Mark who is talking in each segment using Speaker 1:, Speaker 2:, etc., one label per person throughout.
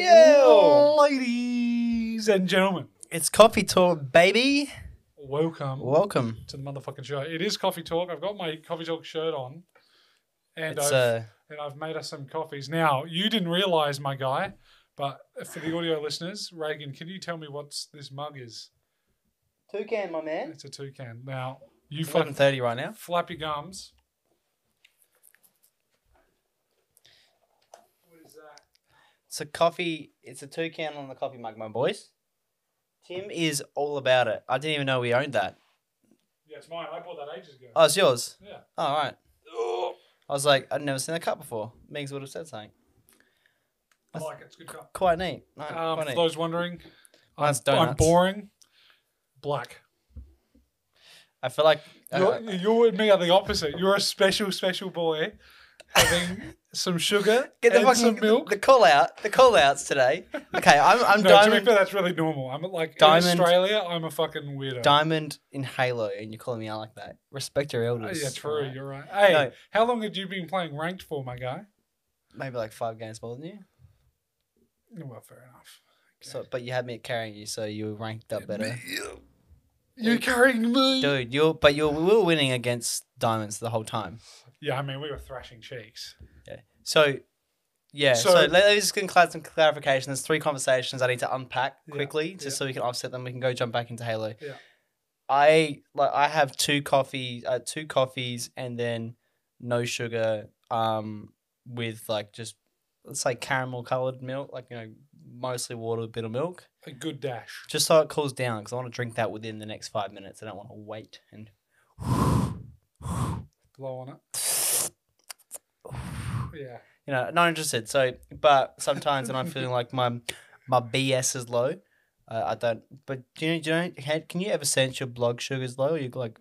Speaker 1: Yeah.
Speaker 2: Ladies and gentlemen,
Speaker 1: It's coffee talk, baby.
Speaker 2: welcome
Speaker 1: Welcome.
Speaker 2: to the motherfucking show. It is Coffee Talk. I've got my Coffee Talk shirt on. And
Speaker 1: It's
Speaker 2: I've,
Speaker 1: uh,
Speaker 2: and I've made us some coffees. Now, you didn't realize, my guy, but for the audio listeners, Reagan, can you tell me what this mug is?
Speaker 1: toucan, my man.
Speaker 2: It's a toucan. Now, you
Speaker 1: Eleven
Speaker 2: fucking
Speaker 1: thirty right now.
Speaker 2: flap your gums. What is that?
Speaker 1: It's a coffee. It's a toucan on the coffee mug, my boys. Tim is all about it. I didn't even know we owned that.
Speaker 2: Yeah, it's mine. I bought that ages ago.
Speaker 1: Oh, it's yours.
Speaker 2: yeah.
Speaker 1: Oh, all right.
Speaker 2: Oh,
Speaker 1: I was like, I'd never seen that cup before. Megs would have said something.
Speaker 2: I like it. It's a good cup.
Speaker 1: Quite neat. No,
Speaker 2: Um,
Speaker 1: quite
Speaker 2: for
Speaker 1: neat.
Speaker 2: those wondering, I'm,
Speaker 1: Mine's
Speaker 2: I'm
Speaker 1: donuts.
Speaker 2: boring. Black.
Speaker 1: I feel like
Speaker 2: You're,
Speaker 1: uh,
Speaker 2: you and me are the opposite. You're a special, special boy having some sugar
Speaker 1: get the
Speaker 2: and
Speaker 1: fucking
Speaker 2: some milk.
Speaker 1: The call out. The call outs today. Okay, I'm, I'm
Speaker 2: no, to be
Speaker 1: diamond.
Speaker 2: fair, that's really normal. I'm like in
Speaker 1: Diamond-
Speaker 2: Australia. I'm a fucking weirdo.
Speaker 1: Diamond in Halo, and you're calling me out like that. Respect your
Speaker 2: Oh,
Speaker 1: elders.
Speaker 2: yeah, true.
Speaker 1: alright?
Speaker 2: You're right. Hey,
Speaker 1: No.
Speaker 2: how long had you been playing ranked for, my guy?
Speaker 1: Maybe like five games more than you.
Speaker 2: Well, fair enough.
Speaker 1: So, but you had me carrying you, so you were ranked up better,
Speaker 2: You're carrying me.
Speaker 1: dude. You're but you were winning against diamonds the whole time.
Speaker 2: Yeah, I mean, we were thrashing cheeks.
Speaker 1: So, yeah. So,
Speaker 2: So-
Speaker 1: let, us just get cla- some clarification. There's three conversations I need to unpack
Speaker 2: Yeah,
Speaker 1: quickly, just
Speaker 2: yeah.
Speaker 1: so we can offset them. We can go jump back into Halo.
Speaker 2: Yeah.
Speaker 1: I like I have two coffee, uh, two coffees, and then no sugar, um, with like just let's say caramel colored milk, like you know, mostly water, a bit of milk.
Speaker 2: A good dash.
Speaker 1: just so it cools down because I want to drink that within the next five minutes. I don't want to wait and
Speaker 2: Blow on it. Yeah.
Speaker 1: you know not interested. So, but sometimes when I'm feeling like my my BS is low, uh, I don't. But do you, do you know, can- can you ever sense your blood sugar's low? You're like,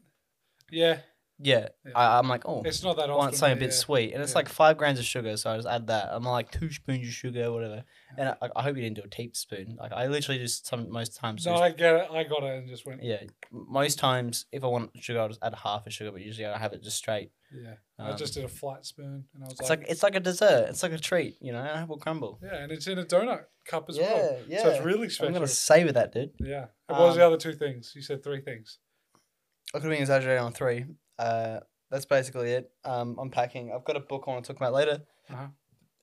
Speaker 2: Yeah.
Speaker 1: yeah,
Speaker 2: Yeah.
Speaker 1: I, I'm like, oh,
Speaker 2: It's not that
Speaker 1: I
Speaker 2: often.
Speaker 1: want something a
Speaker 2: but
Speaker 1: bit
Speaker 2: yeah.
Speaker 1: sweet, and it's
Speaker 2: yeah.
Speaker 1: like five grams of sugar, so I just add that. I'm like two spoons of sugar, whatever. And I, I hope you didn't do a teaspoon. Like I literally just some most times
Speaker 2: No,
Speaker 1: just
Speaker 2: I get it. I got it and just went.
Speaker 1: Yeah, most times if I want sugar, I'll just add half a sugar, but usually I have it just straight.
Speaker 2: Yeah. I
Speaker 1: Um,
Speaker 2: just did a flat spoon and I was
Speaker 1: It's
Speaker 2: like,
Speaker 1: like it's like a dessert. It's like a treat, you know. Apple crumble.
Speaker 2: yeah, and it's in a donut cup as well.
Speaker 1: yeah.
Speaker 2: So it's really special.
Speaker 1: I'm gonna savor that, dude.
Speaker 2: Yeah. And What was the
Speaker 1: Um,
Speaker 2: other two things? You said three things.
Speaker 1: I could have been exaggerating on three. Uh, that's basically it. Um, unpacking. I've got a book I want to talk about later.
Speaker 2: Uh-huh.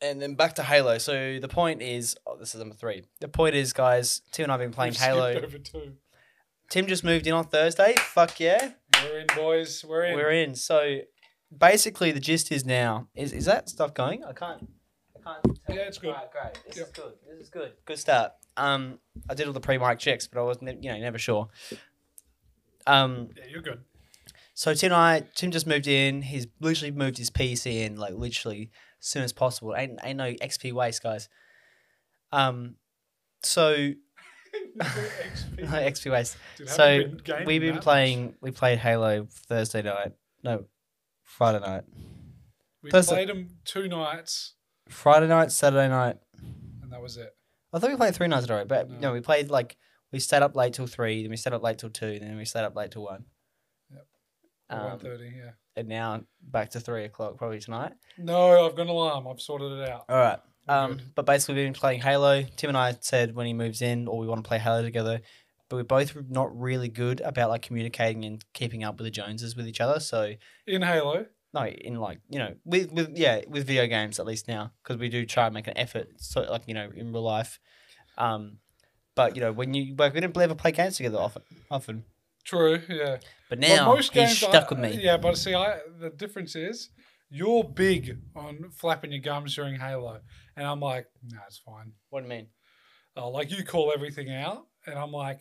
Speaker 1: And then back to Halo. So the point is, oh, this is number three. The point is, guys, Tim and I've been playing
Speaker 2: We've skipped
Speaker 1: Halo.
Speaker 2: Over two.
Speaker 1: Tim just moved in on Thursday. Fuck yeah.
Speaker 2: We're in, boys. We're in.
Speaker 1: We're in. So basically, the gist is now is is that stuff going? I can't. I can't. Tell
Speaker 2: Yeah, it's good.
Speaker 1: Alright, great. This
Speaker 2: Yep.
Speaker 1: is good. This is good. Good start. Um, I did all the pre-mic checks, but I wasn't, you know, never sure. Um,
Speaker 2: Yeah, you're good.
Speaker 1: so Tim and I, Tim just moved in. He's literally moved his PC in, like literally as soon as possible. Ain't ain't no XP waste, guys. Um, so
Speaker 2: XP.
Speaker 1: no XP waste.
Speaker 2: Dude,
Speaker 1: so,
Speaker 2: haven't been gaming
Speaker 1: We've
Speaker 2: that
Speaker 1: been
Speaker 2: much.
Speaker 1: playing. We played Halo Thursday night. No, Friday night.
Speaker 2: We
Speaker 1: That's a-
Speaker 2: played them two nights
Speaker 1: Friday night, Saturday night.
Speaker 2: and that was it.
Speaker 1: I thought we played three nights in a row, but no,
Speaker 2: No.
Speaker 1: we played like we stayed up late till three, then we stayed up late till two, then we stayed up late till one.
Speaker 2: Yep.
Speaker 1: Um,
Speaker 2: 1.30, yeah.
Speaker 1: and now back to three o'clock probably tonight.
Speaker 2: No, I've got an alarm. I've sorted it out.
Speaker 1: All right.
Speaker 2: We're
Speaker 1: Um,
Speaker 2: good.
Speaker 1: but basically, we've been playing Halo. Tim and I said when he moves in, or we want to play Halo together. But we're both not really good about like communicating and keeping up with the Joneses with each other. So
Speaker 2: In Halo.
Speaker 1: no, in like you know, with with yeah, with video games at least now, because we do try and make an effort, so like you know, in real life. Um, but you know, when you like, we didn't ever play games together often, often.
Speaker 2: True, yeah.
Speaker 1: But
Speaker 2: But
Speaker 1: now he's stuck
Speaker 2: I-
Speaker 1: with me.
Speaker 2: Yeah, but see, I the difference is you're big on flapping your gums during Halo, and I'm like, nah, it's fine.
Speaker 1: What do you mean?
Speaker 2: Uh, like you call everything out, and I'm like,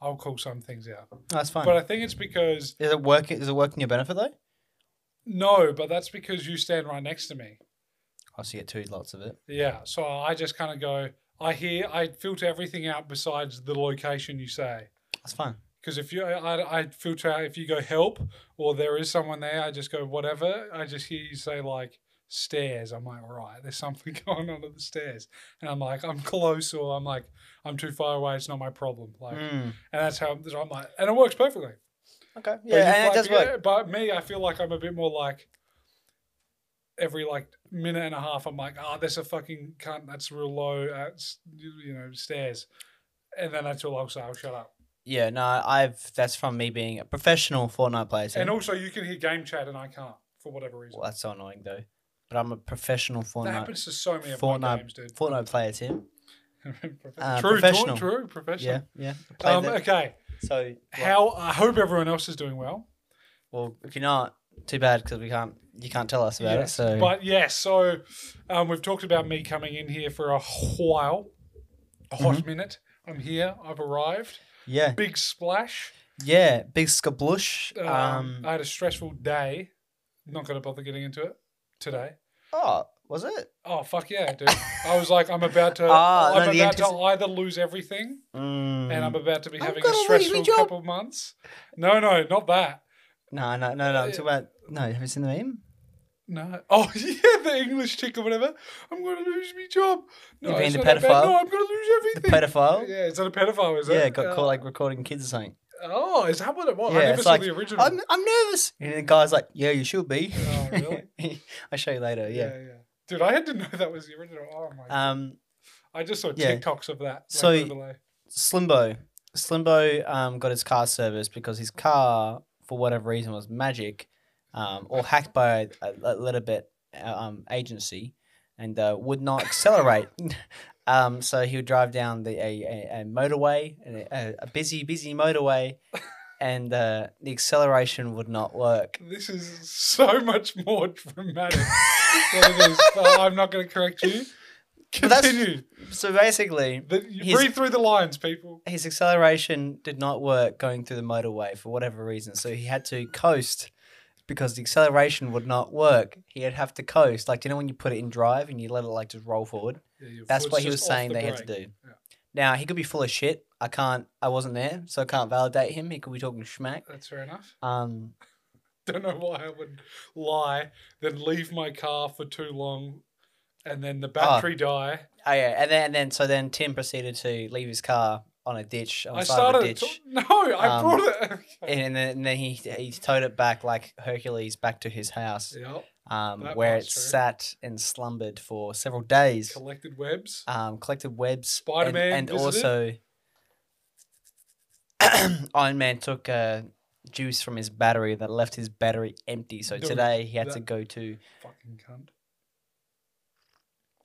Speaker 2: I'll call some things out.
Speaker 1: That's fine.
Speaker 2: But I think it's because
Speaker 1: is it working? Is it working your benefit though?
Speaker 2: no, but that's because you stand right next to me.
Speaker 1: I see it too. Lots of it.
Speaker 2: Yeah, so I just kind of go. I hear, I filter everything out besides the location you say.
Speaker 1: That's fine.
Speaker 2: Because if you, I, I filter out if you go help or there is someone there, I just go whatever. I just hear you say like stairs. I'm like, all right, there's something going on at the stairs, and I'm like, I'm close or I'm like, I'm too far away. It's not my problem. Like,
Speaker 1: Mm.
Speaker 2: and that's how that's what I'm like, and it works perfectly.
Speaker 1: Okay.
Speaker 2: But you
Speaker 1: Yeah, and
Speaker 2: like-
Speaker 1: it does work.
Speaker 2: yeah, But me, I feel like I'm a bit more like every like minute and a half, I'm like, ah, that's a fucking cunt. That's real low. At, s- you know, stairs. And then that's all I'll say. I'll shut up.
Speaker 1: Yeah, no, I've that's from me being a professional Fortnite player. so-
Speaker 2: And also, you can hear game chat, and I can't for whatever reason.
Speaker 1: well, that's so annoying though. But I'm a professional
Speaker 2: that
Speaker 1: Fortnite
Speaker 2: happens to so many of my
Speaker 1: Fortnite-
Speaker 2: games, dude.
Speaker 1: Fortnite player, Tim. Uh,
Speaker 2: true,
Speaker 1: professional.
Speaker 2: professional. true, professional.
Speaker 1: Yeah, yeah. I played
Speaker 2: Um,
Speaker 1: that.
Speaker 2: okay.
Speaker 1: So like,
Speaker 2: How I hope everyone else is doing well.
Speaker 1: Well, if you're not, too bad because we can't. You can't tell us about
Speaker 2: Yes,
Speaker 1: it. So
Speaker 2: But yeah, so um, we've talked about me coming in here for a while, a hot
Speaker 1: Mm-hmm.
Speaker 2: minute. I'm here. I've arrived.
Speaker 1: yeah,
Speaker 2: Big splash.
Speaker 1: yeah. Big skablush.
Speaker 2: Um,
Speaker 1: Um.
Speaker 2: I had a stressful day. Not going to bother getting into it today.
Speaker 1: oh, was it?
Speaker 2: Oh fuck yeah, dude! I was like, I'm about to,
Speaker 1: Ah,
Speaker 2: I'm
Speaker 1: no, the
Speaker 2: about to
Speaker 1: antici-
Speaker 2: either lose everything, and I'm
Speaker 1: Mm.
Speaker 2: about to be
Speaker 1: I've
Speaker 2: having a
Speaker 1: gotta leave my
Speaker 2: stressful
Speaker 1: job.
Speaker 2: couple months. No, no, not that.
Speaker 1: No, no, no, no. I'm
Speaker 2: Uh,
Speaker 1: talking about. No, have you seen the meme?
Speaker 2: No. Oh yeah, the English chick or whatever. I'm going to lose my job. No,
Speaker 1: You mean
Speaker 2: it's
Speaker 1: the
Speaker 2: not that bad.
Speaker 1: pedophile?
Speaker 2: No, I'm going to lose
Speaker 1: The
Speaker 2: everything.
Speaker 1: pedophile.
Speaker 2: Yeah, is that a pedophile? Is
Speaker 1: Yeah,
Speaker 2: it?
Speaker 1: got
Speaker 2: Uh,
Speaker 1: caught like recording kids or something.
Speaker 2: Oh, is that what it was? I
Speaker 1: Yeah,
Speaker 2: never
Speaker 1: it's
Speaker 2: saw
Speaker 1: like,
Speaker 2: the original.
Speaker 1: I'm, I'm nervous. And the guy's like, "Yeah, you should be."
Speaker 2: Oh, really?
Speaker 1: I'll show you later.
Speaker 2: yeah,
Speaker 1: Yeah.
Speaker 2: yeah. Dude, I had to know that was the original. Oh my!
Speaker 1: Um,
Speaker 2: I just saw
Speaker 1: yeah.
Speaker 2: TikToks of that. Like,
Speaker 1: So-
Speaker 2: overlay.
Speaker 1: Slimbo. Slimbo um, got his car serviced because his car, for whatever reason, was magic, um, or hacked by a, a little bit uh, um, agency, and uh, would not accelerate. um, so he would drive down the a, a, a motorway, a- a, a busy, busy motorway, and uh, the acceleration would not work.
Speaker 2: This is so much more dramatic than it is. So I'm not going to correct you.
Speaker 1: But that's-
Speaker 2: Continue.
Speaker 1: So basically,
Speaker 2: The, you
Speaker 1: his-
Speaker 2: read through the lines, people.
Speaker 1: his acceleration did not work going through the motorway for whatever reason. So he had to coast because the acceleration would not work. He'd have to coast. Like, do you know when you put it in drive and you let it like just roll forward?
Speaker 2: Yeah, your
Speaker 1: That's
Speaker 2: foot's
Speaker 1: what he
Speaker 2: just
Speaker 1: was
Speaker 2: off
Speaker 1: saying
Speaker 2: the
Speaker 1: they had to
Speaker 2: brake.
Speaker 1: do.
Speaker 2: Yeah.
Speaker 1: Now he could be full of shit. I can't. I wasn't there, so I can't validate him. He could be talking schmack.
Speaker 2: That's fair enough.
Speaker 1: Um,
Speaker 2: Don't know why I would lie, then leave my car for too long, and then
Speaker 1: Ah,
Speaker 2: the battery die.
Speaker 1: oh yeah, and then and then so then Tim proceeded to leave his car on a ditch on the
Speaker 2: I
Speaker 1: side
Speaker 2: started.
Speaker 1: of a ditch.
Speaker 2: to- no, I
Speaker 1: Um,
Speaker 2: brought it.
Speaker 1: and then, and then he, he towed it back like Hercules back to his house.
Speaker 2: yep.
Speaker 1: um,
Speaker 2: That
Speaker 1: where it
Speaker 2: part's true.
Speaker 1: sat and slumbered for several days,
Speaker 2: Collected webs.
Speaker 1: um, collected webs, and-
Speaker 2: Spider-Man
Speaker 1: and,
Speaker 2: visited?
Speaker 1: also Iron Man took uh, juice from his battery that left his battery empty. So
Speaker 2: Dude,
Speaker 1: today he had to
Speaker 2: that-
Speaker 1: go to
Speaker 2: Fucking cunt.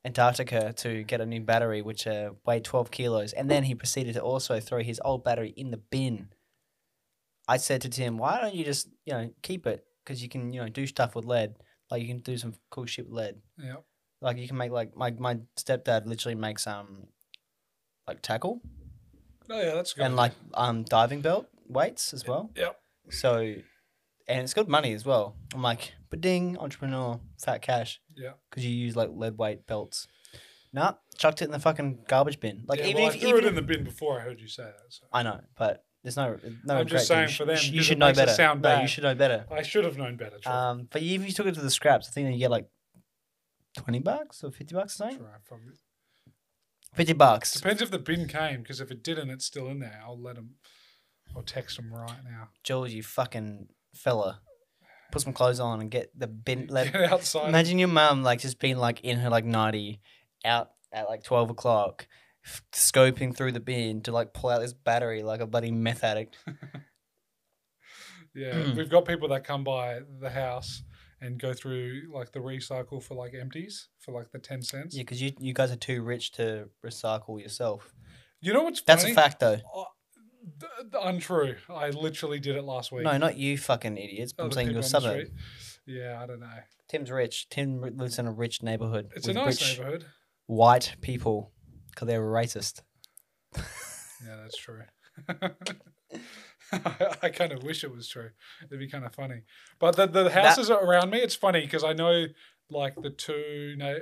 Speaker 1: Antarctica to get a new battery, which uh, weighed 12 kilos. And then he proceeded to also throw his old battery in the bin. I said to Tim, why don't you just, you know, keep it? Because you can, you know, do stuff with lead. Like you can do some cool shit with lead.
Speaker 2: Yep.
Speaker 1: like you can make like my my stepdad literally makes um like tackle
Speaker 2: Oh yeah, that's good.
Speaker 1: and like um diving belt weights as well.
Speaker 2: Yep.
Speaker 1: So and it's good money as well. I'm like, but ding, entrepreneur, fat cash.
Speaker 2: Yeah.
Speaker 1: Because you use like lead weight belts. Nah, chucked it in the fucking garbage bin. Like
Speaker 2: Yeah,
Speaker 1: even
Speaker 2: well,
Speaker 1: if
Speaker 2: I threw
Speaker 1: even
Speaker 2: it in
Speaker 1: if-
Speaker 2: the bin before I heard you say that. So.
Speaker 1: I know, but there's no no.
Speaker 2: I'm just
Speaker 1: regret, dude. You
Speaker 2: saying for
Speaker 1: should-
Speaker 2: them,
Speaker 1: you should- you
Speaker 2: 'cause it
Speaker 1: should know
Speaker 2: makes it
Speaker 1: better.
Speaker 2: sound
Speaker 1: no, you
Speaker 2: bad.
Speaker 1: should know better.
Speaker 2: I should have known better. True.
Speaker 1: Um, but even if you took it to the scraps, I think you get like twenty bucks or fifty bucks or
Speaker 2: That's
Speaker 1: something.
Speaker 2: right, fuck it.
Speaker 1: Fifty bucks.
Speaker 2: Depends if the bin came, because if it didn't, it's still in there. I'll let him. I'll text him right now.
Speaker 1: Jules, you fucking fella. Put some clothes on and get the bin.
Speaker 2: Get
Speaker 1: Let,
Speaker 2: outside.
Speaker 1: imagine your mum like just being like in her like ninety, out at like twelve o'clock, f- scoping through the bin to like pull out this battery like a bloody meth addict.
Speaker 2: Yeah,
Speaker 1: Mm.
Speaker 2: we've got people that come by the house and go through like the recycle for like empties for like the ten cents.
Speaker 1: Yeah, because you you guys are too rich to recycle yourself.
Speaker 2: You know what's funny?
Speaker 1: That's a fact though.
Speaker 2: Uh, th- th- untrue. I literally did it last week.
Speaker 1: No, not you fucking idiots. I'm
Speaker 2: Other
Speaker 1: saying
Speaker 2: people
Speaker 1: your
Speaker 2: on the
Speaker 1: suburb.
Speaker 2: street. Yeah, I don't know.
Speaker 1: Tim's rich. Tim r- lives in a rich neighborhood
Speaker 2: It's
Speaker 1: with
Speaker 2: a nice
Speaker 1: rich
Speaker 2: neighborhood.
Speaker 1: white people because they were racist.
Speaker 2: Yeah, that's true. I, I kind of wish it was true. It'd be kind of funny. But the, the houses around me, it's funny because I know like the two. No,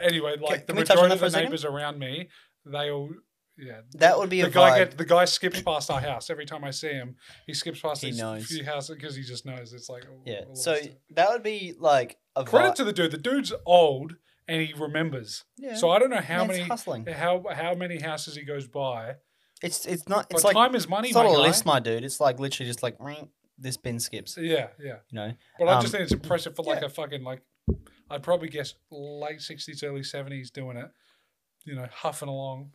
Speaker 2: anyway, like
Speaker 1: can
Speaker 2: the
Speaker 1: we touch on that
Speaker 2: majority of
Speaker 1: for a
Speaker 2: the
Speaker 1: second?
Speaker 2: neighbors around me, they all yeah.
Speaker 1: That would be
Speaker 2: The
Speaker 1: a
Speaker 2: guy
Speaker 1: vibe.
Speaker 2: get, the guy skips past our house every time I see him. He skips past
Speaker 1: He
Speaker 2: these
Speaker 1: knows.
Speaker 2: few houses because he just knows it's like. oh,
Speaker 1: yeah.
Speaker 2: oh,
Speaker 1: So
Speaker 2: it's-
Speaker 1: that would be like a
Speaker 2: credit
Speaker 1: vibe.
Speaker 2: to the dude. The dude's old and he remembers.
Speaker 1: Yeah.
Speaker 2: So I don't know how
Speaker 1: Man's
Speaker 2: many
Speaker 1: hustling.
Speaker 2: how how many houses he goes by.
Speaker 1: It's it's not
Speaker 2: But
Speaker 1: it's like
Speaker 2: time is money.
Speaker 1: it's not a
Speaker 2: my guy.
Speaker 1: list, my dude. It's like literally just like "Meow, this bin skips.
Speaker 2: Yeah, yeah.
Speaker 1: You know,
Speaker 2: But I
Speaker 1: Um,
Speaker 2: just think it's impressive for like
Speaker 1: yeah.
Speaker 2: a fucking like I'd probably guess late 60s, early 70s doing it, you know, huffing along.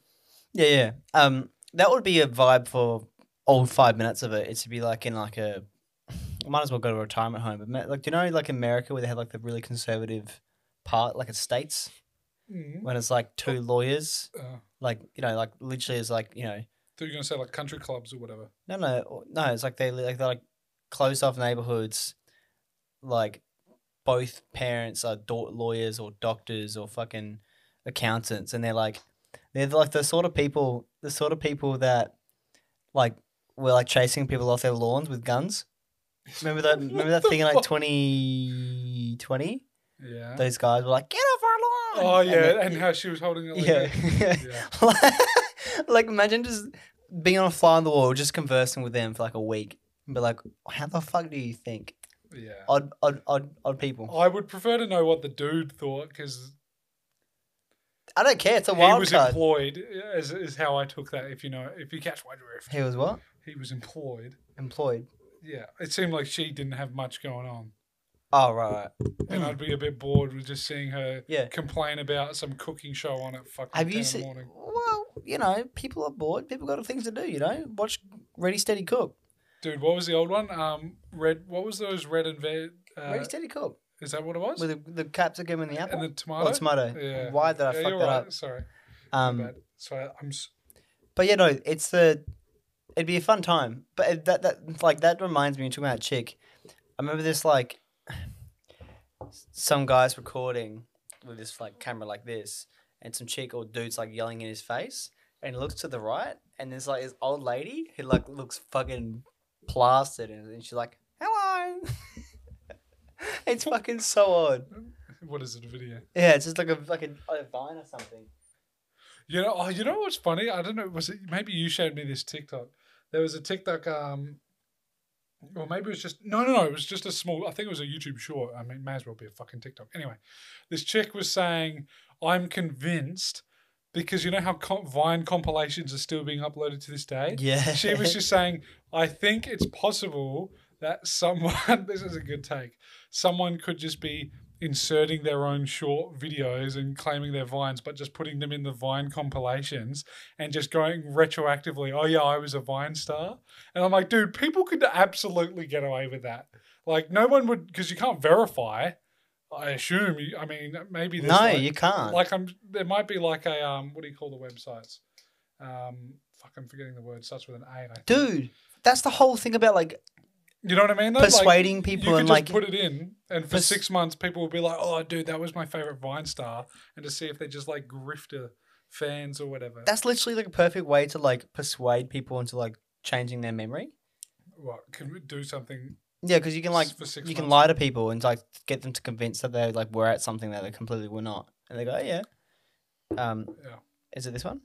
Speaker 1: Yeah, yeah. Um, that would be a vibe for all five minutes of it. It's to be like in like a. I might as well go to a retirement home, but ma- like, do you know, like America, where they had like the really conservative part, like it's states,
Speaker 2: Mm-hmm.
Speaker 1: when it's like two lawyers,
Speaker 2: Uh,
Speaker 1: like you know, like literally is like you know,
Speaker 2: so you're going to say like country clubs or whatever.
Speaker 1: no, no, or- no. It's like they li- like they're like closed off neighborhoods, like both parents are do- lawyers or doctors or fucking accountants, and they're like they're like the sort of people, the sort of people that like were like chasing people off their lawns with guns. Remember that? remember that thing in like twenty twenty?
Speaker 2: Yeah.
Speaker 1: Those guys were like, "Get off our lawn!"
Speaker 2: oh,
Speaker 1: And
Speaker 2: yeah.
Speaker 1: they-
Speaker 2: And how she was holding it. Like
Speaker 1: yeah.
Speaker 2: that. Yeah.
Speaker 1: like imagine just being on a fly on the wall, just conversing with them for like a week. And be like, how the fuck do you think?
Speaker 2: Yeah.
Speaker 1: Odd odd odd odd people.
Speaker 2: I would prefer to know what the dude thought because
Speaker 1: I don't care, it's a
Speaker 2: he
Speaker 1: wild
Speaker 2: was
Speaker 1: card.
Speaker 2: employed. Is, is how I took that. If you know, if you catch my drift,
Speaker 1: he was what?
Speaker 2: he was employed.
Speaker 1: Employed.
Speaker 2: Yeah, it seemed like she didn't have much going on,
Speaker 1: Oh right, right.
Speaker 2: and I'd be a bit bored with just seeing her
Speaker 1: Yeah.
Speaker 2: complain about some cooking show on at fucking
Speaker 1: Have
Speaker 2: 10
Speaker 1: you
Speaker 2: in the
Speaker 1: seen
Speaker 2: morning.
Speaker 1: well, you know, people are bored, people got things to do, you know? Watch Ready Steady Cook.
Speaker 2: Dude, what was the old one? Um, red. What was those red and red? Uh,
Speaker 1: Ready Steady Cook.
Speaker 2: is that what it was?
Speaker 1: With the, the capsicum and the apple.
Speaker 2: and the
Speaker 1: Oh,
Speaker 2: tomato.
Speaker 1: tomato.
Speaker 2: Yeah.
Speaker 1: Why did I
Speaker 2: Yeah,
Speaker 1: fuck
Speaker 2: you're
Speaker 1: that
Speaker 2: right.
Speaker 1: up?
Speaker 2: Sorry.
Speaker 1: Um,
Speaker 2: Bad. Sorry. I'm. s-
Speaker 1: But yeah, no, it's the it'd be a fun time. But it- that that like that reminds me when you're talking about chick. I remember this like some guys recording with this like camera like this, and some chick or dude's like yelling in his face, and he looks to the right, and there's like this old lady who like looks fucking plastered, and, and she's like, "Hello." it's fucking so odd.
Speaker 2: What is it? A video.
Speaker 1: Yeah, it's just like a like a, a vine or something.
Speaker 2: You know, oh, you know what's funny? I don't know. Was it maybe you showed me this TikTok? There was a TikTok, um, or maybe it was just no, no, no. It was just a small. I think it was a YouTube short. I mean, may as well be a fucking TikTok. Anyway, this chick was saying, "I'm convinced," because you know how com- Vine compilations are still being uploaded to this day.
Speaker 1: Yeah,
Speaker 2: She was just saying, "I think it's possible that someone. this is a good take. Someone could just be." inserting their own short videos and claiming their vines, but just putting them in the Vine compilations and just going retroactively, oh yeah, I was a Vine star. And I'm like, dude, people could absolutely get away with that. Like, no one would, because you can't verify. I assume. You, I mean, maybe there's
Speaker 1: no,
Speaker 2: like,
Speaker 1: you can't.
Speaker 2: like I'm. There might be like a um. What do you call the websites? Um. Fuck, I'm forgetting the word. Starts with an A. I think.
Speaker 1: dude, that's the whole thing about like
Speaker 2: you know what I mean? Though? Like,
Speaker 1: persuading
Speaker 2: you
Speaker 1: people
Speaker 2: could
Speaker 1: and
Speaker 2: just
Speaker 1: like
Speaker 2: put it in, and for
Speaker 1: Pers-
Speaker 2: six months, people will be like, "Oh, dude, that was my favorite Vine star," and to see if they're just like grifter fans or whatever.
Speaker 1: that's literally like a perfect way to like persuade people into like changing their memory.
Speaker 2: what can we do something
Speaker 1: Yeah, because you can like
Speaker 2: for six
Speaker 1: you can
Speaker 2: months?
Speaker 1: lie to people and like get them to convince that they like were at something that they completely were not, and they go, oh, "Yeah, um,
Speaker 2: Yeah.
Speaker 1: is it this one?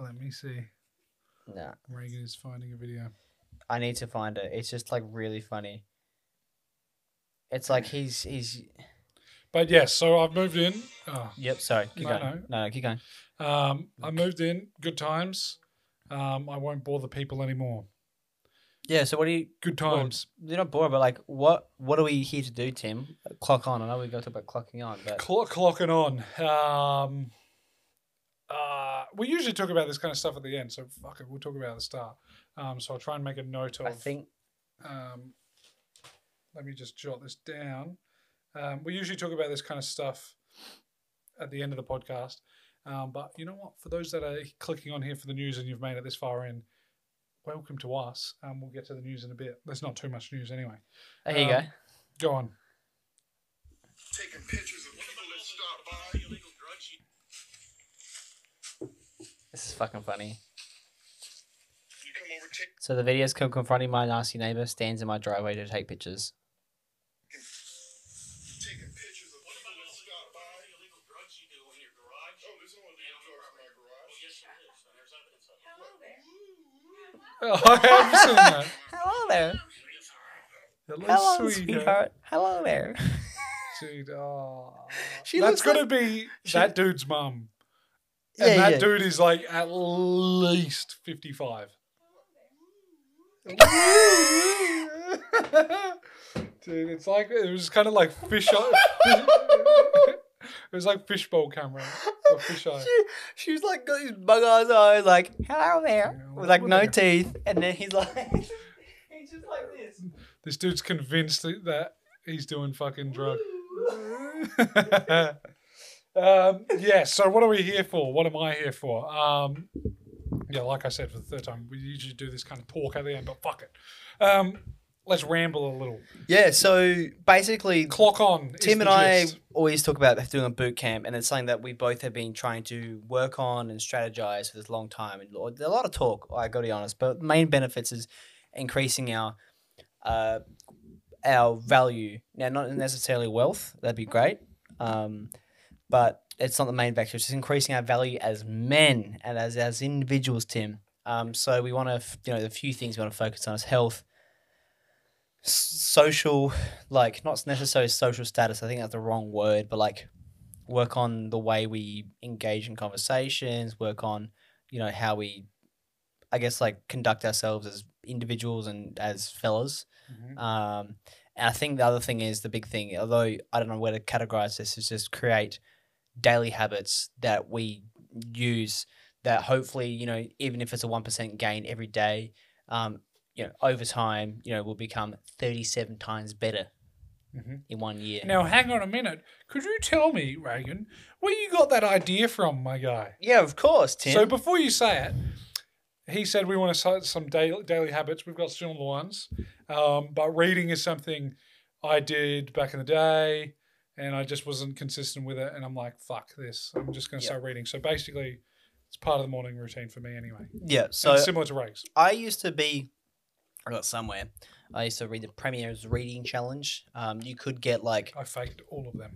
Speaker 2: Let me see.
Speaker 1: No,
Speaker 2: Reagan is finding a video.
Speaker 1: I need to find it. It's just like really funny. It's like he's he's
Speaker 2: But yes, so I've moved in. Oh,
Speaker 1: yep. Sorry, keep
Speaker 2: No,
Speaker 1: going. No, no, keep going.
Speaker 2: um, I moved in. Good times. Um, I won't bore the people anymore.
Speaker 1: Yeah. So what do you?
Speaker 2: Good
Speaker 1: well,
Speaker 2: times.
Speaker 1: you're not bored, but like, what what are we here to do, Tim? Clock on. I know we got to talk about clocking on, but
Speaker 2: Clock, clocking on. Um, uh, we usually talk about this kind of stuff at the end, so fuck it, we'll talk about it at the start. Um, so I'll try and make a note of.
Speaker 1: I think
Speaker 2: Um, let me just jot this down. Um, we usually talk about this kind of stuff at the end of the podcast, um, but you know what? For those that are clicking on here for the news and you've made it this far in, welcome to us. Um, we'll get to the news in a bit. There's not too much news anyway.
Speaker 1: Oh, here you
Speaker 2: Um,
Speaker 1: go.
Speaker 2: Go on.
Speaker 3: taking pictures of people that stop by.
Speaker 1: This is fucking funny.
Speaker 3: You come over taking
Speaker 1: So the videos come confronting my nasty neighbor stands in my driveway to take pictures.
Speaker 3: taking pictures of people that stop by. Illegal drugs you do in your garage. Oh, there's no illegal drugs in my garage. Oh, yes, there is. And there's evidence
Speaker 2: Oh, I have seen that.
Speaker 3: of it.
Speaker 1: Hello there.
Speaker 2: Hello,
Speaker 1: Hello,
Speaker 2: sweetheart.
Speaker 1: sweetheart. Hello there.
Speaker 2: Dude, oh.
Speaker 1: She
Speaker 2: That's
Speaker 1: looks
Speaker 2: gonna be that dude's mum. And that dude is like at least 55. Dude, it's like it was kind of like fish eye. it was like fishbowl camera or fish eye.
Speaker 1: She, she's like got these bug eyes eyes, like hello there,
Speaker 2: Yeah,
Speaker 1: with like
Speaker 2: what
Speaker 1: no
Speaker 2: the-
Speaker 1: teeth, and then he's like, he's just like this.
Speaker 2: This dude's convinced that- that he's doing fucking drugs. um, yeah, so what are we here for? What am I here for? Um, yeah, like I said for the third time, we usually do this kind of talk at the end, but fuck it. Um, let's ramble a little.
Speaker 1: Yeah, so basically,
Speaker 2: Clock on. is
Speaker 1: Tim
Speaker 2: the
Speaker 1: and I
Speaker 2: gist.
Speaker 1: always talk about doing a boot camp, and it's something that we both have been trying to work on and strategize for this long time. And lo- a lot of talk, I got to be honest, but main benefits is increasing our uh, our value. Now, not necessarily wealth; that'd be great, um, but it's not the main factor. It's just increasing our value as men and as as individuals, Tim. Um, so we want to, you know, the few things we want to focus on is health, s- social like not necessarily social status. I think that's the wrong word, but like work on the way we engage in conversations. Work on you know how we, I guess, like conduct ourselves as individuals and as fellas.
Speaker 2: Mhm.
Speaker 1: Um, and I think the other thing is the big thing, although I don't know where to categorize this, is just create daily habits that we use that hopefully, you know, even if it's a 1% gain every day, um, you know, over time, you know, will become 37 times better
Speaker 2: Mhm.
Speaker 1: in one year.
Speaker 2: Now, hang on a minute. Could you tell me, Reagan, where you got that idea from, my guy?
Speaker 1: yeah, of course, Tim.
Speaker 2: So before you say it, he said we want to start some daily, daily habits. We've got similar ones, um, but reading is something I did back in the day, and I just wasn't consistent with it. And I'm like, fuck this. I'm just going to
Speaker 1: Yeah.
Speaker 2: start reading. So basically, it's part of the morning routine for me anyway.
Speaker 1: yeah,
Speaker 2: So
Speaker 1: so
Speaker 2: it's similar to Regs.
Speaker 1: I used to be, I got somewhere, I used to read the Premier's Reading Challenge. Um, you could get like,
Speaker 2: I faked all of them.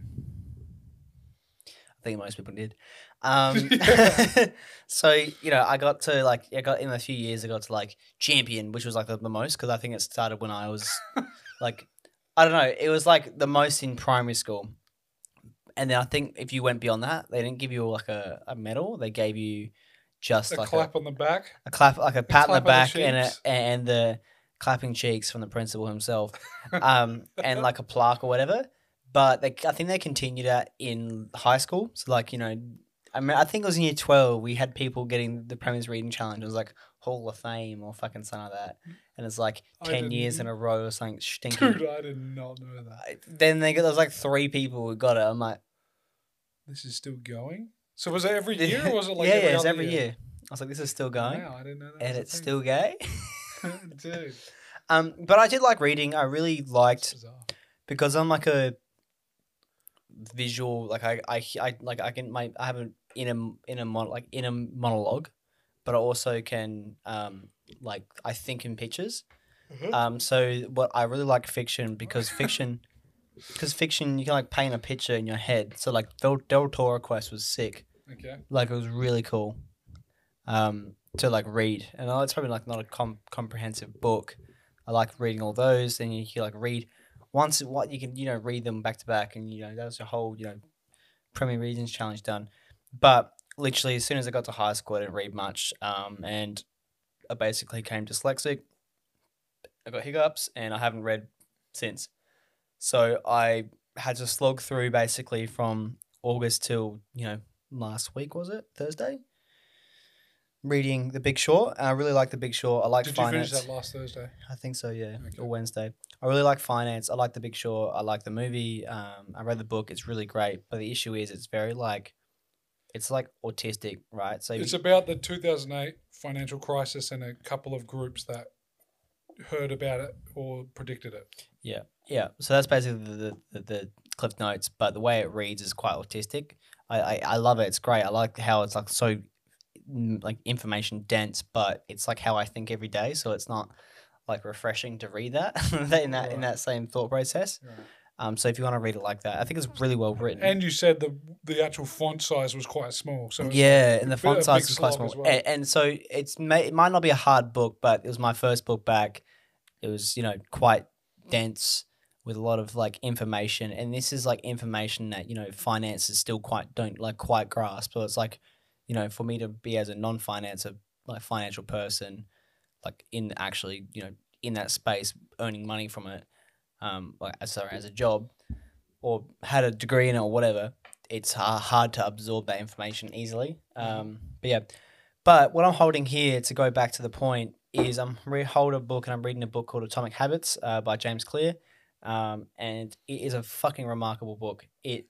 Speaker 1: I think most people did. Um,
Speaker 2: Yeah.
Speaker 1: so you know, I got to like, I got in a few years, I got to like champion, which was like the, the most because I think it started when I was like, I don't know, it was like the most in primary school, and then I think if you went beyond that, they didn't give you like a, a medal, they gave you just
Speaker 2: A
Speaker 1: like
Speaker 2: clap on the back.
Speaker 1: a, a clap, like a pat on the back,
Speaker 2: clap on the
Speaker 1: and a,
Speaker 2: cheeks.
Speaker 1: and the clapping cheeks from the principal himself um, and like a plaque or whatever. But they, I think they continued that in high school. So like you know, I mean, I think it was in year twelve we had people getting the Premier's Reading Challenge. It was like Hall of Fame or fucking something like that. And it's like
Speaker 2: I
Speaker 1: ten years in
Speaker 2: didn't-
Speaker 1: a row or something stinky.
Speaker 2: Dude, uh, I did not know that.
Speaker 1: I- Then they got there was like three people who got it. I'm like,
Speaker 2: This is still going. So was it every year or was it like
Speaker 1: yeah,
Speaker 2: every
Speaker 1: yeah, it's
Speaker 2: other
Speaker 1: every year. I was like, this is still going,
Speaker 2: Wow, I didn't know that.
Speaker 1: and
Speaker 2: was a
Speaker 1: it's
Speaker 2: thing.
Speaker 1: still gay.
Speaker 2: Dude,
Speaker 1: Um, but I did like reading. I really liked
Speaker 2: it's bizarre.
Speaker 1: because I'm like a visual like I I, I like I can my I have an inner inner mon- like inner monologue, but I also can um like I think in pictures.
Speaker 2: Mhm.
Speaker 1: Um, so what I really like fiction because fiction, because fiction you can like paint a picture in your head. So like Del, Del Toro Quest was sick.
Speaker 2: Okay.
Speaker 1: Like it was really cool. Um, to like read and I know it's probably like not a com- comprehensive book. I like reading all those. Then you can like read once what you can you know read them back to back and you know that was your whole you know Premier Reasons challenge done. But literally as soon as I got to high school, I didn't read much. Um, and I basically came dyslexic. I got hiccups and I haven't read since. So I had to slog through basically from August till you know last week was it Thursday. Reading The Big Short, and I really like The Big Short. I like
Speaker 2: Did you
Speaker 1: finance.
Speaker 2: finish that last Thursday?
Speaker 1: I think so, yeah.
Speaker 2: Okay.
Speaker 1: Or Wednesday. I really like finance. I like The Big Short. I like the movie. Um, I read the book. It's really great. But the issue is, it's very like, it's like autistic, right? So if
Speaker 2: It's
Speaker 1: you-
Speaker 2: about the 2008 financial crisis and a couple of groups that heard about it or predicted it.
Speaker 1: yeah. So that's basically the, the the the cliff notes. But the way it reads is quite autistic. I I, I love it. It's great. I like how it's like so mm, like information dense, but it's like how I think every day. So it's not like refreshing to read that in that in
Speaker 2: Right.
Speaker 1: that same thought process. Um, so if you want to read it like that, I think it's really well written.
Speaker 2: And you said the the actual font size was quite small. So it's-
Speaker 1: yeah, and the
Speaker 2: bit- a
Speaker 1: font size
Speaker 2: big
Speaker 1: is quite small,
Speaker 2: slog as well.
Speaker 1: and, and so it's may, it might not be a hard book, but it was my first book back. It was you know quite dense with a lot of like information, and this is like information that you know finances still quite don't like quite grasp. So it's like you know for me to be as a non-financer like financial person, like in actually you know in that space earning money from it, um, like uh, sorry, as a job, or had a degree in it or whatever, it's ha- hard to absorb that information easily.
Speaker 2: Mm-hmm.
Speaker 1: Um, but yeah, but what I'm holding here to go back to the point is I'm re- hold a book and I'm reading a book called Atomic Habits uh, by James Clear, um, and it is a fucking remarkable book. It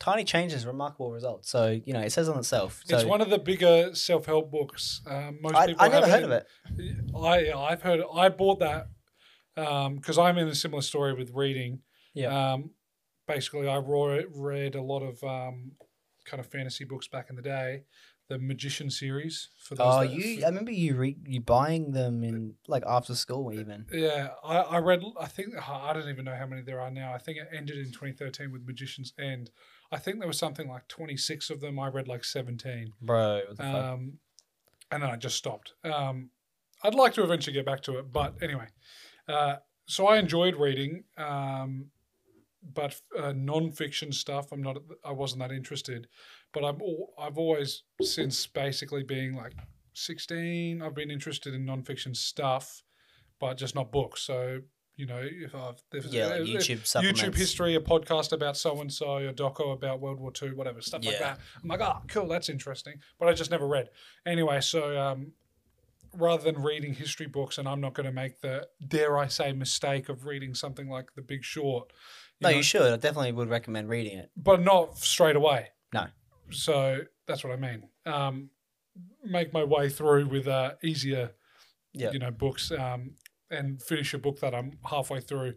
Speaker 1: tiny changes, remarkable results. So you know, it says on itself. So
Speaker 2: it's one of the bigger self help books. Um, most
Speaker 1: I,
Speaker 2: people
Speaker 1: I never
Speaker 2: haven't-
Speaker 1: heard of it.
Speaker 2: I I've heard I bought that because I'm in a similar story with reading.
Speaker 1: Yeah.
Speaker 2: Um, basically, I ro- read a lot of um, kind of fantasy books back in the day. The Magician series for those.
Speaker 1: Oh,
Speaker 2: that-
Speaker 1: you! I remember you re- you buying them in like after school even.
Speaker 2: yeah, I, I read. I think I don't even know how many there are now. I think it ended in 2013 with Magician's End. I think there was something like 26 of them. I read like 17.
Speaker 1: Bro,
Speaker 2: um, and then I just stopped. Um, I'd like to eventually get back to it, but anyway. Uh, so I enjoyed reading, um, but uh, non-fiction stuff I'm not. I wasn't that interested, but I'm. al- I've always since basically being like 16, I've been interested in non-fiction stuff, but just not books. So you know, if I've if,
Speaker 1: yeah, like
Speaker 2: if-
Speaker 1: YouTube supplements.
Speaker 2: YouTube history, a podcast about so and so, a doco about World War II, whatever stuff like
Speaker 1: Yeah.
Speaker 2: that. I'm like, oh, cool, that's interesting, but I just never read. Anyway, so um, rather than reading history books, and I'm not going to make the dare I say mistake of reading something like The Big Short, you
Speaker 1: No,
Speaker 2: know,
Speaker 1: you should. I definitely would recommend reading it.
Speaker 2: but not straight away.
Speaker 1: No.
Speaker 2: So that's what I mean. Um, make my way through with uh, easier,
Speaker 1: Yeah.
Speaker 2: you know, books, um, and finish a book that I'm halfway through.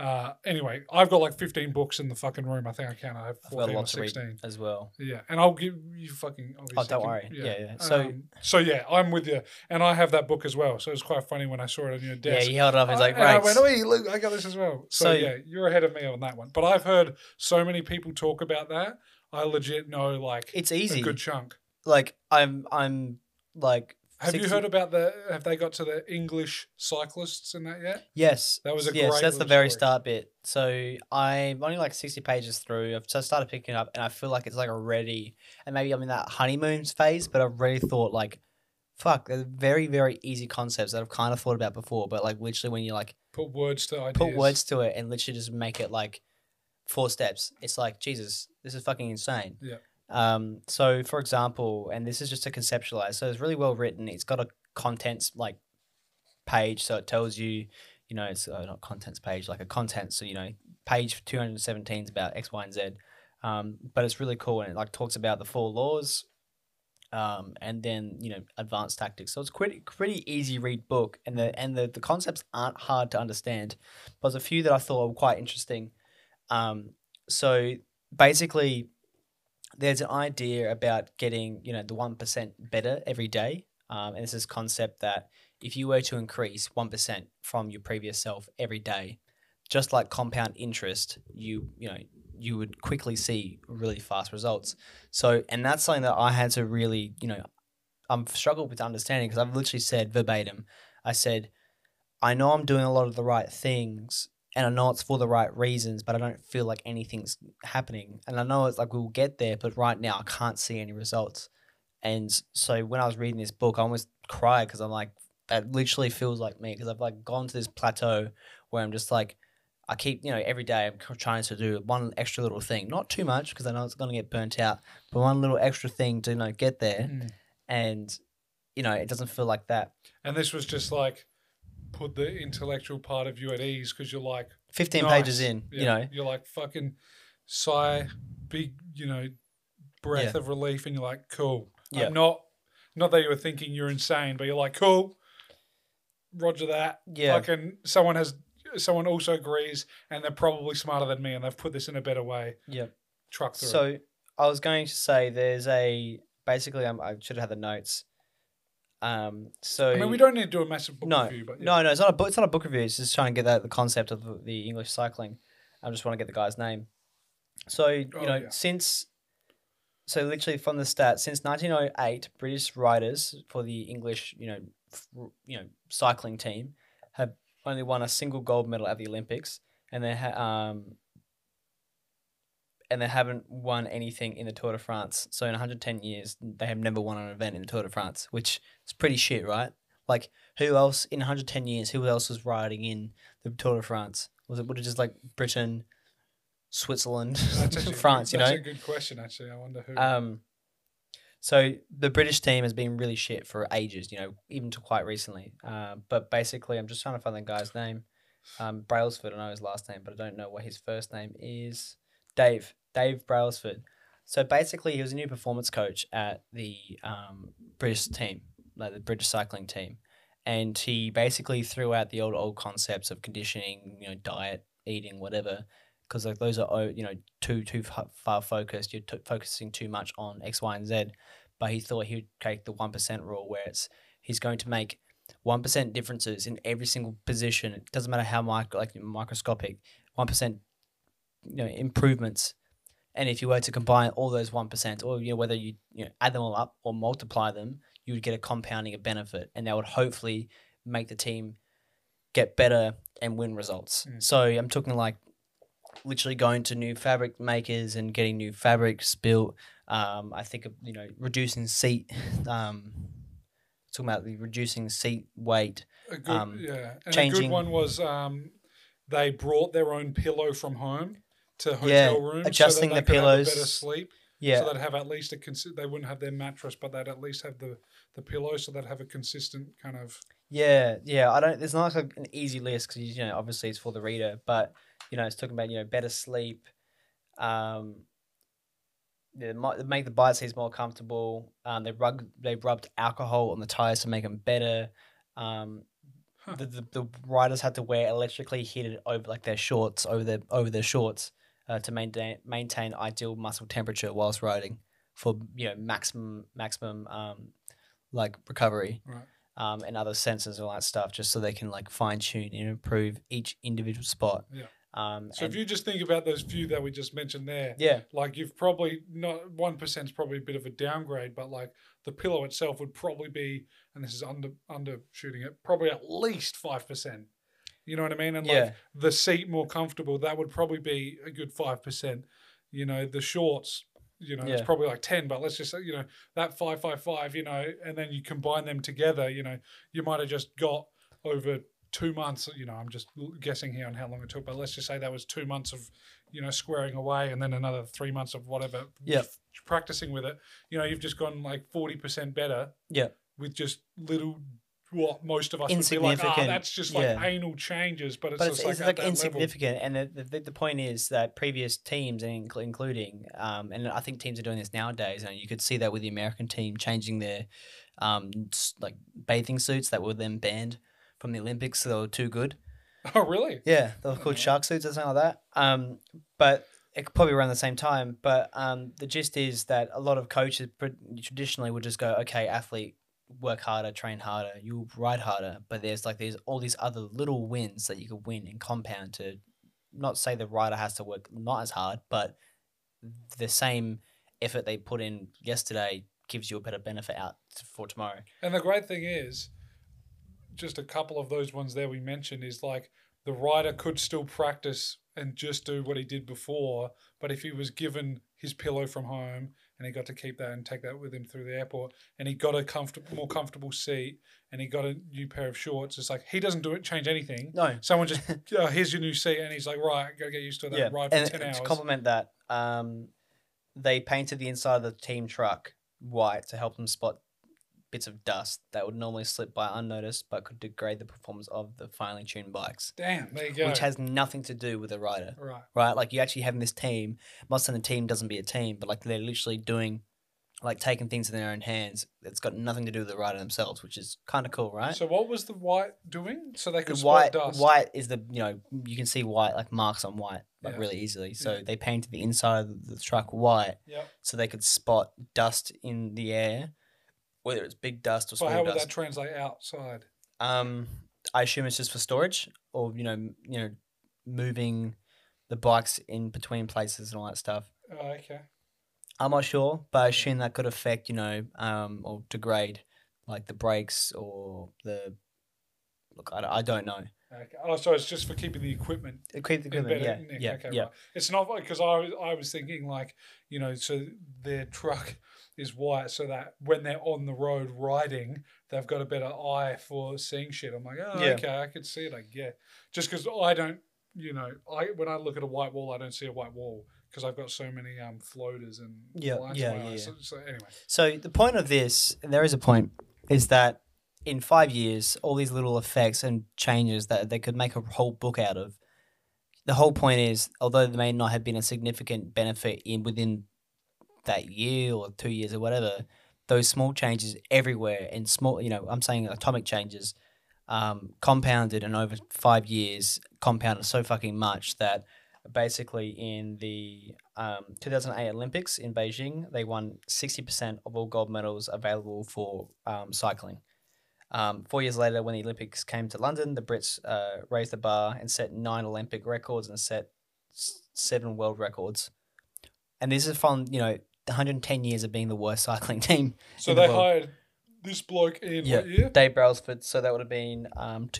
Speaker 2: Uh, anyway, I've got like 15 books in the fucking room. I think I can. I have
Speaker 1: I've got a
Speaker 2: 14 or
Speaker 1: lot to read
Speaker 2: 16.
Speaker 1: as well.
Speaker 2: Yeah, and I'll give you fucking. Obviously
Speaker 1: don't
Speaker 2: give-
Speaker 1: worry. Yeah, yeah. So-
Speaker 2: Um, so yeah, I'm with you, and I have that book as well. So it's quite funny when I saw it on your
Speaker 1: Yeah,
Speaker 2: desk.
Speaker 1: he held it up. He's like,
Speaker 2: And I
Speaker 1: right.
Speaker 2: went, "Oi, look, I got this as well." So,
Speaker 1: So-
Speaker 2: yeah, you're ahead of me on that one. But I've heard so many people talk about that. I legit know like
Speaker 1: it's
Speaker 2: a
Speaker 1: E-, easy.
Speaker 2: Oh, good chunk.
Speaker 1: Like I'm, I'm like.
Speaker 2: Have
Speaker 1: 60
Speaker 2: you heard about the? Have they got to the English cyclists in that yet?
Speaker 1: Yes.
Speaker 2: That was a
Speaker 1: yes.
Speaker 2: great
Speaker 1: that's the
Speaker 2: little
Speaker 1: very
Speaker 2: story.
Speaker 1: start bit. So I'm only like sixty pages through. I've just started picking it up, and I feel like it's like already, and maybe I'm in that honeymoons phase, but I've already thought like, fuck, they're very, very easy concepts that I've kind of thought about before, but like literally when you like
Speaker 2: Put words to ideas.
Speaker 1: put words to it and literally just make it like four steps. It's like Jesus, this is fucking insane.
Speaker 2: Yeah.
Speaker 1: Um. So, for example, and this is just to conceptualize. So it's really well written. It's got a contents like page, so it tells you, you know, it's uh, not contents page, like a content. So you know, page two hundred seventeen is about X, Y, and Z. Um, but it's really cool, and it like talks about the four laws, um, and then you know advanced tactics. So it's pretty pretty easy read book, and the and the, the concepts aren't hard to understand. But there's a few that I thought were quite interesting. Um, so basically, there's an idea about getting you know the one percent better every day, um, and this is concept that if you were to increase one percent from your previous self every day, just like compound interest, you you know you would quickly see really fast results. So, and that's something that I had to really, you know, I'm struggled with understanding because I've literally said verbatim, I said, I know I'm doing a lot of the right things and I know it's for the right reasons, but I don't feel like anything's happening. And I know it's like we'll get there, but right now I can't see any results. And so when I was reading this book, I almost cried because I'm like, that literally feels like me because I've like gone to this plateau where I'm just like, I keep, you know, every day I'm c- trying to do one extra little thing, not too much because I know it's going to get burnt out, but one little extra thing to, you know, get there.
Speaker 2: Mm.
Speaker 1: And, you know, it doesn't feel like that.
Speaker 2: And this was just like put the intellectual part of you at ease because you're like,
Speaker 1: 15
Speaker 2: Nice.
Speaker 1: pages in,
Speaker 2: yeah,
Speaker 1: you know,
Speaker 2: you're like fucking sigh, big, you know, breath of relief, and you're like, cool.
Speaker 1: Yeah.
Speaker 2: I'm not, not that you were thinking you're insane, but you're like, cool. Roger that.
Speaker 1: Yeah.
Speaker 2: Fucking someone has, someone also agrees, and they're probably smarter than me, and they've put this in a better way.
Speaker 1: Yeah.
Speaker 2: Truck through. it.
Speaker 1: So I was going to say there's a basically um, I should have had the notes. Um, so
Speaker 2: I mean, we don't need to do a massive book
Speaker 1: no,
Speaker 2: review, but yeah.
Speaker 1: no, no, it's not a book. It's not a book review. It's just trying to get that the concept of the- the English cycling. I just want to get the guy's name. So you
Speaker 2: Oh,
Speaker 1: know,
Speaker 2: yeah.
Speaker 1: since so literally from the start, since 1908, British riders for the English, you know, f- you know, cycling team have only won a single gold medal at the Olympics, and they ha- um. And they haven't won anything in the Tour de France. So in 110 years, they have never won an event in the Tour de France, which is pretty shit, right? Like who else in 110 years? Who else was riding in the Tour de France? Was it would it just like Britain, Switzerland,
Speaker 2: That's actually a good-
Speaker 1: France? You
Speaker 2: that's
Speaker 1: know.
Speaker 2: a good question. Actually, I wonder who.
Speaker 1: Um, so the British team has been really shit for ages. You know, even to quite recently. Uh, but basically, I'm just trying to find that guy's name. Um, Brailsford. I know his last name, but I don't know what his first name is. Dave. Dave Brailsford. So basically, he was a new performance coach at the um, British team, like the British cycling team, and he basically threw out the old old concepts of conditioning, you know, diet, eating, whatever, because like those are oh, you know too too fa- far focused. You're t- focusing too much on X, Y, and Z. But he thought he would take the one percent rule, where it's he's going to make one percent differences in every single position. It doesn't matter how mic- like microscopic, one percent, you know, improvements. And if you were to combine all those one percent, or you know whether you, you know, add them all up or multiply them, you would get a compounding of benefit, and that would hopefully make the team get better and win results.
Speaker 2: Mm.
Speaker 1: So I'm talking like literally going to new fabric makers and getting new fabrics built. Um, I think of, you know reducing seat. Um, talking about the reducing seat weight.
Speaker 2: a good,
Speaker 1: um,
Speaker 2: yeah. And a good
Speaker 1: changing-
Speaker 2: one was um, they brought their own pillow from home to hotel
Speaker 1: Yeah,
Speaker 2: rooms,
Speaker 1: adjusting
Speaker 2: so
Speaker 1: the
Speaker 2: that they could have a better
Speaker 1: pillows.
Speaker 2: sleep.
Speaker 1: Yeah,
Speaker 2: So they'd have at least a consi- they wouldn't have their mattress, but they'd at least have the the pillow, so they'd have a consistent kind of.
Speaker 1: Yeah, yeah. I don't. There's not like an easy list because you know obviously it's for the reader, but you know it's talking about you know better sleep, um, yeah, might make the bite seats more comfortable. Um, they rug they rubbed alcohol on the tires to make them better. Um,
Speaker 2: Huh.
Speaker 1: the, the the riders had to wear electrically heated over like their shorts over their over their shorts uh, to maintain maintain ideal muscle temperature whilst riding for you know maximum maximum um like recovery
Speaker 2: Right.
Speaker 1: um, and other sensors and all that stuff, just so they can like fine tune and improve each individual spot.
Speaker 2: Yeah.
Speaker 1: Um,
Speaker 2: So
Speaker 1: and-
Speaker 2: if you just think about those few that we just mentioned there,
Speaker 1: yeah,
Speaker 2: like you've probably not one percent is probably a bit of a downgrade, but like the pillow itself would probably be, and this is under undershooting it, probably at least five percent. You know what I mean? And
Speaker 1: Yeah.
Speaker 2: like the seat more comfortable, that would probably be a good five percent. You know, the shorts, you know, it's
Speaker 1: Yeah.
Speaker 2: probably like ten, but let's just say, you know, that five five five, you know, and then you combine them together, you know, you might have just got over two months, you know, I'm just guessing here on how long it took, but let's just say that was two months of, you know, squaring away and then another three months of whatever
Speaker 1: Yep.
Speaker 2: practicing with it. You know, you've just gone like forty percent better.
Speaker 1: Yep.
Speaker 2: With just little what most of us would be like, ah,
Speaker 1: Insignificant,
Speaker 2: that's just like
Speaker 1: yeah.
Speaker 2: anal changes, but it's
Speaker 1: but
Speaker 2: just
Speaker 1: it's, it's,
Speaker 2: like,
Speaker 1: like,
Speaker 2: at that level.
Speaker 1: insignificant. And the, the the point is that previous teams, and incl- including, um, and I think teams are doing this nowadays. And you could see that with the American team changing their, um, s- like bathing suits that were then banned from the Olympics, so they were too good.
Speaker 2: Oh really?
Speaker 1: Yeah, they were
Speaker 2: Alright.
Speaker 1: called shark suits or something like that. Um, but it could probably around the same time. But um, the gist is that a lot of coaches pr- traditionally would just go, okay, athlete, work harder, train harder, you ride harder. But there's like there's all these other little wins that you could win and compound to not say the rider has to work not as hard, but the same effort they put in yesterday gives you a better benefit out for tomorrow.
Speaker 2: And the great thing is, just a couple of those ones there we mentioned is like the rider could still practice and just do what he did before, but if he was given his pillow from home and he got to keep that and take that with him through the airport, and he got a comfortable, more comfortable seat, and he got a new pair of shorts, it's like he doesn't do it, change anything.
Speaker 1: No,
Speaker 2: Someone just, oh, here's your new seat, and he's like, right, gotta get used to that ride for
Speaker 1: and
Speaker 2: ten
Speaker 1: to
Speaker 2: hours.
Speaker 1: complement that, um, they painted the inside of the team truck white to help them spot bits of dust that would normally slip by unnoticed, but could degrade the performance of the finely tuned bikes,
Speaker 2: Damn, there you go.
Speaker 1: which has nothing to do with the rider,
Speaker 2: right.
Speaker 1: right? Like you actually having this team. I'm Not saying the team doesn't be a team, but like they're literally doing, like taking things in their own hands. It's got nothing to do with the rider themselves, which is kind of cool, right?
Speaker 2: So what was the white doing? So they
Speaker 1: The
Speaker 2: could
Speaker 1: white,
Speaker 2: spot dust.
Speaker 1: white is the you know you can see white like marks on white like
Speaker 2: Yeah.
Speaker 1: really easily. So
Speaker 2: Yeah.
Speaker 1: they painted the inside of the truck white
Speaker 2: Yep.
Speaker 1: so they could spot dust in the air, whether it's big dust or
Speaker 2: So
Speaker 1: small
Speaker 2: how would that
Speaker 1: dust.
Speaker 2: translate outside?
Speaker 1: um, I assume it's just for storage or you know m- you know moving the bikes in between places and all that stuff.
Speaker 2: Oh, okay.
Speaker 1: I'm not sure, but I assume that could affect you know um, or degrade like the brakes or the look. I, don't- I don't know.
Speaker 2: Okay. Oh, so it's just for keeping the equipment.
Speaker 1: Equip the
Speaker 2: in
Speaker 1: equipment, yeah,
Speaker 2: better nick.
Speaker 1: yeah,
Speaker 2: okay,
Speaker 1: yeah.
Speaker 2: Right. It's not because I was I was thinking like you know so their truck is why, so that when they're on the road riding, they've got a better eye for seeing shit. I'm like, oh,
Speaker 1: Yeah.
Speaker 2: okay, I can see it. I get just because I don't, you know, I when I look at a white wall, I don't see a white wall because I've got so many um floaters and
Speaker 1: Yeah,
Speaker 2: lines
Speaker 1: yeah,
Speaker 2: in my
Speaker 1: yeah,
Speaker 2: eyes.
Speaker 1: yeah.
Speaker 2: So, so anyway,
Speaker 1: So the point of this, and there is a point, is that in five years, all these little effects and changes that they could make a whole book out of. The whole point is, although there may not have been a significant benefit in within that year or two years or whatever, those small changes everywhere and small, you know, I'm saying atomic changes, um, compounded and over five years compounded so fucking much that basically in the um, 2008 Olympics in Beijing, they won 60% of all gold medals available for um, cycling. Um, four years later, when the Olympics came to London, the Brits uh, raised the bar and set nine Olympic records and set s- seven world records. And this is from, you know, 110 years of being the worst cycling team.
Speaker 2: so
Speaker 1: in the
Speaker 2: they
Speaker 1: world.
Speaker 2: hired this bloke in
Speaker 1: Yeah.
Speaker 2: what year?
Speaker 1: Dave Brailsford, so that would have been um,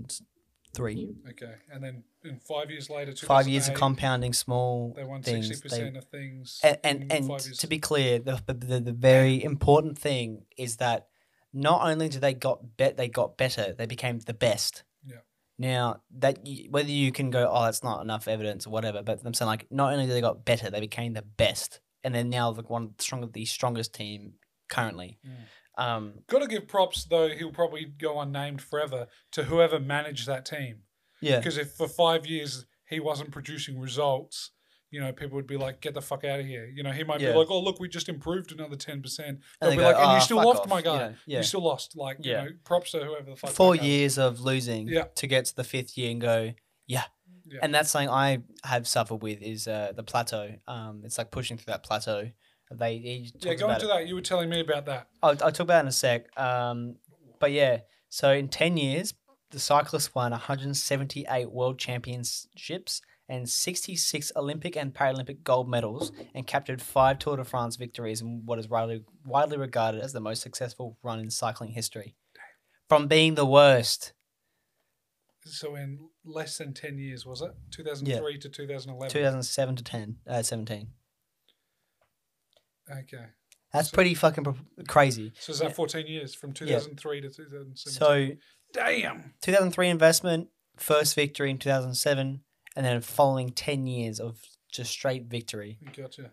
Speaker 1: 2003.
Speaker 2: Okay, and then in five years later,
Speaker 1: Five years of
Speaker 2: 2008,
Speaker 1: compounding small
Speaker 2: They won
Speaker 1: things.
Speaker 2: sixty
Speaker 1: They-
Speaker 2: percent of things.
Speaker 1: and and,
Speaker 2: in
Speaker 1: and
Speaker 2: five years.
Speaker 1: to be clear, the, the- the the very important thing is that not only did they got bet they got better, they became the best.
Speaker 2: Yeah.
Speaker 1: Now that you, whether you can go, oh, that's not enough evidence or whatever, but I'm saying like not only did they got better, they became the best, and they're now the one strong the strongest team currently.
Speaker 2: Mm.
Speaker 1: Um,
Speaker 2: Got to give props though. He'll probably go unnamed forever to whoever managed that team.
Speaker 1: yeah,
Speaker 2: Because if for five years he wasn't producing results, you know, people would be like, "Get the fuck out of here." You know, he might
Speaker 1: Yeah.
Speaker 2: be like, "Oh, look, we just improved another ten percent." They'll
Speaker 1: they
Speaker 2: be
Speaker 1: go,
Speaker 2: like, "And
Speaker 1: "Ah,
Speaker 2: you still
Speaker 1: fuck
Speaker 2: lost,
Speaker 1: off,"
Speaker 2: my
Speaker 1: you
Speaker 2: guy.
Speaker 1: know, yeah.
Speaker 2: You still lost." Like,
Speaker 1: Yeah.
Speaker 2: you know, props to whoever the fuck.
Speaker 1: four
Speaker 2: that guy-
Speaker 1: years of losing
Speaker 2: Yeah.
Speaker 1: to get to the fifth year and go, yeah.
Speaker 2: Yeah.
Speaker 1: And that's something I have suffered with is uh, the plateau. Um, it's like pushing through that plateau. They he
Speaker 2: Yeah,
Speaker 1: talks
Speaker 2: go
Speaker 1: about
Speaker 2: into
Speaker 1: it.
Speaker 2: that. You were telling me about that.
Speaker 1: I'll, I'll talk about it in a sec. Um, but yeah, so in 10 years, the cyclists won 178 world championships and 66 Olympic and Paralympic gold medals and captured five Tour de France victories in what is widely, widely regarded as the most successful run in cycling history. From being the worst,
Speaker 2: So in less than ten years, was it two thousand three to two thousand eleven?
Speaker 1: 2007 to 10, uh, 17.
Speaker 2: Okay.
Speaker 1: That's
Speaker 2: So-
Speaker 1: pretty fucking pro- crazy.
Speaker 2: So is that
Speaker 1: Yeah.
Speaker 2: 14 years from 2003 to
Speaker 1: So
Speaker 2: 2017? damn.
Speaker 1: 2003 investment, first victory in 2007, and then following 10 years of just straight victory.
Speaker 2: Gotcha.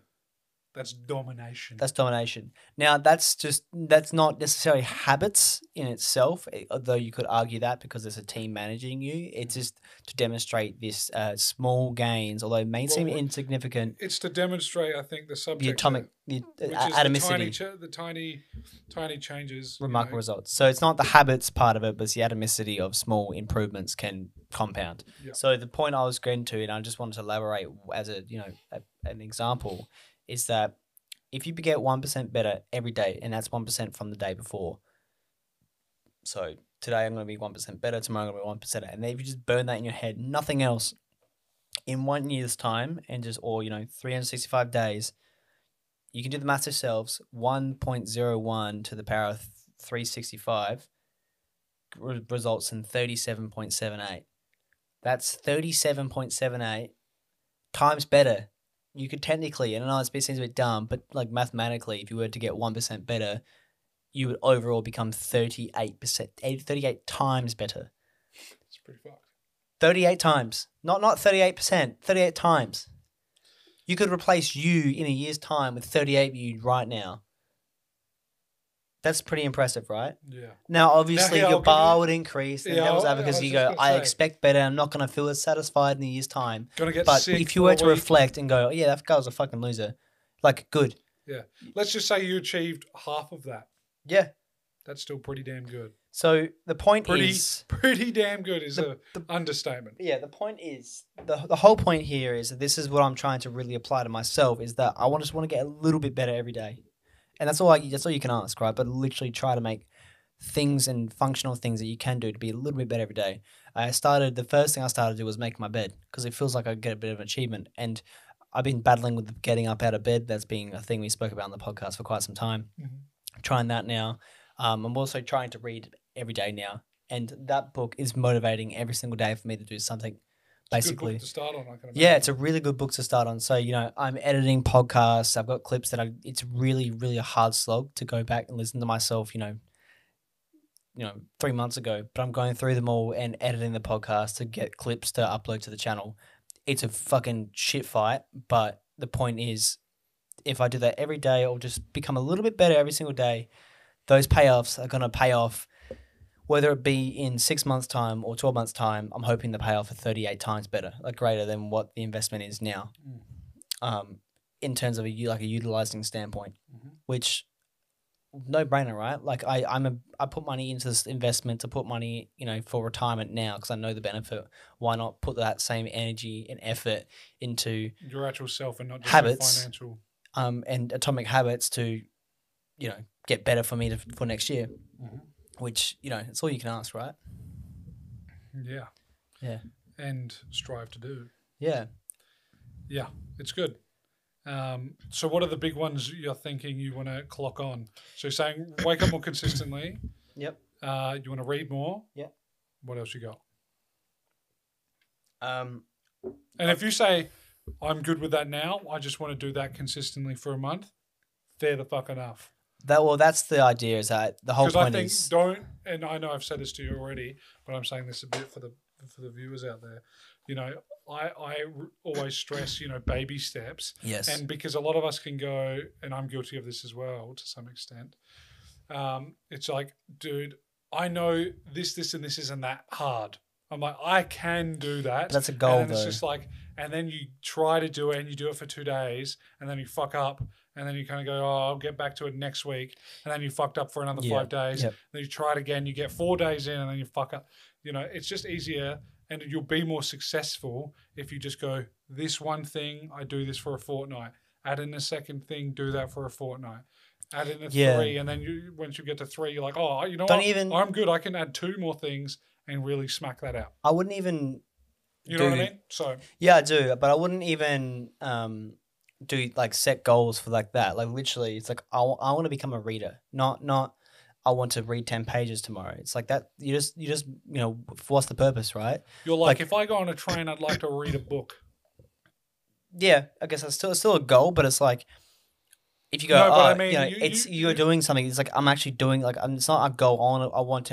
Speaker 2: That's domination.
Speaker 1: That's domination. Now, that's just, that's not necessarily habits in itself, eh, although you could argue that because there's a team managing you. It's just to demonstrate this uh, small gains, although it may seem
Speaker 2: Well,
Speaker 1: insignificant,
Speaker 2: it's to demonstrate, I think, the subject.
Speaker 1: the atomic, the uh,
Speaker 2: which is the tiny,
Speaker 1: atomicity,
Speaker 2: ch- the tiny, tiny changes. you
Speaker 1: remarkable
Speaker 2: know.
Speaker 1: results. So it's not the habits part of it, but it's the atomicity of small improvements can compound.
Speaker 2: Yeah.
Speaker 1: So the point I was getting to, and I just wanted to elaborate as a you know a, an example, is that if you get one percent better every day, and that's one percent from the day before. So today I'm going to be one percent better. Tomorrow I'm going to be one percent, and then if you just burn that in your head, nothing else. In one year's time, and just or you know, 365 days, you can do the math yourselves. 1.01 to the power of 365 re- results in 37.78. That's 37.78 times better. You could technically, and I know it's- it seems a bit dumb, but like mathematically, if you were to get 1% better, you would overall become 38%, eh, 38 times better.
Speaker 2: It's pretty fucked.
Speaker 1: 38 times. Not not 38%, 38 times. You could replace you in a year's time with 38 you right now. That's pretty impressive, right?
Speaker 2: Yeah.
Speaker 1: Now, obviously,
Speaker 2: yeah, I'll
Speaker 1: your
Speaker 2: give
Speaker 1: bar
Speaker 2: you-
Speaker 1: would increase, and
Speaker 2: Yeah,
Speaker 1: devil's
Speaker 2: I'll- I
Speaker 1: advocate,
Speaker 2: was
Speaker 1: you
Speaker 2: just
Speaker 1: go,
Speaker 2: gonna
Speaker 1: I
Speaker 2: say.
Speaker 1: expect better. I'm not going to feel as satisfied in a year's time.
Speaker 2: Gonna get
Speaker 1: But
Speaker 2: sick.
Speaker 1: if you
Speaker 2: for a
Speaker 1: were to
Speaker 2: week.
Speaker 1: reflect and go, oh, yeah, that guy was a fucking loser, like, good.
Speaker 2: let's just say you achieved half of that.
Speaker 1: Yeah.
Speaker 2: That's still pretty damn good.
Speaker 1: So the point
Speaker 2: Pretty,
Speaker 1: is.
Speaker 2: pretty damn good is
Speaker 1: The-
Speaker 2: a understatement.
Speaker 1: Yeah, the point is the the whole point here is that this is what I'm trying to really apply to myself is that I want just want to get a little bit better every day, and that's all I that's all you can ask, right? But literally try to make things and functional things that you can do to be a little bit better every day. I started the first thing I started to do was make my bed because it feels like I get a bit of an achievement, and I've been battling with the getting up out of bed. That's been a thing we spoke about in the podcast for quite some time.
Speaker 2: Mhm.
Speaker 1: Trying that now. Um, I'm also trying to read every day now, and that book is motivating every single day for me to do something basically.
Speaker 2: Good book to start on, I can imagine.
Speaker 1: Yeah, it's a really good book to start on. So, you know, I'm editing podcasts. I've got clips that I it's really, really a hard slog to go back and listen to myself, you know, you know, three months ago. But I'm going through them all and editing the podcast to get clips to upload to the channel. It's a fucking shit fight, but the point is if I do that every day or just become a little bit better every single day, those payoffs are gonna pay off whether it be in six months' time or 12 months' time, I'm hoping the payoff are 38 times better, like greater than what the investment is now,
Speaker 2: Mm.
Speaker 1: um, in terms of a u- like a utilizing standpoint,
Speaker 2: Mhm.
Speaker 1: which no brainer, right? Like I, I'm a, I put money into this investment to put money, you know, for retirement now because I know the benefit. Why not put that same energy and effort into
Speaker 2: your actual self and not just
Speaker 1: Habits.
Speaker 2: habits. financial.
Speaker 1: um and Atomic Habits to, you know, get better for me to, for next year,
Speaker 2: Mhm.
Speaker 1: which you know, it's all you can ask, right?
Speaker 2: Yeah.
Speaker 1: Yeah.
Speaker 2: And strive to do.
Speaker 1: Yeah.
Speaker 2: Yeah, it's good. Um, so, what are the big ones you're thinking you want to clock on? So, you're saying wake up more consistently.
Speaker 1: Yep.
Speaker 2: Uh, you want to read more.
Speaker 1: Yeah.
Speaker 2: What else you got?
Speaker 1: Um.
Speaker 2: And if you say, I'm good with that now, I just want to do that consistently for a month, fair the fuck enough.
Speaker 1: That well, that's the idea. Is that the whole
Speaker 2: Because I
Speaker 1: point
Speaker 2: think
Speaker 1: is
Speaker 2: don't, and I know I've said this to you already, but I'm saying this a bit for the for the viewers out there. You know, I I r- always stress, you know, baby steps.
Speaker 1: yes,
Speaker 2: And because a lot of us can go, and I'm guilty of this as well to some extent. Um, it's like, dude, I know this, this, and this isn't that hard. I'm like, I can do that.
Speaker 1: But that's a goal,
Speaker 2: And then it's
Speaker 1: though.
Speaker 2: just like, and then you try to do it, and you do it for two days, and then you fuck up, and then you kind of go, oh, I'll get back to it next week, and then you fucked up for another
Speaker 1: Yeah,
Speaker 2: five days.
Speaker 1: yep.
Speaker 2: Then you try it again, you get four days in, and then you fuck up. You know, it's just easier, and you'll be more successful if you just go this one thing. I do this for a fortnight. Add in a second thing. Do that for a fortnight. Add in a
Speaker 1: Yeah.
Speaker 2: three, and then you once you get to three, you're like, oh, you know
Speaker 1: Don't
Speaker 2: what?
Speaker 1: even-
Speaker 2: I'm good. I can add two more things and really smack that out.
Speaker 1: I wouldn't even.
Speaker 2: You know what I
Speaker 1: do-
Speaker 2: mean? So
Speaker 1: Yeah, I do, but I wouldn't even um do like set goals for like that. Like literally, it's like I want to become a reader, not not I want to read ten pages tomorrow. It's like that. You just you just you know what's the purpose, right?
Speaker 2: you're like,
Speaker 1: Like-
Speaker 2: if I go on a train, I'd like to read a book.
Speaker 1: Yeah, I guess that's still it's still a goal, but it's like. If you go,
Speaker 2: No, but
Speaker 1: oh,
Speaker 2: I mean,
Speaker 1: you know,
Speaker 2: you-
Speaker 1: it's
Speaker 2: you-
Speaker 1: you're doing something. It's like I'm actually doing. Like I'm, it's not a goal. I want, to, I want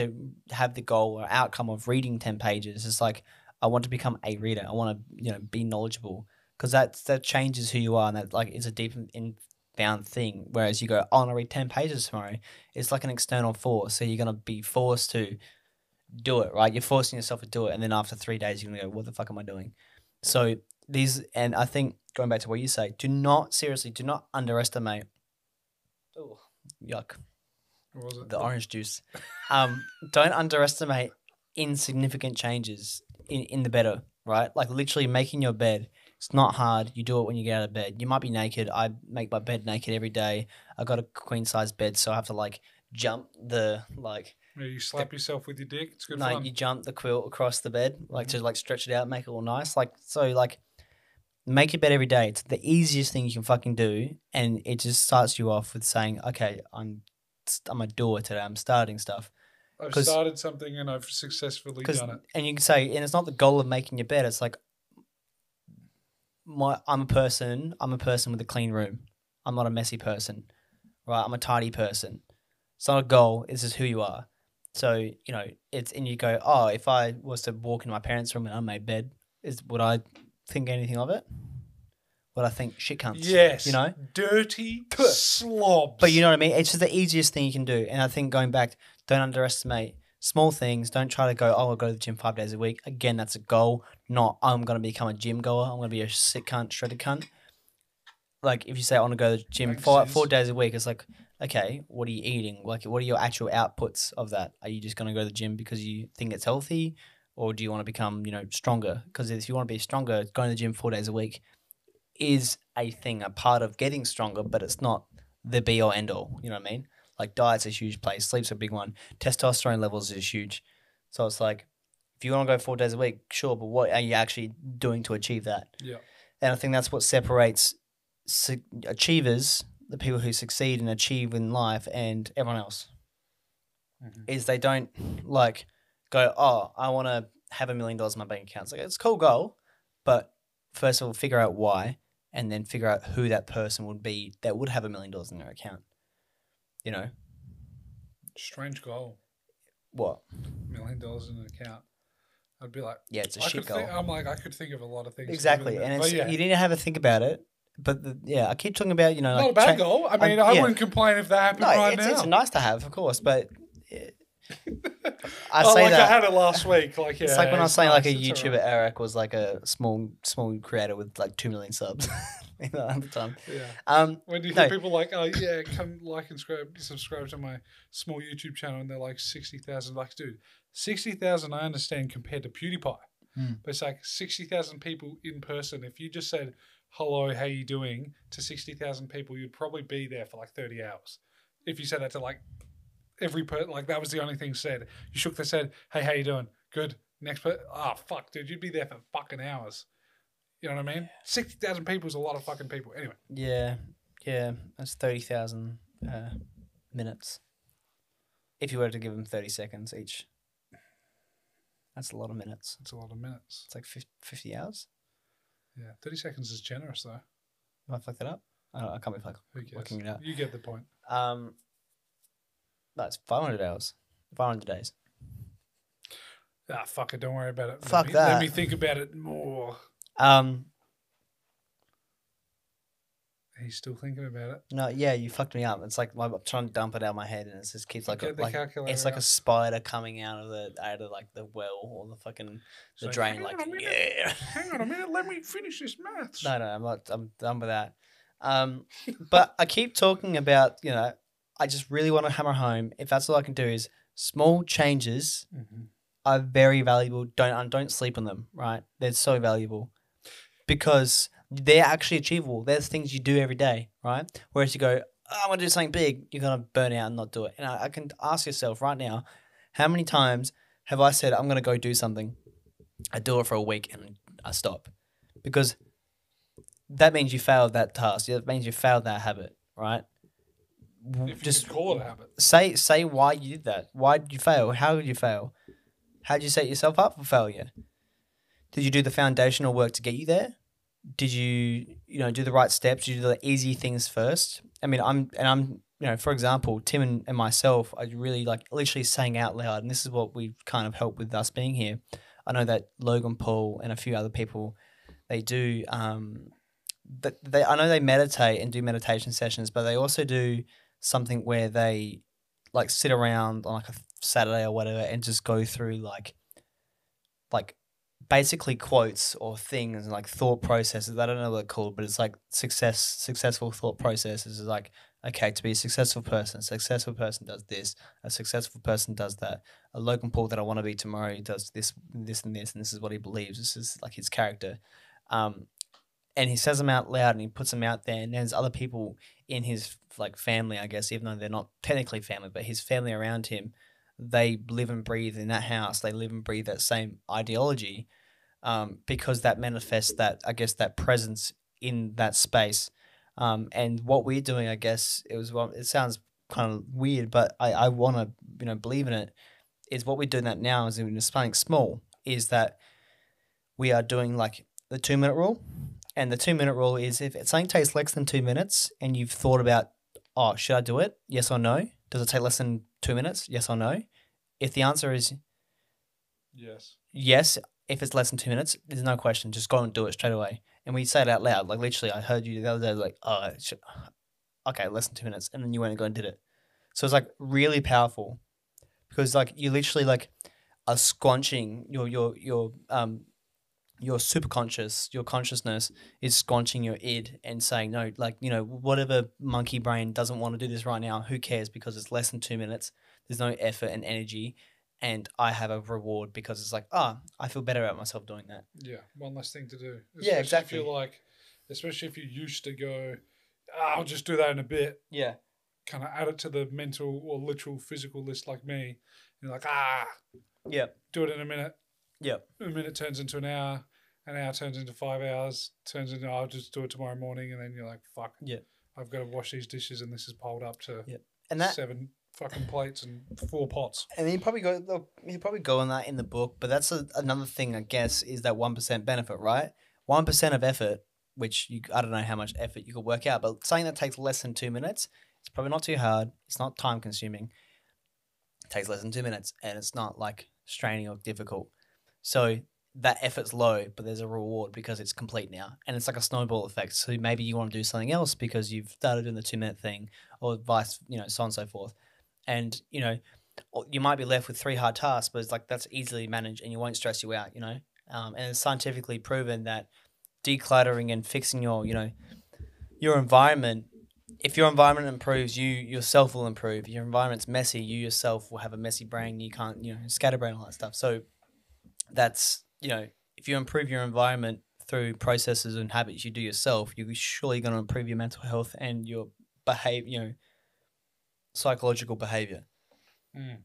Speaker 1: to have the goal or outcome of reading ten pages. It's like I want to become a reader. I want to you know be knowledgeable because that that changes who you are and that like is a deep in- inbound thing. Whereas you go, oh, I'm gonna read ten pages tomorrow. It's like an external force. So you're gonna be forced to do it, right? You're forcing yourself to do it, and then after three days, you're gonna go, what the fuck am I doing? So these and I think going back to what you say, do not seriously, do not underestimate. Oh, yuck!
Speaker 2: Or was it?
Speaker 1: The orange juice. Um, don't underestimate insignificant changes in, in the better, right? Like literally making your bed. It's not hard. You do it when you get out of bed. You might be naked. I make my bed naked every day. I got a queen size bed, so I have to like jump the like
Speaker 2: Yeah, you slap yourself with your dick. It's good
Speaker 1: no,
Speaker 2: fun.
Speaker 1: you jump the quilt across the bed, like to like stretch it out, make it all nice. Like so, like make your bed every day. It's the easiest thing you can fucking do, and it just starts you off with saying, "Okay, I'm I'm a doer today. I'm starting stuff."
Speaker 2: I've
Speaker 1: 'cause-
Speaker 2: started something and I've successfully
Speaker 1: Because
Speaker 2: done it.
Speaker 1: and you can say, and it's not the goal of making your bed. It's like my I'm a person. I'm a person with a clean room. I'm not a messy person, right? I'm a tidy person. It's not a goal. It's just who you are. So you know, it's and you go, oh, if I was to walk in my parents' room and I made bed, is would I think anything of it? Would I think shit cunts?
Speaker 2: Yes.
Speaker 1: you know.
Speaker 2: dirty slobs.
Speaker 1: But you know what I mean? It's just the easiest thing you can do. And I think going back, don't underestimate small things. Don't try to go, oh, I'll go to the gym five days a week. Again, that's a goal, not I'm going to become a gym goer. I'm going to be a sick cunt, shredded cunt. Like if you say, I want to go to the gym
Speaker 2: Makes
Speaker 1: four,
Speaker 2: sense.
Speaker 1: four days a week, it's like, okay, what are you eating? Like, what are your actual outputs of that? Are you just going to go to the gym because you think it's healthy? Or do you want to become, you know, stronger? Because if you want to be stronger, going to the gym four days a week is a thing, a part of getting stronger, but it's not the be or end all. You know what I mean? Like diet's a huge place, sleep's a big one, testosterone levels is huge. So it's like, if you want to go four days a week, sure, but what are you actually doing to achieve that?
Speaker 2: Yeah.
Speaker 1: And I think that's what separates su- achievers, the people who succeed and achieve in life, and everyone else
Speaker 2: Mhm.
Speaker 1: is they don't like go, oh, I want to have a million dollars in my bank account. It's like, it's a cool goal, But first of all, figure out why, and then figure out who that person would be that would have a million dollars in their account. You know
Speaker 2: Strange goal.
Speaker 1: what?
Speaker 2: Million dollars in an account. I'd be like,
Speaker 1: Yeah, it's a
Speaker 2: I
Speaker 1: shit
Speaker 2: could
Speaker 1: goal.
Speaker 2: think- I'm like, I could think of a lot of things. to do
Speaker 1: exactly,
Speaker 2: with it.
Speaker 1: and
Speaker 2: But
Speaker 1: it's
Speaker 2: yeah,
Speaker 1: you need to have a think about it. But the, yeah, I keep talking about you know
Speaker 2: not
Speaker 1: like
Speaker 2: a bad
Speaker 1: tra-
Speaker 2: goal. I
Speaker 1: I'm-
Speaker 2: mean, I
Speaker 1: yeah.
Speaker 2: wouldn't complain if that happened
Speaker 1: No,
Speaker 2: right
Speaker 1: it's,
Speaker 2: now.
Speaker 1: it's nice to have, of course, but eh, I
Speaker 2: Oh,
Speaker 1: say
Speaker 2: like I
Speaker 1: that
Speaker 2: had it last week. Like, yeah,
Speaker 1: it's like when I was saying like a
Speaker 2: nice, it's
Speaker 1: YouTuber
Speaker 2: alright.
Speaker 1: Eric was like a small small creator with like two million subs you know, at the time.
Speaker 2: Yeah.
Speaker 1: Um,
Speaker 2: When do you
Speaker 1: No.
Speaker 2: hear people like, oh yeah, come like and subscribe, subscribe to my small YouTube channel, and they're like sixty thousand likes, dude. Sixty thousand, I understand compared to PewDiePie,
Speaker 1: Hmm.
Speaker 2: but it's like sixty thousand people in person. If you just said hello, how you doing to sixty thousand people, you'd probably be there for like thirty hours. If you said that to like every person, like that was the only thing said. You shook their head, hey, how you doing? Good. Next person, ah, fuck, dude, you'd be there for fucking hours. You know what I mean? Sixty thousand people is a lot of fucking people. Anyway.
Speaker 1: yeah, yeah, that's thirty thousand uh, minutes. If you were to give them thirty seconds each, that's a lot of minutes.
Speaker 2: It's a lot of minutes.
Speaker 1: It's like fif- fifty hours.
Speaker 2: Yeah, thirty seconds is generous though.
Speaker 1: Am I fucked that up? I, don't, I can't be fucked.
Speaker 2: Who cares?
Speaker 1: Working it out.
Speaker 2: You get the point.
Speaker 1: Um, that's five hundred hours. Five hundred days.
Speaker 2: Ah, fuck it. Don't worry about it. Let
Speaker 1: Fuck
Speaker 2: me-
Speaker 1: that.
Speaker 2: Let me think about it more.
Speaker 1: Um,
Speaker 2: He's still thinking about it.
Speaker 1: No, yeah, you fucked me up. It's like my, I'm trying to dump it out of my head, and it just keeps like, a,
Speaker 2: Get the
Speaker 1: like
Speaker 2: calculator
Speaker 1: it's like a
Speaker 2: out.
Speaker 1: spider coming out of the out of like the well or the fucking
Speaker 2: It's
Speaker 1: the
Speaker 2: like,
Speaker 1: drain.
Speaker 2: hang
Speaker 1: Like,
Speaker 2: on a minute.
Speaker 1: yeah.
Speaker 2: Hang on a minute. Let me finish this maths.
Speaker 1: No, no, I'm not. I'm done with that. Um, but I keep talking about you know. I just really want to hammer home. If that's all I can do is small changes
Speaker 2: Mhm.
Speaker 1: are very valuable. Don't and don't sleep on them. Right, they're so valuable because they're actually achievable. There's things you do every day, right? Whereas you go, "Oh, I want to do something big, you're gonna burn out and not do it. And I, I can ask yourself right now, how many times have I said I'm gonna go do something? I do it for a week and I stop because that means you failed that task. That means you failed that habit, right? W-
Speaker 2: If you just call it a habit.
Speaker 1: say say why you did that. Why did you fail? How did you fail? How did you set yourself up for failure? Did you do the foundational work to get you there? Did you you know do the right steps? Did you do the easy things first? I mean, I'm and I'm you know, for example, Tim and, and myself are really like literally saying out loud, and this is what we kind of help with us being here. I know that Logan Paul and a few other people, they do. Um, that they I know they meditate and do meditation sessions, but they also do something where they like sit around on like a Saturday or whatever and just go through like like basically quotes or things and like thought processes. I don't know what they're called, but it's like success successful thought processes is like okay, to be a successful person, a successful person does this, a successful person does that. A Logan Paul that I want to be tomorrow does this this and this and this is what he believes. This is like his character. Um and he says them out loud and he puts them out there and there's other people in his like family, I guess, even though they're not technically family, but his family around him, they live and breathe in that house. They live and breathe that same ideology, um, because that manifests that I guess that presence in that space. Um, and what we're doing, I guess, it was well, it sounds kind of weird, but I I want to you know believe in it. Is what we're doing that now is in something small. Is that we are doing like the two minute rule. And the two minute rule is if something takes less than two minutes and you've thought about, oh, should I do it? Yes or no? Does it take less than two minutes? Yes or no? If the answer is
Speaker 2: Yes.
Speaker 1: yes, if it's less than two minutes, there's no question. Just go and do it straight away. And we say it out loud. Like literally, I heard you the other day, like, oh, sh- okay, less than two minutes, and then you went and go and did it. So it's like really powerful because like you literally like are squanching your your your um your superconscious, your consciousness is squanching your id and saying no, like you know whatever monkey brain doesn't want to do this right now. Who cares? Because it's less than two minutes. There's no effort and energy and I have a reward because it's like, ah, I feel better about myself doing that.
Speaker 2: Yeah. One less thing to do.
Speaker 1: Yeah,
Speaker 2: Especially
Speaker 1: exactly.
Speaker 2: If you're like, especially if you used to go, "Ah, I'll just do that in a bit.
Speaker 1: Yeah.
Speaker 2: Kind of add it to the mental or literal physical list, like me. You're like, ah,
Speaker 1: Yep.
Speaker 2: do it in a minute.
Speaker 1: Yep.
Speaker 2: a minute turns into an hour, an hour turns into five hours, turns into I'll just do it tomorrow morning, and then you're like, fuck,
Speaker 1: Yeah.
Speaker 2: I've got to wash these dishes, and this is piled up to
Speaker 1: Yeah. And that
Speaker 2: seven fucking plates and four pots.
Speaker 1: and he probably go they'll- he'll probably go on that in the book, but that's a, another thing I guess is that one percent benefit, right? one percent of effort, which you I don't know how much effort you could work out, but something that takes less than two minutes, it's probably not too hard. It's not time consuming. It takes less than two minutes, and it's not like straining or difficult. So that effort's low, but there's a reward because it's complete now, and it's like a snowball effect. So maybe you want to do something else because you've started doing the two minute thing, or vice, you know, so on and so forth. And you know, or you might be left with three hard tasks, but it's like that's easily managed and you won't stress you out, you know. Um, and it's scientifically proven that decluttering and fixing your, you know, your environment. If your environment improves, you yourself will improve. If your environment's messy, you yourself will have a messy brain. You can't, you know, scatterbrain all that stuff. So that's you know, if you improve your environment through processes and habits you do yourself, you're surely going to improve your mental health and your behavior, you know, psychological behavior.
Speaker 2: Mm.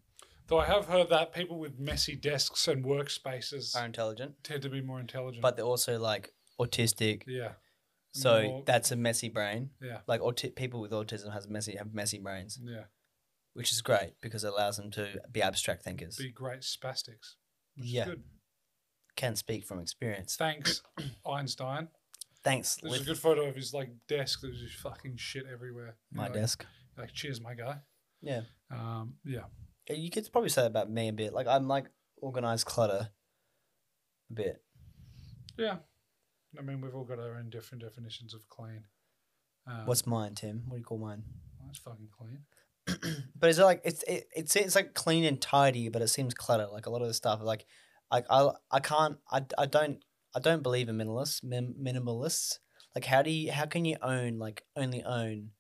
Speaker 2: Though I have heard that people with messy desks and workspaces
Speaker 1: Are intelligent.
Speaker 2: tend to be more intelligent.
Speaker 1: but they're also like autistic.
Speaker 2: yeah,
Speaker 1: So
Speaker 2: More-
Speaker 1: that's a messy brain.
Speaker 2: yeah,
Speaker 1: Like auti- people with autism has messy have messy brains,
Speaker 2: yeah.
Speaker 1: which is great because it allows them to be abstract thinkers.
Speaker 2: Be great spastics. Which
Speaker 1: Yeah.
Speaker 2: Is good.
Speaker 1: Can speak from experience.
Speaker 2: Thanks, Einstein.
Speaker 1: Thanks,
Speaker 2: There's a
Speaker 1: with
Speaker 2: good photo of his like desk. There's just fucking shit everywhere. You
Speaker 1: my
Speaker 2: know,
Speaker 1: desk.
Speaker 2: Like, cheers, my guy.
Speaker 1: Yeah.
Speaker 2: Um, yeah.
Speaker 1: Yeah, Uh, You could probably say that about me a bit. Like I'm like organized clutter a bit.
Speaker 2: Yeah. I mean, we've all got our own different definitions of clean. Um, oh,
Speaker 1: What's mine, Tim? What do you call mine?
Speaker 2: that's fucking clean?
Speaker 1: But is it like it's it, it's it's like clean and tidy, but it seems clutter. Like a lot of the stuff, like I I, I can't I, I don't I don't believe in minimalists. Min, minimalists. Like how do you how can you own like only own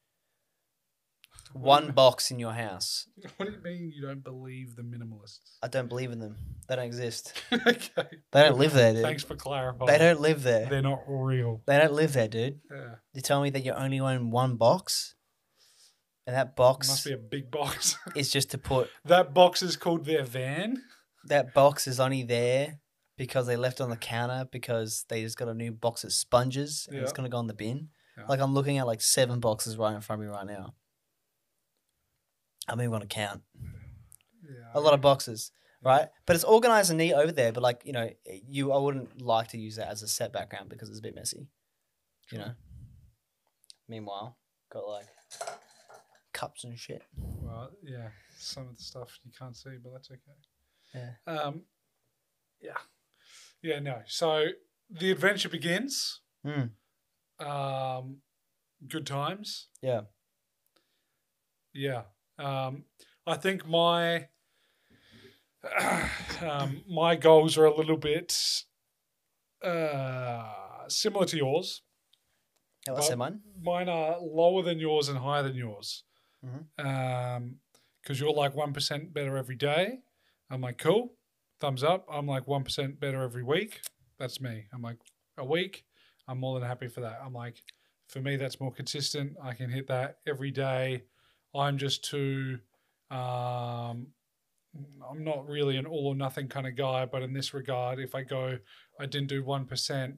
Speaker 1: one
Speaker 2: Mm.
Speaker 1: box in your house?
Speaker 2: What do you mean you don't believe the minimalists?
Speaker 1: I don't believe in them. They don't exist.
Speaker 2: okay.
Speaker 1: They don't live there, dude.
Speaker 2: Thanks for clarifying.
Speaker 1: They don't live there.
Speaker 2: They're not real.
Speaker 1: They don't live there, dude.
Speaker 2: Yeah.
Speaker 1: You tell me that you only own one box, and that box
Speaker 2: Must be a big box.
Speaker 1: is just to put
Speaker 2: that box is called their van.
Speaker 1: that box is only there because they left it on the counter because they just got a new box of sponges and it's
Speaker 2: Yeah.
Speaker 1: gonna go in the bin.
Speaker 2: Yeah.
Speaker 1: Like I'm looking at like seven boxes right in front of me right now. I'm even gonna count
Speaker 2: Yeah.
Speaker 1: a lot of boxes, right? But it's organized and neat over there. But like you know, you I wouldn't like to use that as a set background because it's a bit messy. You know. Meanwhile, got like cups and shit.
Speaker 2: Well, yeah. Some of the stuff you can't see, but that's okay.
Speaker 1: Yeah.
Speaker 2: Um, yeah. Yeah, no. So the adventure begins.
Speaker 1: Mm.
Speaker 2: Um, good times.
Speaker 1: Yeah.
Speaker 2: Yeah. Um, I think my um, my goals are a little bit uh, similar to yours.
Speaker 1: Yeah, What's
Speaker 2: But-
Speaker 1: that mine?
Speaker 2: Mine are lower than yours and higher than yours.
Speaker 1: Mhm.
Speaker 2: Because you're like 1% better every day. I'm like, cool. Thumbs up. I'm like 1% better every week. That's me. I'm like, a week. I'm more than happy for that. I'm like, for me, that's more consistent. I can hit that every day. I'm just too, um, I'm not really an all or nothing kind of guy, but in this regard, if I go, I didn't do 1%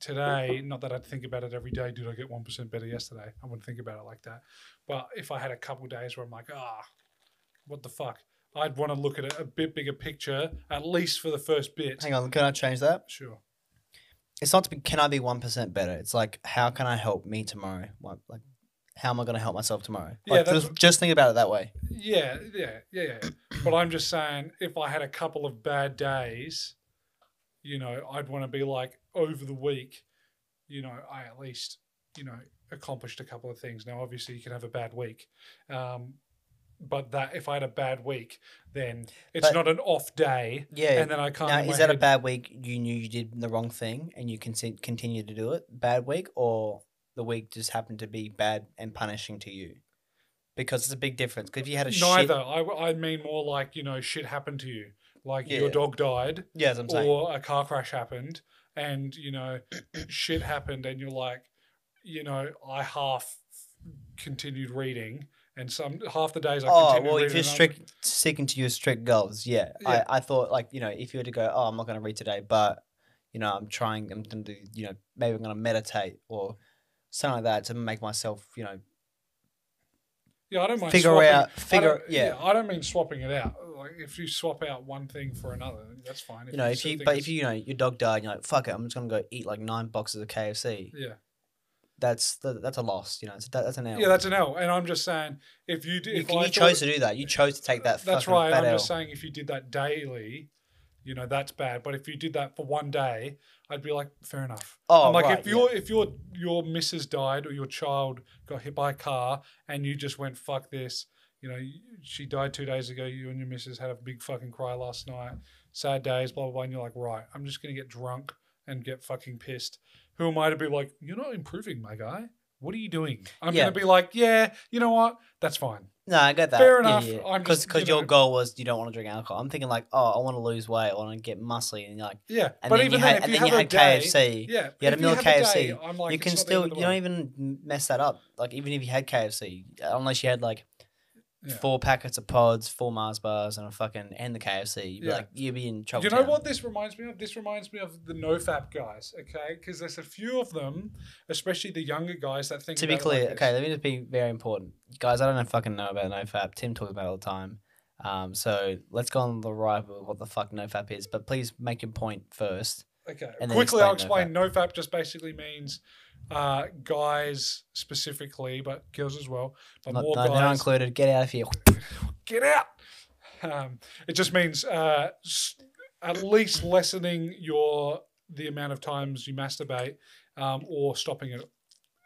Speaker 2: today, not that I'd think about it every day, did I get 1% better yesterday? I wouldn't think about it like that. But if I had a couple days where I'm like, ah, what the fuck? I'd want to look at a, a bit bigger picture, at least for the first bit.
Speaker 1: Hang on, can I change that?
Speaker 2: Sure.
Speaker 1: it's not to be can I be one percent better? It's like how can I help me tomorrow? What, like how am I going to help myself tomorrow?
Speaker 2: Yeah,
Speaker 1: Like,
Speaker 2: that's-
Speaker 1: just, just think about it that way.
Speaker 2: Yeah, yeah, yeah, yeah. But I'm just saying, if I had a couple of bad days, you know, I'd want to be like over the week, you know, I at least, you know, accomplished a couple of things. Now, obviously, you can have a bad week, um, but that if I had a bad week, then it's
Speaker 1: But-
Speaker 2: not an off day,
Speaker 1: Yeah.
Speaker 2: and then I can't.
Speaker 1: now,
Speaker 2: in my
Speaker 1: is that a
Speaker 2: head-
Speaker 1: bad week? You knew you did the wrong thing, and you can continue to do it. Bad week, or the week just happened to be bad and punishing to you, because it's a big difference. 'Cause if you had a
Speaker 2: Neither.
Speaker 1: shit,
Speaker 2: I, I mean more like you know, shit happened to you, like
Speaker 1: Yeah.
Speaker 2: your dog died.
Speaker 1: yeah, as I'm saying,
Speaker 2: or a car crash happened and you know shit happened and you're like you know i half continued reading and some half the days i
Speaker 1: oh
Speaker 2: continued
Speaker 1: well, if
Speaker 2: reading
Speaker 1: you're
Speaker 2: and I'm-
Speaker 1: strict, sticking to your strict goals, yeah.
Speaker 2: Yeah.
Speaker 1: I, I thought like you know if you were to go, oh, I'm not going to read today, but you know I'm trying, I'm going to do, you know maybe I'm going to meditate or something like that to make myself you know
Speaker 2: yeah i don't mind
Speaker 1: figure
Speaker 2: swapping-
Speaker 1: out
Speaker 2: I don't-
Speaker 1: figure yeah.
Speaker 2: i don't mean swapping it out like if you swap out one thing for another, that's fine.
Speaker 1: You know, if
Speaker 2: still
Speaker 1: you
Speaker 2: think
Speaker 1: but if
Speaker 2: it's-
Speaker 1: you, you know your dog died, and you're like fuck it, I'm just gonna go eat like nine boxes of KFC.
Speaker 2: yeah,
Speaker 1: That's that, that's a loss. You know, it's, that, that's an L.
Speaker 2: yeah, that's an L. And I'm just saying, if you did,
Speaker 1: you,
Speaker 2: if
Speaker 1: you
Speaker 2: I thought-
Speaker 1: chose to do that. You chose to take that.
Speaker 2: That's
Speaker 1: fucking
Speaker 2: right.
Speaker 1: Fat
Speaker 2: I'm
Speaker 1: L.
Speaker 2: just saying, if you did that daily, you know that's bad. But if you did that for one day, I'd be like, fair enough.
Speaker 1: Oh,
Speaker 2: I'm like,
Speaker 1: right,
Speaker 2: if your if your your missus died or your child got hit by a car and you just went fuck this, you know, you- she died two days ago. You and your missus had a big fucking cry last night. Sad days, blah blah blah. And you're like, right, I'm just gonna get drunk and get fucking pissed. Who am I to be like, you're not improving, my guy? What are you doing? I'm
Speaker 1: Yeah.
Speaker 2: gonna be like, yeah, you know what? That's fine.
Speaker 1: No, I get that.
Speaker 2: Fair enough,
Speaker 1: Yeah,
Speaker 2: I'm
Speaker 1: Because
Speaker 2: just, you
Speaker 1: your
Speaker 2: know-
Speaker 1: goal was you don't want to drink alcohol. I'm thinking like, oh, I want to lose weight. I want to get muscly. And you're like,
Speaker 2: Yeah,
Speaker 1: and
Speaker 2: but
Speaker 1: then
Speaker 2: even
Speaker 1: you had,
Speaker 2: then, if
Speaker 1: and
Speaker 2: you
Speaker 1: then you
Speaker 2: have
Speaker 1: had
Speaker 2: a day,
Speaker 1: KFC.
Speaker 2: Yeah,
Speaker 1: You had a
Speaker 2: if
Speaker 1: meal of
Speaker 2: have
Speaker 1: KFC,
Speaker 2: day, I'm like,
Speaker 1: you
Speaker 2: it's
Speaker 1: can
Speaker 2: not the end
Speaker 1: still you
Speaker 2: of the
Speaker 1: don't
Speaker 2: world.
Speaker 1: even mess that up. Like even if you had KFC, unless you had like
Speaker 2: Yeah.
Speaker 1: four packets of pods, four Mars bars, and a fucking and the KFC, you'd be
Speaker 2: Yeah.
Speaker 1: like you'd be in trouble.
Speaker 2: You know
Speaker 1: town.
Speaker 2: what this reminds me of? This reminds me of the nofap guys, okay? Because there's a few of them, especially the younger guys that think.
Speaker 1: To be
Speaker 2: about it like
Speaker 1: clear,
Speaker 2: this.
Speaker 1: okay, let me just be very important, guys. I don't know fucking know about NoFap. Tim talks about it all the time. Um, so let's go on the right with what the fuck NoFap is. But please make your point first.
Speaker 2: Okay.
Speaker 1: And then
Speaker 2: Quickly, I'll
Speaker 1: explain
Speaker 2: explain. NoFap just basically means uh, guys specifically, but girls as well. But
Speaker 1: Not,
Speaker 2: more
Speaker 1: no, they're not
Speaker 2: guys.
Speaker 1: included. Get out of here.
Speaker 2: Get out. Um, it just means uh, s- at least lessening your the amount of times you masturbate, um, or stopping it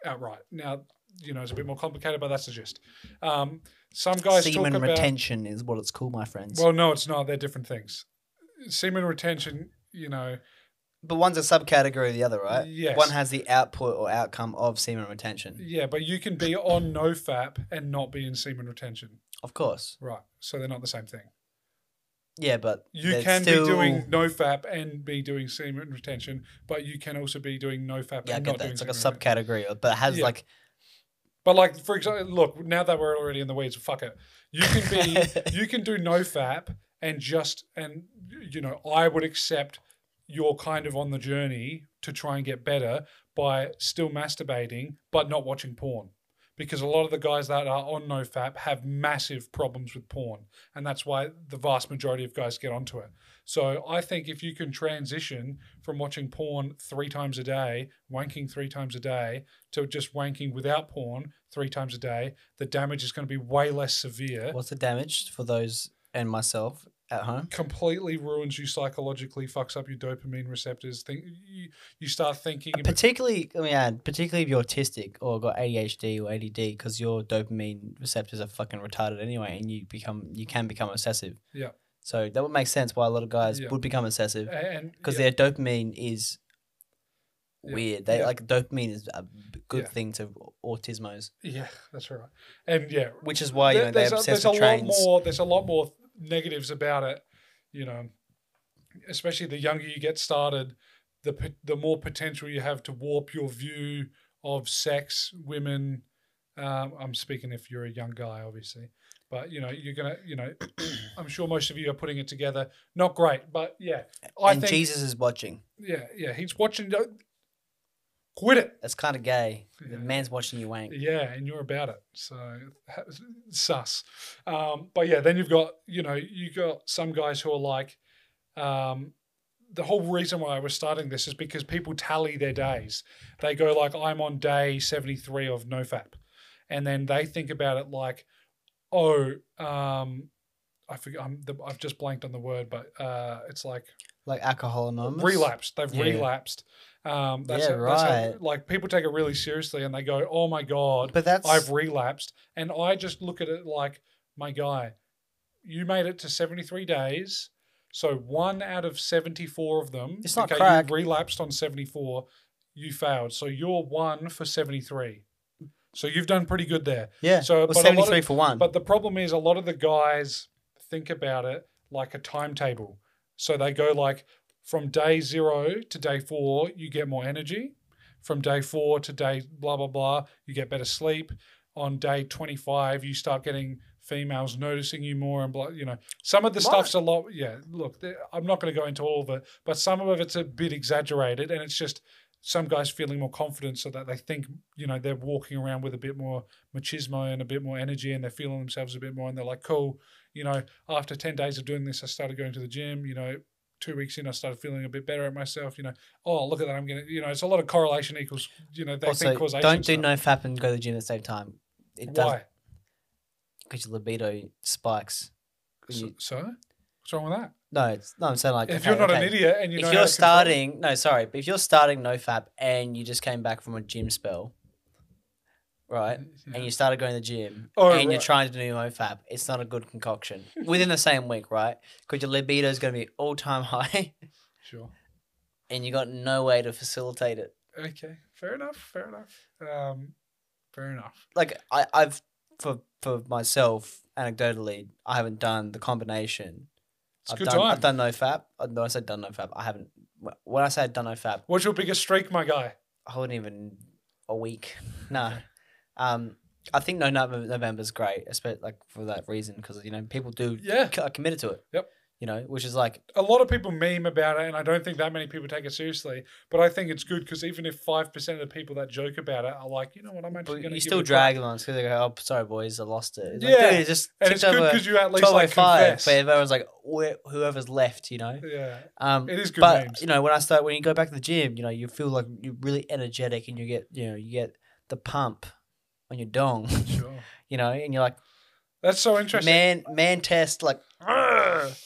Speaker 2: outright. Now, you know it's a bit more complicated, but that's the gist. Um, some guys
Speaker 1: Semen
Speaker 2: talk about
Speaker 1: retention is what it's called, my friends.
Speaker 2: Well, no, it's not. They're different things. Semen retention, you know,
Speaker 1: but one's a subcategory of the other, right?
Speaker 2: Yes.
Speaker 1: One has the output or outcome of semen retention.
Speaker 2: yeah, but you can be on nofap and not be in semen retention.
Speaker 1: Of course.
Speaker 2: Right. So they're not the same thing.
Speaker 1: Yeah, but
Speaker 2: You
Speaker 1: they're
Speaker 2: can
Speaker 1: still-
Speaker 2: be doing nofap and be doing semen retention, but you can also be doing nofap
Speaker 1: Yeah, I get
Speaker 2: and not
Speaker 1: that.
Speaker 2: doing
Speaker 1: It's like a
Speaker 2: semen retention.
Speaker 1: subcategory, of- but it has
Speaker 2: Yeah.
Speaker 1: like
Speaker 2: But like for example, look, now that we're already in the weeds, fuck it. You can be you can do nofap and just and you know, I would accept you're kind of on the journey to try and get better by still masturbating but not watching porn. Because a lot of the guys that are on nofap have massive problems with porn. And that's why the vast majority of guys get onto it. So I think if you can transition from watching porn three times a day, wanking three times a day, to just wanking without porn three times a day, the damage is going to be way less severe.
Speaker 1: what's the damage for those and myself at home?
Speaker 2: Completely ruins you psychologically, fucks up your dopamine receptors. Think you, you start thinking about
Speaker 1: Particularly, let me add, particularly if you're autistic or got ADHD or ADD, because your dopamine receptors are fucking retarded anyway, and you become you can become obsessive.
Speaker 2: Yeah.
Speaker 1: So that would make sense why a lot of guys
Speaker 2: Yeah.
Speaker 1: would become obsessive.
Speaker 2: and
Speaker 1: because
Speaker 2: yeah,
Speaker 1: their dopamine is
Speaker 2: Yeah.
Speaker 1: weird. They
Speaker 2: Yeah.
Speaker 1: like dopamine is a b- good
Speaker 2: Yeah.
Speaker 1: thing to autismos,
Speaker 2: yeah, that's right. And yeah,
Speaker 1: which is why you
Speaker 2: there-
Speaker 1: know they're
Speaker 2: a-
Speaker 1: obsessed
Speaker 2: a
Speaker 1: with trains.
Speaker 2: Lot more, there's a lot more negatives about it, you know, especially the younger you get started, the, po- the more potential you have to warp your view of sex, women. Um, I'm speaking if you're a young guy, obviously, but you know, you're going to, you know, I'm sure most of you are putting it together. Not great, but yeah, I
Speaker 1: and
Speaker 2: think,
Speaker 1: Jesus is watching.
Speaker 2: yeah, yeah, he's watching. Quit it.
Speaker 1: That's kind of gay. The
Speaker 2: Yeah.
Speaker 1: man's watching you wank.
Speaker 2: Yeah, and you're about it. So sus. Um, but yeah, then you've got, you know, you got some guys who are like, um, the whole reason why we're starting this is because people tally their days. They go like, I'm on day 73 of NoFap. And then they think about it like, oh, um, I forget, I'm the, I've just blanked on the word, but uh, it's like
Speaker 1: Like alcohol anonymous.
Speaker 2: relapsed. They've
Speaker 1: Yeah.
Speaker 2: relapsed. Um, that's
Speaker 1: Yeah,
Speaker 2: how- that's how-
Speaker 1: right.
Speaker 2: like people take it really seriously and they go, oh my God,
Speaker 1: But that's
Speaker 2: I've relapsed. And I just look at it like, my guy, you made it to 73 days. So one out of 74 of them,
Speaker 1: It's not crack.
Speaker 2: you relapsed on 74, you failed. So you're one for 73. So you've done pretty good there.
Speaker 1: yeah.
Speaker 2: so,
Speaker 1: So
Speaker 2: but a lot of-
Speaker 1: seventy three for one.
Speaker 2: But the problem is, a lot of the guys think about it like a timetable. So they go like from day zero to day four, you get more energy. From day four to day blah, blah, blah, you get better sleep. On day 25, you start getting females noticing you more and blah, you know, some of the
Speaker 1: Right.
Speaker 2: stuff's a lot. Yeah, look, there- I'm not going to go into all of it, but some of it's a bit exaggerated and it's just some guys feeling more confident so that they think, you know, they're walking around with a bit more machismo and a bit more energy and they're feeling themselves a bit more and they're like, cool, you know, after 10 days of doing this, I started going to the gym, you know, two weeks in, I started feeling a bit better at myself, you know, oh, look at that. I'm going to, you know, it's a lot of correlation equals, you know, they
Speaker 1: also,
Speaker 2: think causation.
Speaker 1: don't do
Speaker 2: stuff.
Speaker 1: no fap and go to the gym at the same time. It does
Speaker 2: Why?
Speaker 1: because your libido spikes. when
Speaker 2: So,
Speaker 1: you-
Speaker 2: so? What's wrong with that?
Speaker 1: no, it's, no, I'm saying like
Speaker 2: if
Speaker 1: okay,
Speaker 2: you're not
Speaker 1: okay.
Speaker 2: an idiot and you know
Speaker 1: if
Speaker 2: how
Speaker 1: you're
Speaker 2: to control-
Speaker 1: starting, no, sorry, but if you're starting no fap and you just came back from a gym spell, right,
Speaker 2: Yeah.
Speaker 1: and you started going to the gym
Speaker 2: Oh,
Speaker 1: and you're
Speaker 2: right.
Speaker 1: trying to do no fap, it's not a good concoction within the same week, right? Because your libido is going to be all time high
Speaker 2: Sure.
Speaker 1: and you got no way to facilitate it.
Speaker 2: Okay. Fair enough. Fair enough. Um, fair enough.
Speaker 1: Like I, I've for for myself, anecdotally, I haven't done the combination.
Speaker 2: It's a
Speaker 1: I've
Speaker 2: good
Speaker 1: done,
Speaker 2: time.
Speaker 1: I've done no fap. Uh, No, I said done no fap. I haven't. wh- When I say I've done no fap,
Speaker 2: What's your biggest streak, my guy?
Speaker 1: I wouldn't even a week. No, um, I think no November November's great, especially like for that reason because you know people do
Speaker 2: Yeah.
Speaker 1: c- are committed to it.
Speaker 2: Yep.
Speaker 1: You know, which is like
Speaker 2: A lot of people meme about it, and I don't think that many people take it seriously. But I think it's good because even if five percent of the people that joke about it are like, you know what, I'm
Speaker 1: but
Speaker 2: actually going to
Speaker 1: you still drag them on because they go, "Oh, sorry, boys, I lost it." It's
Speaker 2: Yeah,
Speaker 1: like, dude, just
Speaker 2: and it's
Speaker 1: tipped
Speaker 2: good
Speaker 1: over
Speaker 2: because you at least
Speaker 1: twelve
Speaker 2: like
Speaker 1: like five.
Speaker 2: confess.
Speaker 1: But everyone's like, "Wh- whoever's left, you know.
Speaker 2: Yeah,
Speaker 1: Um,
Speaker 2: it is good
Speaker 1: but
Speaker 2: memes.
Speaker 1: you know, when I start, when you go back to the gym, you know, you feel like you're really energetic and you get, you know, you get the pump on your dong,
Speaker 2: sure.
Speaker 1: you know, and you're like,
Speaker 2: That's so interesting. Ah!
Speaker 1: man, man test, like. "Argh."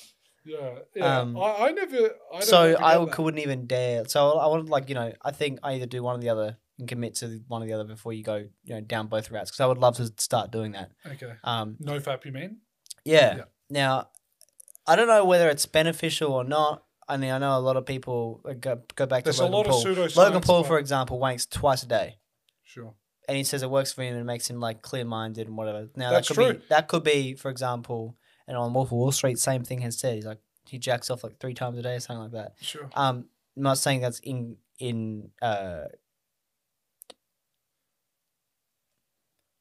Speaker 2: Yeah, yeah.
Speaker 1: Um,
Speaker 2: I, I never. I
Speaker 1: so
Speaker 2: don't
Speaker 1: I
Speaker 2: would.
Speaker 1: couldn't even dare. So I wanted like you know I think I either do one or the other and commit to one or the other before you go you know down both routes because I would love to start doing that.
Speaker 2: Okay.
Speaker 1: Um,
Speaker 2: No fap, you mean?
Speaker 1: yeah.
Speaker 2: Yeah.
Speaker 1: Now, I don't know whether it's beneficial or not. I mean, I know a lot of people uh, go, go back
Speaker 2: There's
Speaker 1: to
Speaker 2: a
Speaker 1: Logan
Speaker 2: lot of
Speaker 1: Paul.
Speaker 2: pseudoscience
Speaker 1: Logan Paul, for
Speaker 2: about-
Speaker 1: example, wanks twice a day,
Speaker 2: Sure.
Speaker 1: and he says it works for him and it makes him like clear-minded and whatever. Now
Speaker 2: That's
Speaker 1: that could be
Speaker 2: true.
Speaker 1: that could be, for example, and on Wolf of Wall Street, same thing has said. He's like he jacks off like three times a day or something like that.
Speaker 2: Sure.
Speaker 1: Um, I'm not saying that's in in uh,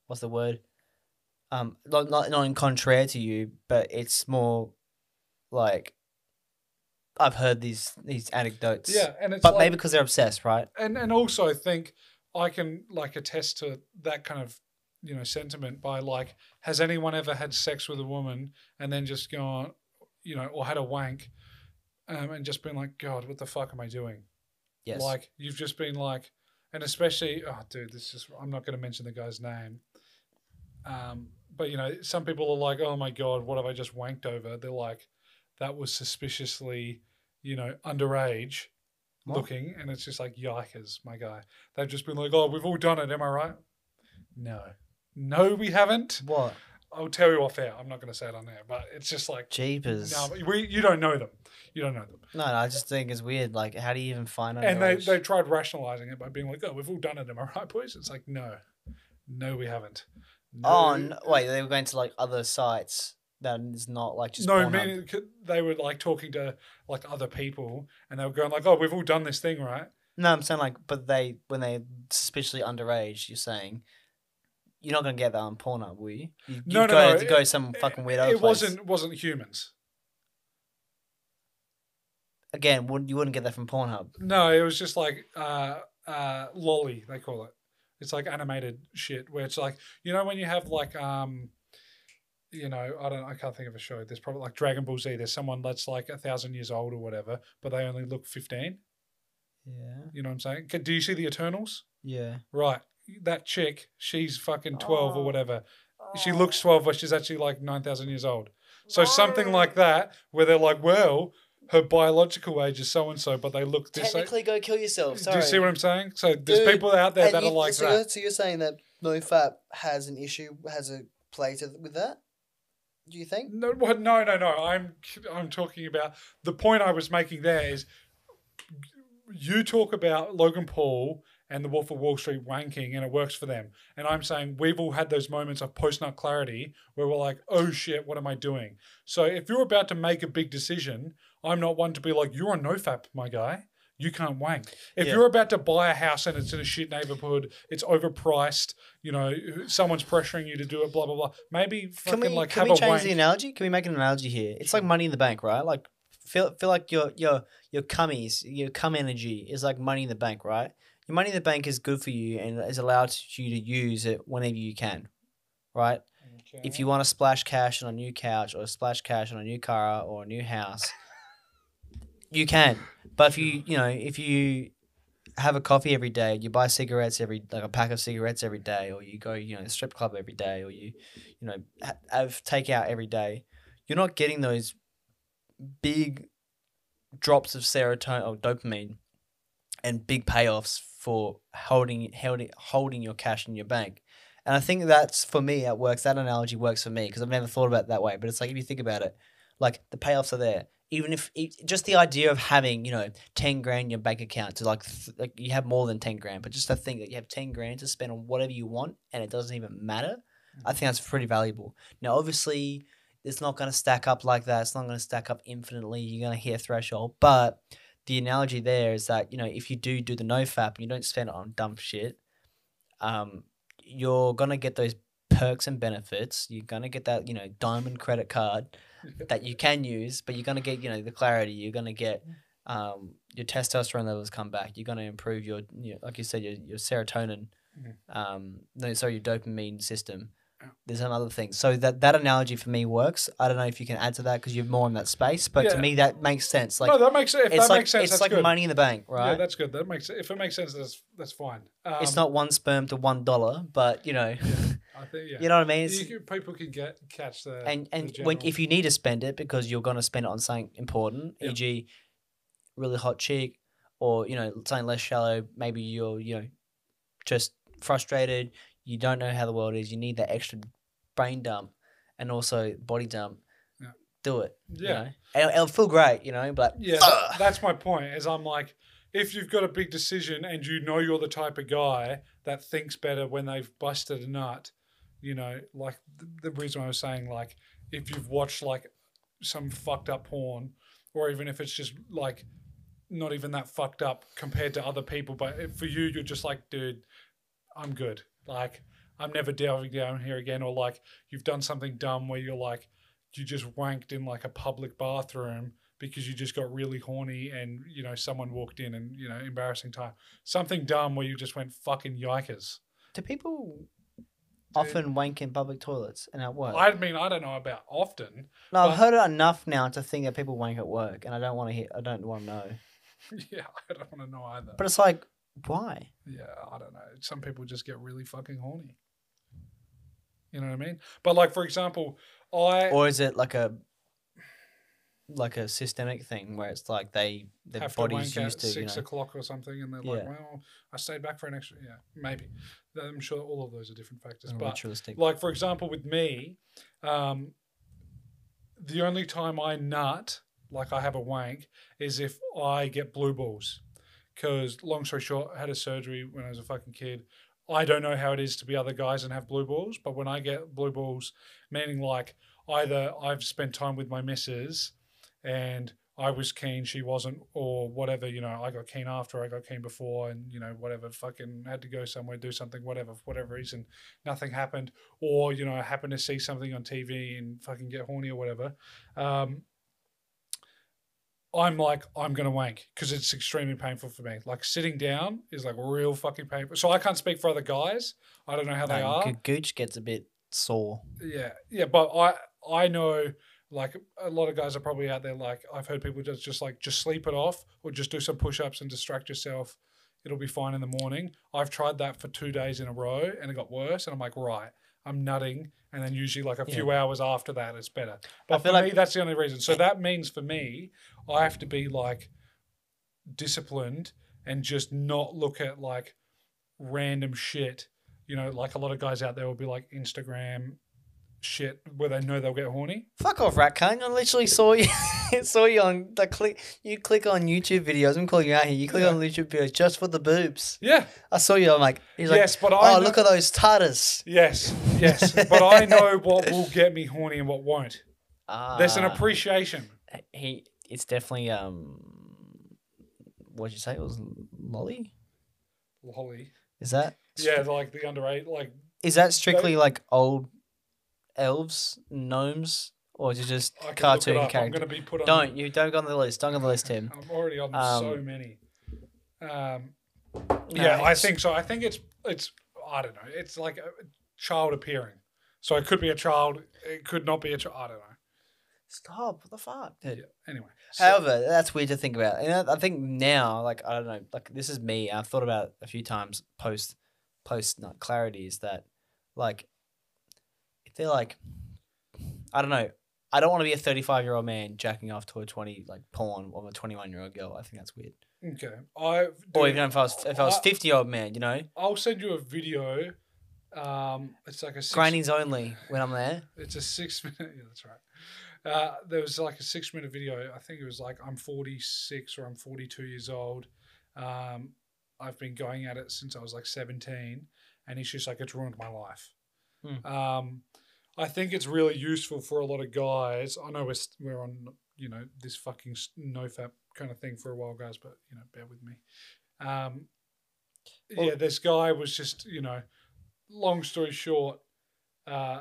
Speaker 1: what's the word? Um, not not not in contrary to you, but it's more like I've heard these these anecdotes.
Speaker 2: Yeah, and it's
Speaker 1: but
Speaker 2: like,
Speaker 1: maybe because they're obsessed, right?
Speaker 2: and and also I think I can like attest to that kind of you know sentiment by like has anyone ever had sex with a woman and then just gone you know or had a wank um, and just been like God what the fuck am I doing
Speaker 1: Yes.
Speaker 2: like you've just been like and especially oh dude this is I'm not going to mention the guy's name um but you know some people are like oh my god what have I just wanked over they're like that was suspiciously you know underage
Speaker 1: What?
Speaker 2: looking, and it's just like yikers, my guy. They've just been like, oh, we've all done it. Am I right? No, no, we haven't.
Speaker 1: what?
Speaker 2: I'll tell you off air. I'm not going to say it on air, but it's just like,
Speaker 1: Jeepers.
Speaker 2: no,
Speaker 1: No,
Speaker 2: we, you don't know them. You don't know them.
Speaker 1: no, I just think it's weird. Like, how do you even find out?
Speaker 2: And they, they tried rationalizing it by being like, oh, we've all done it. Am I right, boys? It's like, no, no, we haven't. No,
Speaker 1: oh no, wait, they were going to like other sites that is not like just
Speaker 2: no,
Speaker 1: Pornhub.
Speaker 2: meaning c- they were like talking to like other people, and they were going like, "Oh, we've all done this thing, right?"
Speaker 1: No, I'm saying like, but they when they suspiciously underage, you're saying you're not gonna get that on Pornhub, will you? you
Speaker 2: No,
Speaker 1: you'd
Speaker 2: no,
Speaker 1: go,
Speaker 2: no,
Speaker 1: to
Speaker 2: it-
Speaker 1: go some fucking weirdo.
Speaker 2: It
Speaker 1: place.
Speaker 2: wasn't wasn't humans.
Speaker 1: again. Wouldn't you wouldn't get that from Pornhub?
Speaker 2: No, it was just like uh uh lolly, they call it. It's like animated shit where it's like you know when you have like um you know, I don't I can't think of a show. There's probably like Dragon Ball Z, there's someone that's like a thousand years old or whatever, but they only look fifteen.
Speaker 1: Yeah,
Speaker 2: You know what I'm saying? C- Do you see the Eternals?
Speaker 1: yeah.
Speaker 2: Right. That chick, she's fucking twelve
Speaker 1: Oh.
Speaker 2: or whatever. She looks twelve, but she's actually like nine thousand years old. So something like that, where they're like, well, her biological age is so and so, but they look this age.
Speaker 1: Technically, go kill yourself. Sorry.
Speaker 2: Do you see what I'm saying? So there's
Speaker 1: Dude,
Speaker 2: people out there that
Speaker 1: you,
Speaker 2: are like
Speaker 1: so, You're,
Speaker 2: that.
Speaker 1: so you're saying that NoFap has an issue, has a play to with that? Do you think?
Speaker 2: No, what- no, no, no. I'm I'm talking about the point I was making. There is, you talk about Logan Paul and the Wolf of Wall Street wanking, and it works for them. And I'm saying we've all had those moments of post nut clarity where we're like, oh shit, what am I doing? So if you're about to make a big decision, I'm not one to be like, you're a nofap, my guy. You can't wank. If
Speaker 1: Yeah.
Speaker 2: you're about to buy a house and it's in a shit neighborhood, it's overpriced, you know, someone's pressuring you to do it, blah, blah, blah. Maybe fucking
Speaker 1: Can we
Speaker 2: like
Speaker 1: can
Speaker 2: have
Speaker 1: we
Speaker 2: a
Speaker 1: change
Speaker 2: wank.
Speaker 1: the analogy? Can we make an analogy here? It's like Money in the Bank, right? Like feel feel like your your your cummies, your cum energy is like Money in the Bank, right? Your Money in the Bank is good for you and is allowed you to use it whenever you can, right? if you want to splash cash on a new couch or splash cash on a new car or a new house, you can. But if you, you know, if you have a coffee every day, you buy cigarettes every, like a pack of cigarettes every day, or you go, you know, strip club every day, or you, you know, ha- have takeout every day, you're not getting those big drops of serotonin or dopamine and big payoffs for holding, holding, holding your cash in your bank. And I think that's for me, it works. That analogy works for me because I've never thought about it that way. But it's like if you think about it, like the payoffs are there. Even if e- just the idea of having, you know, 10 grand in your bank account to like, th- like you have more than 10 grand, but just the thing that you have 10 grand to spend on whatever you want and it doesn't even matter, I think that's pretty valuable. Now, obviously, it's not going to stack up like that. It's not going to stack up infinitely. You're going to hit a threshold. But the analogy there is that, you know, if you do do the no fap and you don't spend it on dumb shit, um, you're gonna get those perks and benefits. You're gonna get that, you know, diamond credit card that you can use, but you're gonna get, you know, the clarity. You're gonna get um, your testosterone levels come back. You're gonna improve your, your like you said, your, your serotonin,
Speaker 2: Mhm.
Speaker 1: um, no, sorry, your dopamine system.
Speaker 2: Yeah.
Speaker 1: There's another thing. So that that analogy for me works. I don't know if you can add to that because you're more in that space, but to
Speaker 2: Yeah.
Speaker 1: me that makes sense. Like
Speaker 2: no, that makes sense. If
Speaker 1: it's
Speaker 2: that
Speaker 1: like
Speaker 2: makes sense,
Speaker 1: it's
Speaker 2: that's
Speaker 1: like
Speaker 2: good.
Speaker 1: money in the bank, right?
Speaker 2: Yeah, that's good. That makes if it makes sense, that's that's fine. Um,
Speaker 1: it's not one sperm to one dollar, but you know,
Speaker 2: I think yeah.
Speaker 1: you know what I mean. It's,
Speaker 2: You can- people can get catch the
Speaker 1: and
Speaker 2: the
Speaker 1: and when
Speaker 2: general-
Speaker 1: if you need to spend it because you're going to spend it on something important,
Speaker 2: Yeah.
Speaker 1: e.g., really hot cheek, or you know something less shallow. Maybe you're you know just frustrated. You don't know how the world is. You need that extra brain dump and also body dump.
Speaker 2: Yeah.
Speaker 1: Do it. You
Speaker 2: Yeah.
Speaker 1: know? and it'll feel great. You know, but
Speaker 2: Yeah,
Speaker 1: Ugh.
Speaker 2: that, that's my point. Is I'm like, if you've got a big decision and you know you're the type of guy that thinks better when they've busted a nut, you know, like the, the reason I was saying, like, if you've watched like some fucked up porn, or even if it's just like not even that fucked up compared to other people, but if- for you, you're just like, dude, I'm good. Like, I'm never delving down here again, or like you've done something dumb where you're like, you just wanked in like a public bathroom because you just got really horny and you know someone walked in and you know embarrassing time something dumb where you just went fucking yikers
Speaker 1: do people often wank in public toilets and at work?
Speaker 2: i mean i don't know about often
Speaker 1: no, I've
Speaker 2: but-
Speaker 1: heard it enough now to think that people wank at work, and I don't want to hear. I don't want to know.
Speaker 2: yeah i don't want to know either
Speaker 1: But it's like, why?
Speaker 2: yeah i don't know some people just get really fucking horny you know what i mean but like for example i
Speaker 1: or is it like a like a systemic thing where it's like they their
Speaker 2: have to
Speaker 1: bodies
Speaker 2: wank at
Speaker 1: used to you know
Speaker 2: six o'clock or something and they're like
Speaker 1: Yeah.
Speaker 2: well i stayed back for an extra yeah maybe i'm sure all of those are different factors
Speaker 1: oh,
Speaker 2: but
Speaker 1: ritualistic.
Speaker 2: Like for example, with me, um, the only time I nut, like I have a wank, is if I get blue balls. Because long story short, I had a surgery when I was a fucking kid. I don't know how it is to be other guys and have blue balls, but when I get blue balls, meaning like either I've spent time with my missus and I was keen, she wasn't, or whatever, you know, I got keen after, I got keen before, and, you know, whatever, fucking had to go somewhere, do something, whatever, for whatever reason, nothing happened, or, you know, I happened to see something on TV and fucking get horny or whatever. Um, I'm like, I'm going to wank because it's extremely painful for me. Like sitting down is like real fucking painful. So I can't speak for other guys. I don't know how they
Speaker 1: No,
Speaker 2: are
Speaker 1: Go- Gooch gets a bit sore.
Speaker 2: yeah yeah but i i know like a lot of guys are probably out there like i've heard people just just like just sleep it off or just do some push-ups and distract yourself it'll be fine in the morning i've tried that for two days in a row and it got worse and i'm like right i'm nutting and then usually like a
Speaker 1: Yeah.
Speaker 2: few hours after that it's better but for
Speaker 1: feel
Speaker 2: me
Speaker 1: like-
Speaker 2: that's the only reason so that means for me i have to be like disciplined and just not look at like random shit. You know, like a lot of guys out there will be like Instagram shit where they know they'll get horny.
Speaker 1: Fuck off, rat cunt. I literally saw you saw you on the click you click on YouTube videos. I'm calling you out here. You click
Speaker 2: Yeah.
Speaker 1: on YouTube videos just for the boobs.
Speaker 2: Yeah.
Speaker 1: I saw you, I'm like he's like
Speaker 2: yes, but I
Speaker 1: Oh
Speaker 2: know-
Speaker 1: look at those tatters.
Speaker 2: Yes, yes, but I know what will get me horny and what won't.
Speaker 1: Ah,
Speaker 2: There's an appreciation.
Speaker 1: he it's definitely um what'd you say? It was lolly?
Speaker 2: Lolly.
Speaker 1: Is that
Speaker 2: Yeah, like the underage, like
Speaker 1: Is that strictly like old elves, gnomes, or is it just
Speaker 2: I can look it
Speaker 1: cartoon
Speaker 2: up. I'm
Speaker 1: characters?
Speaker 2: going to be put on.
Speaker 1: Don't you don't go on the list. Don't go on the list, Tim.
Speaker 2: I'm already on
Speaker 1: Um,
Speaker 2: so many. Um, yeah, I
Speaker 1: it's-
Speaker 2: think so. I think it's it's I don't know. It's like a child appearing. So it could be a child. It could not be a child. I don't know.
Speaker 1: Stop! What the fuck, dude?
Speaker 2: Anyway.
Speaker 1: However, that's weird to think about. And I- I think now, like I don't know, like this is me. I've thought about it a few times post post nut clarity is that like if they're like I don't know, I don't want to be a thirty five year old man jacking off to a twenty like porn of a twenty one year old girl. I think that's weird.
Speaker 2: okay. I
Speaker 1: Or even if I was if I was
Speaker 2: I-
Speaker 1: fifty year old man, you know,
Speaker 2: I'll send you a video. Um, it's like a six,
Speaker 1: grindings only when I'm there.
Speaker 2: It's a six minute. Yeah, that's right. Uh, there was like a six minute video. I think it was like I'm 46 or I'm 42 years old. Um, I've been going at it since I was like 17, and it's just like it's ruined my life.
Speaker 1: Hmm.
Speaker 2: Um, I think it's really useful for a lot of guys. I know we're st- we're on you know this fucking s- nofap kind of thing for a while, guys, but you know bear with me. Um,
Speaker 1: Well-
Speaker 2: yeah, this guy was just you know, long story short, uh,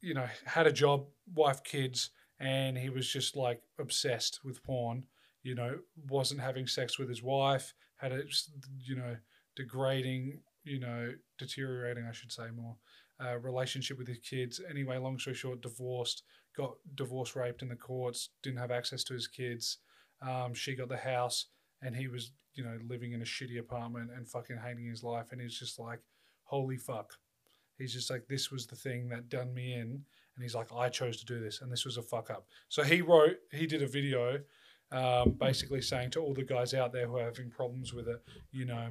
Speaker 2: you know had a job, wife, kids, and he was just like obsessed with porn. You know, wasn't having sex with his wife. Had a s- you know degrading, you know deteriorating, I should say more uh, relationship with his kids. Anyway, long story short, divorced, got divorce raped in the courts, didn't have access to his kids. Um, she got the house, and he was, you know, living in a shitty apartment and fucking hating his life. And he's just like, holy fuck. He's just like, this was the thing that done me in. And he's like, I chose to do this, and this was a fuck up. So he wrote, he did a video um, basically saying to all the guys out there who are having problems with it, you know,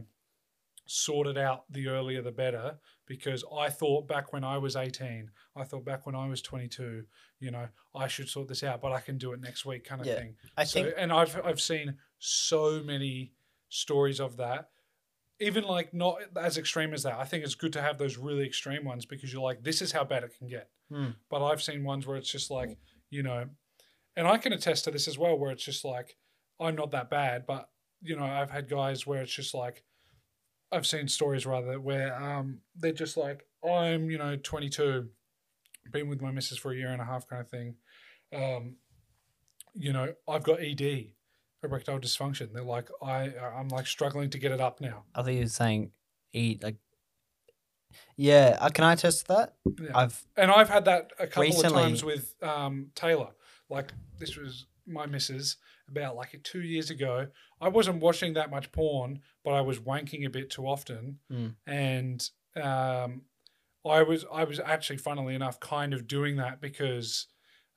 Speaker 2: sort it out the earlier the better because I thought back when I was 18, I thought back when I was 22, you know, I should sort this out, but I can do it next week kind of
Speaker 1: Yeah,
Speaker 2: thing.
Speaker 1: I
Speaker 2: so,
Speaker 1: think
Speaker 2: and I've I've seen so many stories of that. Even like not as extreme as that. I think it's good to have those really extreme ones because you're like, this is how bad it can get.
Speaker 1: Hmm.
Speaker 2: But I've seen ones where it's just like, you know, and I can attest to this as well, where it's just like, I'm not that bad, but you know, I've had guys where it's just like, I've seen stories rather where um, they're just like, I'm, you know, 22, been with my missus for a year and a half kind of thing. Um, you know, I've got ED, erectile dysfunction. They're like, I, I'm like struggling to get it up now.
Speaker 1: I think you're saying eat like yeah. uh, Can I attest to that?
Speaker 2: Yeah.
Speaker 1: I've
Speaker 2: and I've had that a couple of
Speaker 1: Recently-
Speaker 2: times with um, Taylor. Like this was my missus about like two years ago. I wasn't watching that much porn, but I was wanking a bit too often,
Speaker 1: Mm.
Speaker 2: and um, I was I was actually, funnily enough, kind of doing that because.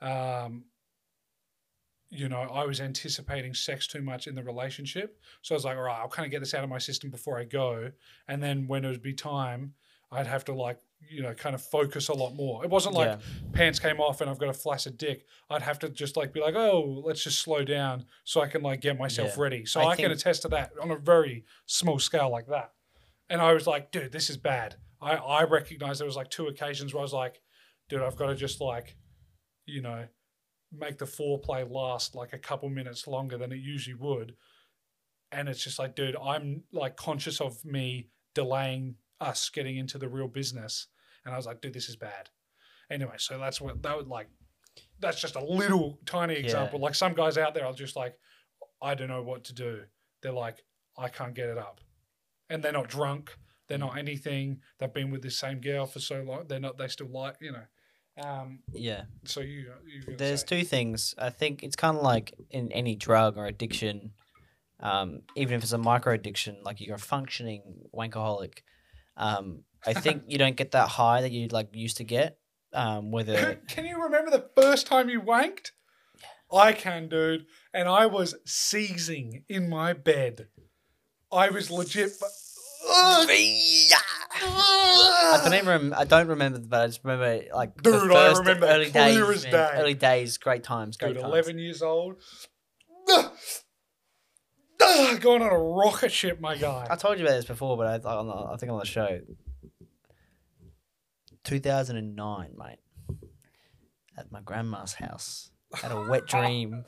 Speaker 2: Um, you know, I was anticipating sex too much in the relationship. So I was like, all right, I'll kind of get this out of my system before I go. And then when it would be time, I'd have to like, you know, kind of focus a lot more. It wasn't like
Speaker 1: yeah.
Speaker 2: pants came off and I've got a flaccid dick, I'd have to just like be like, oh, let's just slow down so I can like get myself
Speaker 1: Yeah.
Speaker 2: ready. So I,
Speaker 1: I
Speaker 2: can
Speaker 1: think-
Speaker 2: attest to that on a very small scale like that. And I was like, dude, this is bad. I, I recognized there was like two occasions where I was like, dude, I've got to just like, you know, make the foreplay last like a couple minutes longer than it usually would. And it's just like, dude, I'm like conscious of me delaying us getting into the real business. And I was like, dude, this is bad. Anyway, so that's what that would like. That's just a little tiny example. Like some guys out there are just like, I don't know what to do. They're like, I can't get it up. And they're not drunk. They're not anything. They've been with this same girl for so long. They're not, they still like, you know. Um,
Speaker 1: yeah.
Speaker 2: so you, you gonna
Speaker 1: There's
Speaker 2: say.
Speaker 1: two things. I think it's kind of like in any drug or addiction, um, even if it's a micro addiction, like you're a functioning wankaholic. Um, I think you don't get that high that you like used to get. Um, whether
Speaker 2: can you remember the first time you wanked? I can, dude. And I was seizing in my bed. I was legit. Ugh.
Speaker 1: I don't even rem- I don't remember, but I just remember like the
Speaker 2: Dude, I
Speaker 1: first
Speaker 2: remember
Speaker 1: early days,
Speaker 2: clear as
Speaker 1: man.
Speaker 2: day.
Speaker 1: early days, great times, great
Speaker 2: Dude,
Speaker 1: times.
Speaker 2: 11 years old. Ugh. Ugh, Going on a rocket ship, my
Speaker 1: I
Speaker 2: guy.
Speaker 1: told you about this before, but I, I, on the, I think on the show, 2009, mate, at my grandma's house, had a wet dream.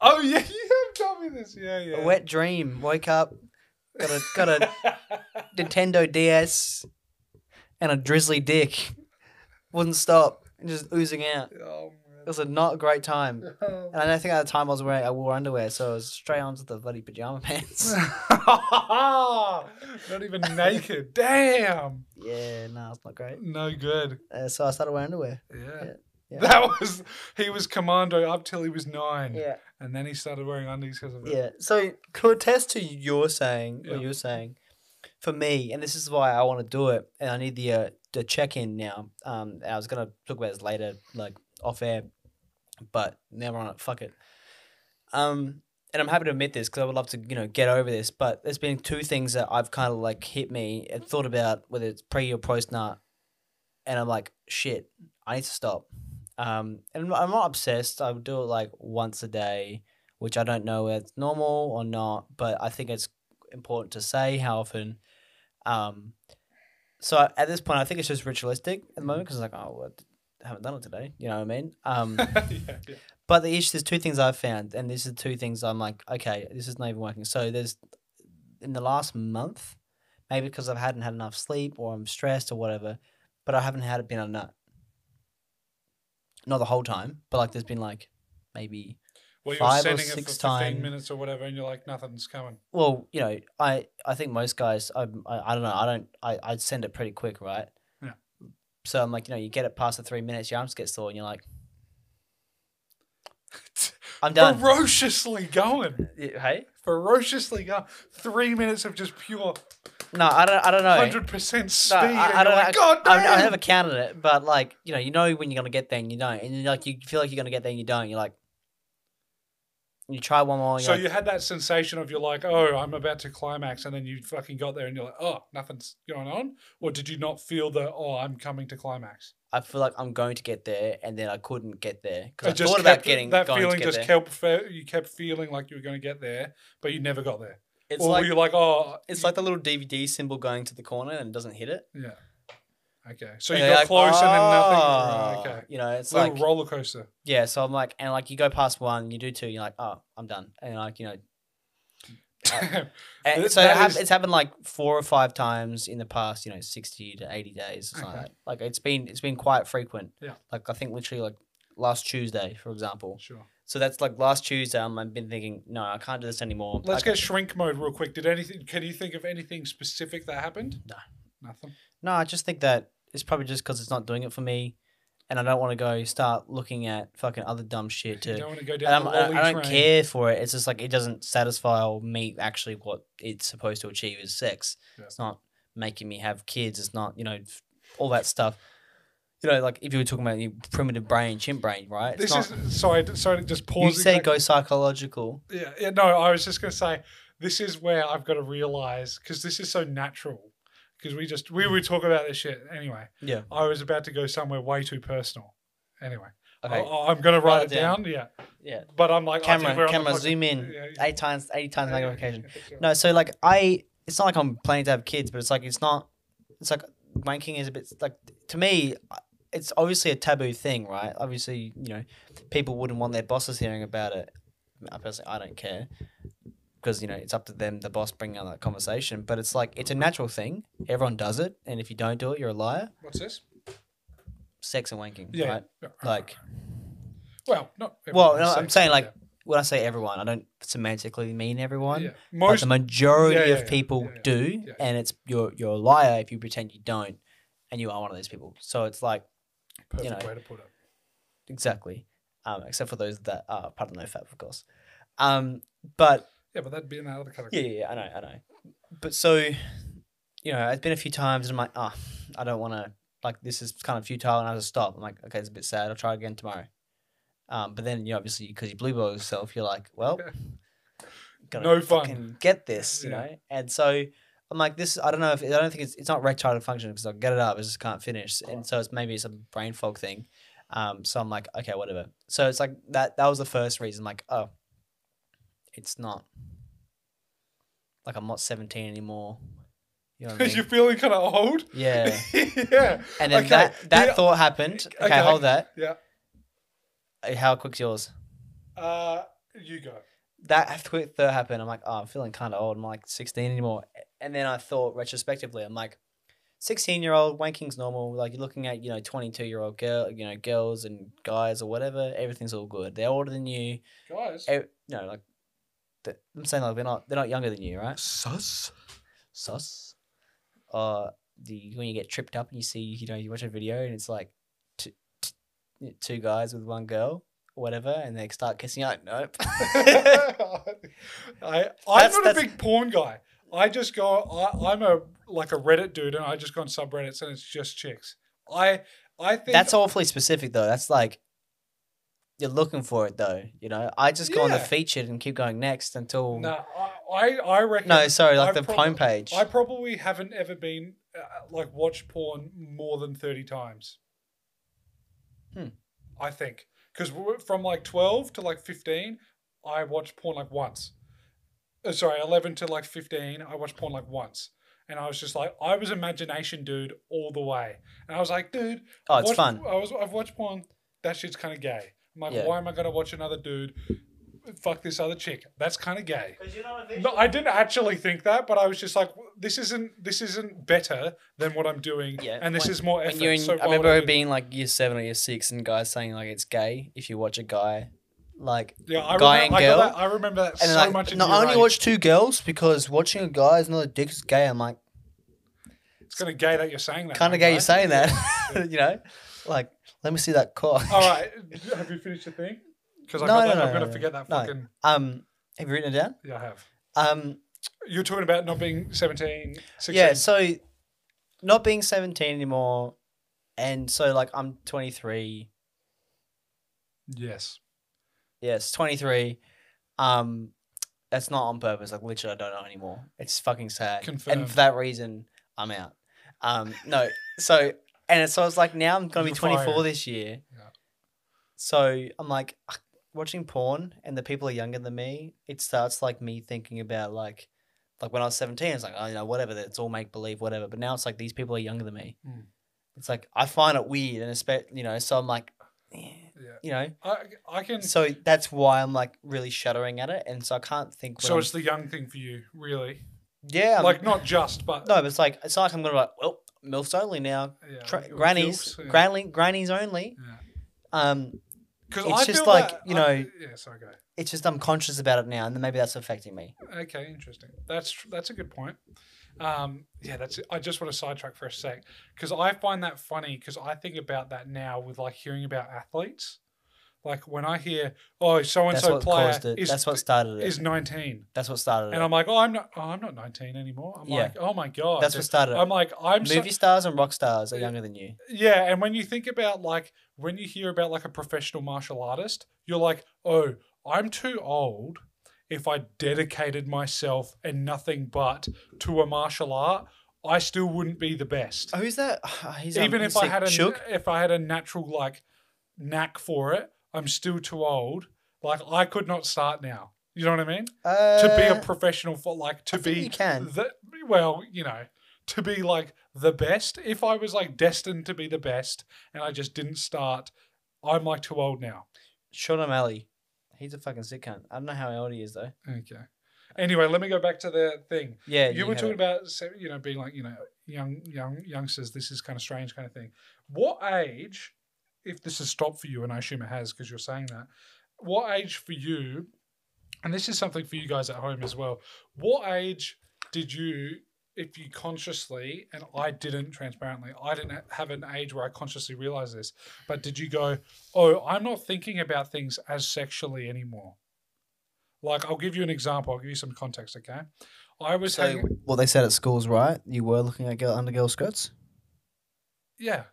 Speaker 2: Oh, yeah, you have told me this. Yeah, yeah.
Speaker 1: A wet dream. Woke up, got a got a Nintendo DS, and a drizzly dick. Wouldn't stop, and just oozing out.
Speaker 2: oh,
Speaker 1: It
Speaker 2: man.
Speaker 1: was a not great time.
Speaker 2: Oh,
Speaker 1: And I think at the time I was wearing, I wore underwear, so I was straight onto the bloody pajama pants.
Speaker 2: Not even naked. Damn.
Speaker 1: yeah, no, it's not great.
Speaker 2: No good.
Speaker 1: Uh, so I started wearing underwear.
Speaker 2: Yeah.
Speaker 1: yeah.
Speaker 2: That was he was commando up till he was nine,
Speaker 1: Yeah,
Speaker 2: and then he started wearing undies because of it.
Speaker 1: yeah. So to attest to your saying,
Speaker 2: Yeah.
Speaker 1: what you're saying, for me, and this is why I want to do it, and I need the uh, the check in now. Um, I was gonna talk about this later, like off air, but now we're on it. Fuck it. Um, and I'm happy to admit this because I would love to, you know, get over this. But there's been two things that I've kind of like hit me and thought about whether it's pre or post nut, and I'm like, shit, I need to stop. Um, and I'm not- I'm not obsessed. I would do it like once a day, which I don't know if it's normal or not, but I think it's important to say how often. Um, so I- at this point, I think it's just ritualistic at the moment because like, oh, well, I haven't done it today. You know what I mean? Um.
Speaker 2: yeah, yeah.
Speaker 1: But the issue, there's two things I've found, and these are two things I'm like, okay, this is not even working. So there's in the last month, maybe because I hadn't had enough sleep or I'm stressed or whatever, but I haven't had it been a nut. Not the whole time, but like there's been like maybe
Speaker 2: Well, you're
Speaker 1: Five or
Speaker 2: sending it for
Speaker 1: six
Speaker 2: 15
Speaker 1: time-
Speaker 2: minutes or whatever, and you're like, nothing's coming.
Speaker 1: well, you know, I I think most guys, I I, I don't know, I don't, I I'd send it pretty quick, right?
Speaker 2: Yeah.
Speaker 1: So I'm like, you know, you get it past the three minutes, your arms get sore, and you're like, I'm done.
Speaker 2: Ferociously going,
Speaker 1: Yeah, Hey,
Speaker 2: ferociously going. Three minutes of just pure
Speaker 1: no, I don't, I don't know.
Speaker 2: hundred percent speed.
Speaker 1: No,
Speaker 2: and you're like,
Speaker 1: act-
Speaker 2: God
Speaker 1: I, I
Speaker 2: damn!"
Speaker 1: never counted it, but like you know, you know when you're gonna get there and you don't, and you're like you feel like you're gonna get there and you don't. You're like, you try one more. And
Speaker 2: So
Speaker 1: you're like,
Speaker 2: you had that sensation of you're like, oh, I'm about to climax, and then you fucking got there, and you're like, oh, nothing's going on, or did you not feel the, oh, I'm coming to climax?
Speaker 1: I feel like I'm going to get there, and then I couldn't get there
Speaker 2: It
Speaker 1: because I
Speaker 2: just
Speaker 1: thought about
Speaker 2: kept-
Speaker 1: getting
Speaker 2: that
Speaker 1: going to
Speaker 2: feeling
Speaker 1: get
Speaker 2: just
Speaker 1: there.
Speaker 2: kept fe- you kept feeling like you were going to get there, but you never got there,
Speaker 1: it's
Speaker 2: or
Speaker 1: like
Speaker 2: were you like, oh,
Speaker 1: it's like the little DVD symbol going to the corner and it doesn't hit it.
Speaker 2: yeah, okay, so you
Speaker 1: And
Speaker 2: got
Speaker 1: you're like,
Speaker 2: close and then nothing,
Speaker 1: "Oh,"
Speaker 2: Right, okay,
Speaker 1: You know, it's
Speaker 2: little
Speaker 1: like
Speaker 2: roller coaster.
Speaker 1: yeah. So I'm like, and like you go past one, you do two, you're like, oh, I'm done, and like you know, Ah. And
Speaker 2: Th-
Speaker 1: so it
Speaker 2: that
Speaker 1: hap-
Speaker 2: is-
Speaker 1: it's happened like four or five times in the past, you know, sixty to eighty days, something
Speaker 2: Okay.
Speaker 1: like that. Like it's been it's been quite frequent.
Speaker 2: Yeah.
Speaker 1: Like I think literally like last Tuesday, for example.
Speaker 2: sure.
Speaker 1: So that's like last Tuesday. Um, I've been thinking, no, I can't do this anymore.
Speaker 2: Let's
Speaker 1: Like,
Speaker 2: get shrink mode real quick. Did anything? Can you think of anything specific that happened?
Speaker 1: No.
Speaker 2: nothing.
Speaker 1: No, I just think that it's probably just because it's not doing it for me, and I don't want to go start looking at fucking other dumb shit
Speaker 2: You
Speaker 1: to.
Speaker 2: don't want to go
Speaker 1: And
Speaker 2: down
Speaker 1: I'm,
Speaker 2: the
Speaker 1: I,
Speaker 2: lolly
Speaker 1: I don't
Speaker 2: train.
Speaker 1: care for it. It's just like it doesn't satisfy or meet actually what it's supposed to achieve is sex.
Speaker 2: Yeah.
Speaker 1: It's not making me have kids. It's not you know f- all that stuff. You know, like if you were talking about your primitive brain, chimp brain, right? It's
Speaker 2: This
Speaker 1: not,
Speaker 2: is sorry. d- Sorry, to just
Speaker 1: you
Speaker 2: pause.
Speaker 1: say
Speaker 2: exact-
Speaker 1: go psychological.
Speaker 2: Yeah, yeah, no, I was just gonna say this is where I've got to realize because this is so natural. Because we just we would talk about this shit anyway.
Speaker 1: Yeah.
Speaker 2: I was about to go somewhere way too personal. Anyway,
Speaker 1: Okay.
Speaker 2: I, am gonna write,
Speaker 1: Write
Speaker 2: it
Speaker 1: it down.
Speaker 2: down. Yeah,
Speaker 1: Yeah.
Speaker 2: but I'm like Oh, I think
Speaker 1: Camera,
Speaker 2: we're on the
Speaker 1: camera,
Speaker 2: podcast.
Speaker 1: zoom in.
Speaker 2: Yeah,
Speaker 1: Eight times, eighty times
Speaker 2: yeah, yeah,
Speaker 1: magnification.
Speaker 2: yeah, sure.
Speaker 1: No, so like I, it's not like I'm planning to have kids, but it's like it's not. It's like wanking is a bit like to me. It's obviously a taboo thing, right? Obviously, you know, people wouldn't want their bosses hearing about it. I personally, I don't care because you know it's up to them, the boss bringing on that conversation. But it's like it's a natural thing. Everyone does it, and if you don't do it, you're a liar.
Speaker 2: What's this?
Speaker 1: Sex and wanking,
Speaker 2: Yeah.
Speaker 1: right?
Speaker 2: yeah.
Speaker 1: Like,
Speaker 2: well, not
Speaker 1: well,
Speaker 2: everyone
Speaker 1: no,
Speaker 2: says
Speaker 1: I'm
Speaker 2: it,
Speaker 1: saying like
Speaker 2: yeah.
Speaker 1: when I say everyone, I don't semantically mean everyone.
Speaker 2: Yeah.
Speaker 1: but
Speaker 2: most
Speaker 1: the majority
Speaker 2: yeah, yeah,
Speaker 1: of people
Speaker 2: yeah, yeah,
Speaker 1: do,
Speaker 2: yeah.
Speaker 1: and it's you're you're a liar if you pretend you don't, and you are one of those people. So it's like
Speaker 2: perfect
Speaker 1: know.
Speaker 2: way to put it.
Speaker 1: exactly, um, except for those that are part of no fab, of course. Um, but
Speaker 2: Yeah, but that'd be in that other category.
Speaker 1: yeah, yeah, yeah, I know, I know. But so, you know, it's been a few times, and I'm like, ah, I don't want to. Like this is kind of futile, and I just stop. I'm like, okay, it's a bit sad. I'll try again tomorrow. Um, but then you know, obviously because you blue ball yourself, you're like, well, gotta
Speaker 2: No fun.
Speaker 1: fucking get this, you
Speaker 2: Yeah.
Speaker 1: know. And so I'm like, this. I don't know if I don't think it's it's not retarded function because I get it up, I just can't finish. And so it's maybe it's a brain fog thing. Um, so I'm like, okay, whatever. So it's like that. That was the first reason. Like, oh, it's not like I'm not 17 anymore. You know what I
Speaker 2: You're
Speaker 1: mean?
Speaker 2: feeling kind of old.
Speaker 1: yeah.
Speaker 2: yeah.
Speaker 1: And then
Speaker 2: Okay,
Speaker 1: that that
Speaker 2: yeah,
Speaker 1: thought happened. Okay,
Speaker 2: okay,
Speaker 1: hold that.
Speaker 2: Yeah.
Speaker 1: Uh, How quick's yours?
Speaker 2: Uh, you go.
Speaker 1: that th- thought happened. I'm like, oh, I'm feeling kind of old. I'm like 16 anymore. And then I thought retrospectively, I'm like, 16 year old wanking's normal. Like you're looking at you know 22 year old girl, you know girls and guys or whatever. Everything's all good. They're older than you.
Speaker 2: Guys.
Speaker 1: E- you know, like th- I'm saying, like they're not they're not younger than you, right?
Speaker 2: Sus.
Speaker 1: Sus. Uh, the when you get tripped up and you see you know you watch a video and it's like two, t- two guys with one girl or whatever and they start kissing you're like nope
Speaker 2: I, I'm not a
Speaker 1: that's-
Speaker 2: big porn guy. I just go. I, I'm a like a Reddit dude, and I just go on subreddits, and it's just chicks. I I think
Speaker 1: that's awfully specific though that's like you're looking for it though you know I just go on the
Speaker 2: Yeah.
Speaker 1: featured and keep going next until
Speaker 2: No, I I reckon.
Speaker 1: no sorry like
Speaker 2: I
Speaker 1: the
Speaker 2: probably-
Speaker 1: homepage
Speaker 2: I probably haven't ever been uh, like watched porn more than thirty times.
Speaker 1: Hmm.
Speaker 2: I think because from like twelve to like fifteen, I watched porn like once. Uh, Sorry, eleven to like fifteen, I watched porn like once, and I was just like, I was imagination dude all the way, and I was like, dude,
Speaker 1: oh it's
Speaker 2: watched-
Speaker 1: fun
Speaker 2: I was I've watched porn. That shit's kind of gay. I'm like,
Speaker 1: Yeah.
Speaker 2: why am I gonna watch another dude? Fuck this other chick. That's kind of gay.
Speaker 3: Because you know what?
Speaker 2: No, I didn't actually think that, but I was just like, this isn't this isn't better than what I'm doing,
Speaker 1: Yeah,
Speaker 2: and this
Speaker 1: when-
Speaker 2: is more effort.
Speaker 1: And you're in,
Speaker 2: so
Speaker 1: I
Speaker 2: why would
Speaker 1: remember it
Speaker 2: do-
Speaker 1: being like year seven or year six, and guys saying like it's gay if you watch a guy, like,
Speaker 2: yeah, I
Speaker 1: guy
Speaker 2: remember,
Speaker 1: and
Speaker 2: I got
Speaker 1: girl,
Speaker 2: that- I remember that
Speaker 1: and
Speaker 2: so
Speaker 1: then
Speaker 2: much.
Speaker 1: like
Speaker 2: in
Speaker 1: not
Speaker 2: year
Speaker 1: only
Speaker 2: eight.
Speaker 1: watch two girls because watching a guy is not a dick is gay. I'm like
Speaker 2: It's kind of gay that you're saying that.
Speaker 1: kind
Speaker 2: mate,
Speaker 1: of gay you
Speaker 2: right?
Speaker 1: saying that, you know, like let me see that cock.
Speaker 2: All right, have you finished your thing? Because
Speaker 1: No,
Speaker 2: got
Speaker 1: no,
Speaker 2: that.
Speaker 1: no,
Speaker 2: I'm gonna
Speaker 1: no,
Speaker 2: forget that
Speaker 1: no.
Speaker 2: fucking.
Speaker 1: Um, have you written it down?
Speaker 2: Yeah, I have.
Speaker 1: Um,
Speaker 2: You're talking about not being 17, 16.
Speaker 1: yeah. So not being seventeen anymore, and so like I'm twenty three.
Speaker 2: Yes.
Speaker 1: Yes, 23. Um, that's not on purpose. Like literally, I don't know anymore. It's fucking sad. And
Speaker 2: Confirmed.
Speaker 1: for that reason, I'm out. Um, no. So and so I was like, now I'm gonna
Speaker 2: You're
Speaker 1: be 24
Speaker 2: fired.
Speaker 1: this year.
Speaker 2: Yeah.
Speaker 1: So I'm like "Ugh, watching porn, and the people are younger than me. It starts like me thinking about like. Like when I was 17, it's like, oh, you know, whatever, it's all make believe, whatever. But now it's like these people are younger than me.
Speaker 2: Mm.
Speaker 1: It's like, I find it weird. And, espe- you know, so I'm like, eh,
Speaker 2: Yeah.
Speaker 1: you know,
Speaker 2: I I can. So,
Speaker 1: so that's why I'm like really shuddering at it, and so I can't think. When I'm-
Speaker 2: it's the young thing for you, really.
Speaker 1: yeah, I'm-
Speaker 2: like not just, but
Speaker 1: no, but it's like it's not like I'm gonna be like, well, milfs only now,
Speaker 2: yeah,
Speaker 1: Tra-
Speaker 2: or
Speaker 1: grannies,
Speaker 2: guilt, yeah.
Speaker 1: granny, grannies only.
Speaker 2: Yeah.
Speaker 1: Um,
Speaker 2: 'Cause
Speaker 1: It's
Speaker 2: I
Speaker 1: just
Speaker 2: feel
Speaker 1: like,
Speaker 2: that-
Speaker 1: you
Speaker 2: I-
Speaker 1: know-
Speaker 2: yeah, sorry, go. ahead.
Speaker 1: it's just I'm conscious about it now, and then maybe that's affecting me.
Speaker 2: Okay, interesting. That's tr- that's a good point. Um, yeah, that's. I just want to sidetrack for a sec because I find that funny because I think about that now with like hearing about athletes, like when I hear oh so and
Speaker 1: That's
Speaker 2: so
Speaker 1: what
Speaker 2: player
Speaker 1: caused it.
Speaker 2: is
Speaker 1: that's what started it.
Speaker 2: is nineteen,
Speaker 1: that's what started
Speaker 2: and
Speaker 1: it.
Speaker 2: I'm like oh I'm not oh, I'm not nineteen anymore. I'm
Speaker 1: Yeah.
Speaker 2: like oh my god,
Speaker 1: That's what started it.
Speaker 2: I'm like I'm so,
Speaker 1: Movie stars and rock stars are
Speaker 2: Yeah.
Speaker 1: younger than you.
Speaker 2: Yeah, and when you think about like when you hear about like a professional martial artist, you're like, "Oh, I'm too old if I dedicated myself and nothing but to a martial art, I still wouldn't be the best."
Speaker 1: Who's that? Uh, Oh, He's
Speaker 2: Even if I had a
Speaker 1: shook.
Speaker 2: if I had a natural like knack for it, I'm still too old. Like I could not start now. You know what I mean? to be a professional for like to
Speaker 1: Uh, I think
Speaker 2: be
Speaker 1: you can.
Speaker 2: the, well you know to be like the best if i was like destined to be the best and i just didn't start i'm like too old now
Speaker 1: Sean O'Malley. He's a fucking sick cunt. I don't know how old he is though.
Speaker 2: okay anyway let me go back to the thing
Speaker 1: Yeah,
Speaker 2: you were
Speaker 1: had
Speaker 2: talking
Speaker 1: it.
Speaker 2: about se- you know being like you know young young youngsters this is kind of strange kind of thing what age if this has stopped for you and i assume it has because you're saying that what age for you and this is something for you guys at home as well what age did you if you consciously and i didn't transparently i didn't ha- have an age where i consciously realized this but did you go oh i'm not thinking about things as sexually anymore like i'll give you an example i'll give you some context okay i was
Speaker 1: So,
Speaker 2: hanging-
Speaker 1: what they said at school's right. You were looking at girl under girl skirts.
Speaker 2: Yeah.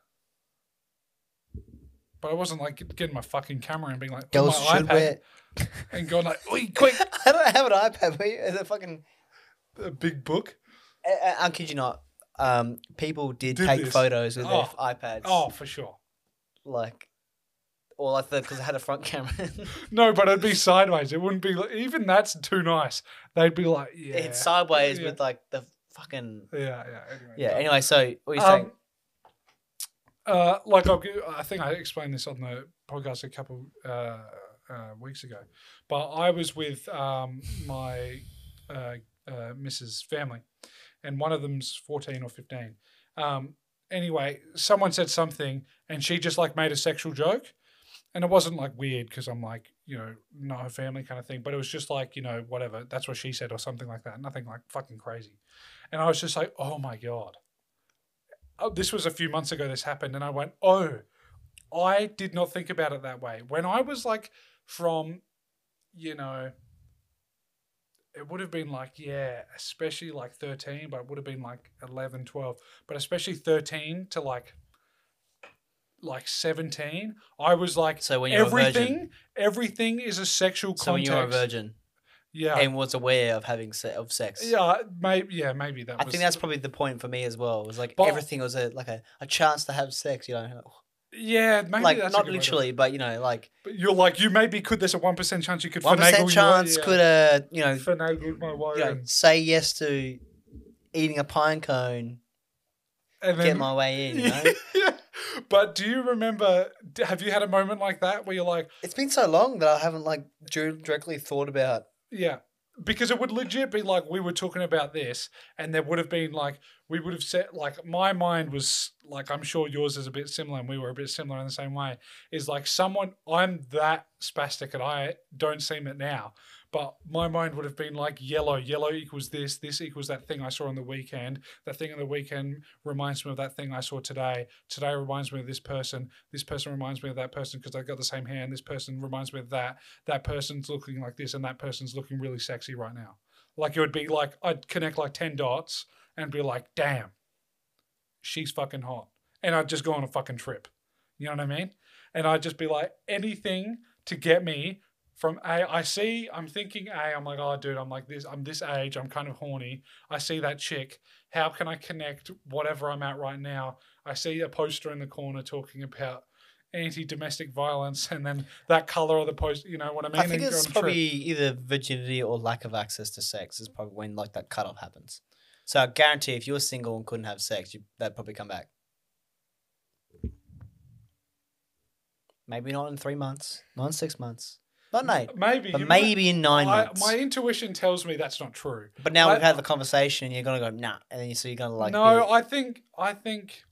Speaker 2: But I wasn't like getting my fucking camera and being like, on
Speaker 1: Girls
Speaker 2: my
Speaker 1: should
Speaker 2: iPad
Speaker 1: wear.
Speaker 2: and going like, oi, quick,
Speaker 1: I don't have an iPad. But it's a fucking.
Speaker 2: a big book.
Speaker 1: I, I, I kid you not. Um, people did,
Speaker 2: Did
Speaker 1: take
Speaker 2: this.
Speaker 1: photos with
Speaker 2: Oh.
Speaker 1: their iPads.
Speaker 2: Oh, for sure.
Speaker 1: like, or like the because I had a front camera.
Speaker 2: No, but it'd be sideways. It wouldn't be like, even that's too nice. They'd be like, yeah.
Speaker 1: It's sideways
Speaker 2: Yeah.
Speaker 1: with like the fucking.
Speaker 2: yeah, yeah. Anyway,
Speaker 1: Yeah.
Speaker 2: no.
Speaker 1: Anyway, so what are you saying?
Speaker 2: Um, uh, like I'll, gi- I think I explained this on the podcast a couple uh, uh, weeks ago, but I was with um, my uh, uh, Mrs. family, and one of them's fourteen or fifteen. Um, anyway, someone said something, and she just like made a sexual joke, and it wasn't like weird because I'm like you know not her family kind of thing, but it was just like you know whatever that's what she said or something like that, nothing like fucking crazy, and I was just like oh my god oh, this was a few months ago this happened and I went, "Oh, I did not think about it that way." When I was like from you know it would have been like yeah, especially like 13, but it would have been like 11, 12, but especially 13 to like like 17, I was like
Speaker 1: So when you're a virgin,
Speaker 2: everything everything is a sexual
Speaker 1: so when
Speaker 2: context.
Speaker 1: you're a virgin
Speaker 2: yeah.
Speaker 1: and was aware of having se- of sex.
Speaker 2: yeah, maybe yeah, maybe that
Speaker 1: I
Speaker 2: was
Speaker 1: think that's probably the point for me as well. It was like
Speaker 2: But-
Speaker 1: everything was a like a, a chance to have sex, you know.
Speaker 2: yeah, maybe
Speaker 1: like
Speaker 2: that's a
Speaker 1: not
Speaker 2: good way to-
Speaker 1: literally, but you know, like
Speaker 2: But you're like, you maybe could. There's a one percent chance you could
Speaker 1: one
Speaker 2: finagle
Speaker 1: percent chance
Speaker 2: your,
Speaker 1: could uh you know,
Speaker 2: yeah, finagle my way,
Speaker 1: you know
Speaker 2: in.
Speaker 1: say yes to eating a pine cone,
Speaker 2: and
Speaker 1: get my way in. You know,
Speaker 2: Yeah. But do you remember? d- Have you had a moment like that where you're like,
Speaker 1: it's been so long that I haven't like dir- directly thought about.
Speaker 2: yeah? Because it would legit be like we were talking about this, and there would have been like we would have said like my mind was like I'm sure yours is a bit similar, and we were a bit similar in the same way. Is like someone I'm that spastic, and I don't seem it now. But my mind would have been like yellow, yellow equals this, this equals that thing I saw on the weekend. That thing on the weekend reminds me of that thing I saw today. Today reminds me of this person. This person reminds me of that person because they've got the same hand. This person reminds me of that. That person's looking like this and that person's looking really sexy right now. Like it would be like I'd connect like 10 dots and be like, damn, she's fucking hot. And I'd just go on a fucking trip. You know what I mean? And I'd just be like, anything to get me from A, I see, I'm thinking A, I'm like, oh, dude, I'm like this, I'm this age, I'm kind of horny. I see that chick. How can I connect whatever I'm at right now? I see a poster in the corner talking about anti domestic violence and then that color of the poster, you know what I mean?
Speaker 1: I think
Speaker 2: And go
Speaker 1: it's
Speaker 2: on a trip.
Speaker 1: probably either virginity or lack of access to sex is probably when like that cutoff happens. So I guarantee if you're single and couldn't have sex, you, that'd probably come back. Maybe not in three months, not in six months, not in eight,
Speaker 2: Maybe.
Speaker 1: but
Speaker 2: you might-
Speaker 1: maybe in nine
Speaker 2: I-
Speaker 1: months.
Speaker 2: my intuition tells me that's not true.
Speaker 1: but now
Speaker 2: I-
Speaker 1: we've had the conversation, and you're gonna go nah, and then you so you're gonna like
Speaker 2: no,
Speaker 1: be-
Speaker 2: I think I think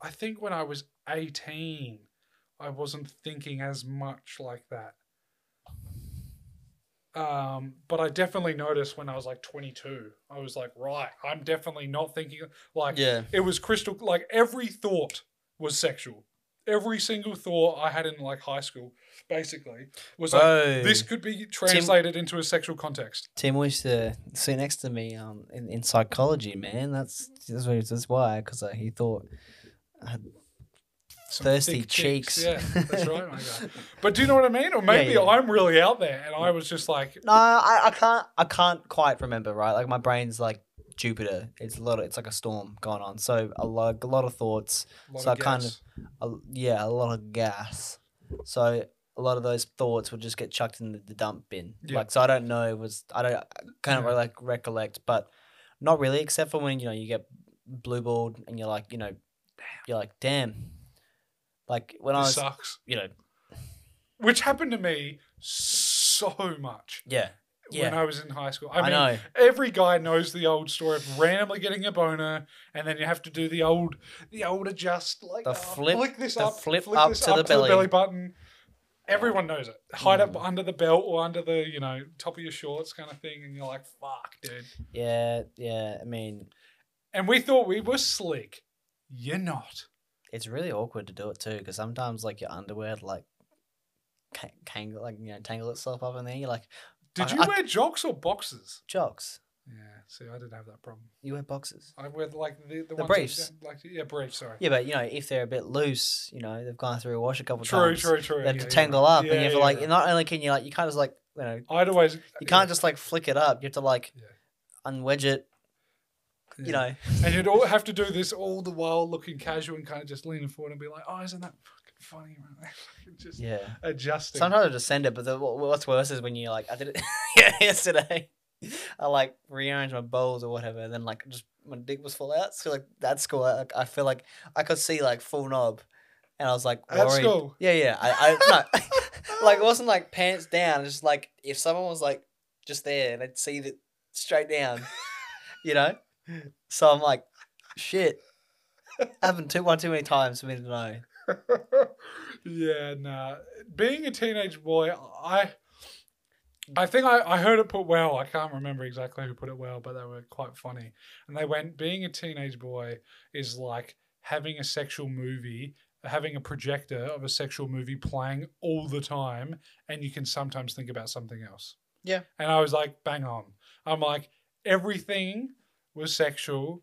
Speaker 2: I think when I was 18, I wasn't thinking as much like that. Um, but I definitely noticed when I was like 22, I was like, right, I'm definitely not thinking like
Speaker 1: yeah.
Speaker 2: it was crystal like every thought was sexual. Every single thought I had in like high school, basically, was like
Speaker 1: Bro,
Speaker 2: this could be translated into a sexual context.
Speaker 1: Tim used to sit next to me um, in, in psychology, man. That's that's, why- that's why, because uh, he thought I had
Speaker 2: Some
Speaker 1: thirsty
Speaker 2: thick
Speaker 1: cheeks.
Speaker 2: Yeah, that's right, my guy. But do you know what I mean? Or maybe
Speaker 1: yeah.
Speaker 2: I'm really out there, and I was just like,
Speaker 1: No, I, I can't I can't quite remember, right? Like my brain's like Jupiter. It's a lot. Of, it's like a storm going on. So a lot, a lot of thoughts.
Speaker 2: lot
Speaker 1: So
Speaker 2: of
Speaker 1: I kind
Speaker 2: gas.
Speaker 1: A, yeah, a lot of gas. So a lot of those thoughts would just get chucked in the, the dump bin.
Speaker 2: Yeah.
Speaker 1: Like so, I don't know. It was I don't I can't
Speaker 2: Yeah.
Speaker 1: like recollect, but not really, except for when you know you get blue balled and you're like you know you're like damn, like when I
Speaker 2: this
Speaker 1: was
Speaker 2: sucks,
Speaker 1: you know
Speaker 2: which happened to me so much
Speaker 1: yeah
Speaker 2: when
Speaker 1: yeah
Speaker 2: I was in high school. I,
Speaker 1: I,
Speaker 2: mean,
Speaker 1: know
Speaker 2: every guy knows the old story of randomly getting a boner, and then you have to do the old, the old adjust like
Speaker 1: The
Speaker 2: uh,
Speaker 1: flip-
Speaker 2: flick this
Speaker 1: the
Speaker 2: up,
Speaker 1: flip
Speaker 2: flick
Speaker 1: up
Speaker 2: this
Speaker 1: to the belly.
Speaker 2: button. Everyone knows it. Hide up
Speaker 1: Mm.
Speaker 2: under the belt or under the you know top of your shorts kind of thing, and you're like, fuck, dude.
Speaker 1: yeah yeah. I mean
Speaker 2: And we thought we were slick. You're not.
Speaker 1: it's really awkward to do it too because sometimes like your underwear like can- tangle like you know tangle itself up in there. You're like
Speaker 2: Did
Speaker 1: I-
Speaker 2: you
Speaker 1: I-
Speaker 2: wear jocks or boxes?
Speaker 1: jocks.
Speaker 2: Yeah. See, I didn't have that problem.
Speaker 1: You wear boxers.
Speaker 2: I wear like the the,
Speaker 1: The
Speaker 2: ones that-
Speaker 1: briefs.
Speaker 2: Like yeah, briefs. Sorry.
Speaker 1: Yeah, but you know if they're a bit loose, you know they've gone through a wash a couple
Speaker 2: true,
Speaker 1: times.
Speaker 2: true, true.
Speaker 1: They have
Speaker 2: yeah,
Speaker 1: to
Speaker 2: yeah.
Speaker 1: tangle up,
Speaker 2: Yeah,
Speaker 1: and you have to
Speaker 2: yeah,
Speaker 1: like.
Speaker 2: yeah.
Speaker 1: Not only can you like, you can't just like you know
Speaker 2: I'd always.
Speaker 1: you can't just like flick it up. You have to like unwedge it. You know.
Speaker 2: And you'd all have to do this all the while looking casual and kind of just leaning forward and be like, "Oh, isn't that fucking funny?" Man? just
Speaker 1: Yeah.
Speaker 2: adjusting.
Speaker 1: Sometimes I just send it, but the, wh- what's worse is when you like I did it yesterday. I like rearranged my bowls or whatever, and then like just my dick was full out. So like at school, I, like, I feel like I could see like full knob, and I was like
Speaker 2: At
Speaker 1: worried.
Speaker 2: school?
Speaker 1: Yeah, yeah. I, I no, like it wasn't like pants down. It's just like if someone was like just there, they'd see that straight down, you know. So I'm like, shit. Happened too one too many times for me to know.
Speaker 2: yeah, nah. Being a teenage boy, I I think I, I heard it put well. I can't remember exactly who put it well, but they were quite funny. And they went, being a teenage boy is like having a sexual movie, having a projector of a sexual movie playing all the time, and you can sometimes think about something else.
Speaker 1: Yeah.
Speaker 2: And I was like, bang on. I'm like, everything was sexual,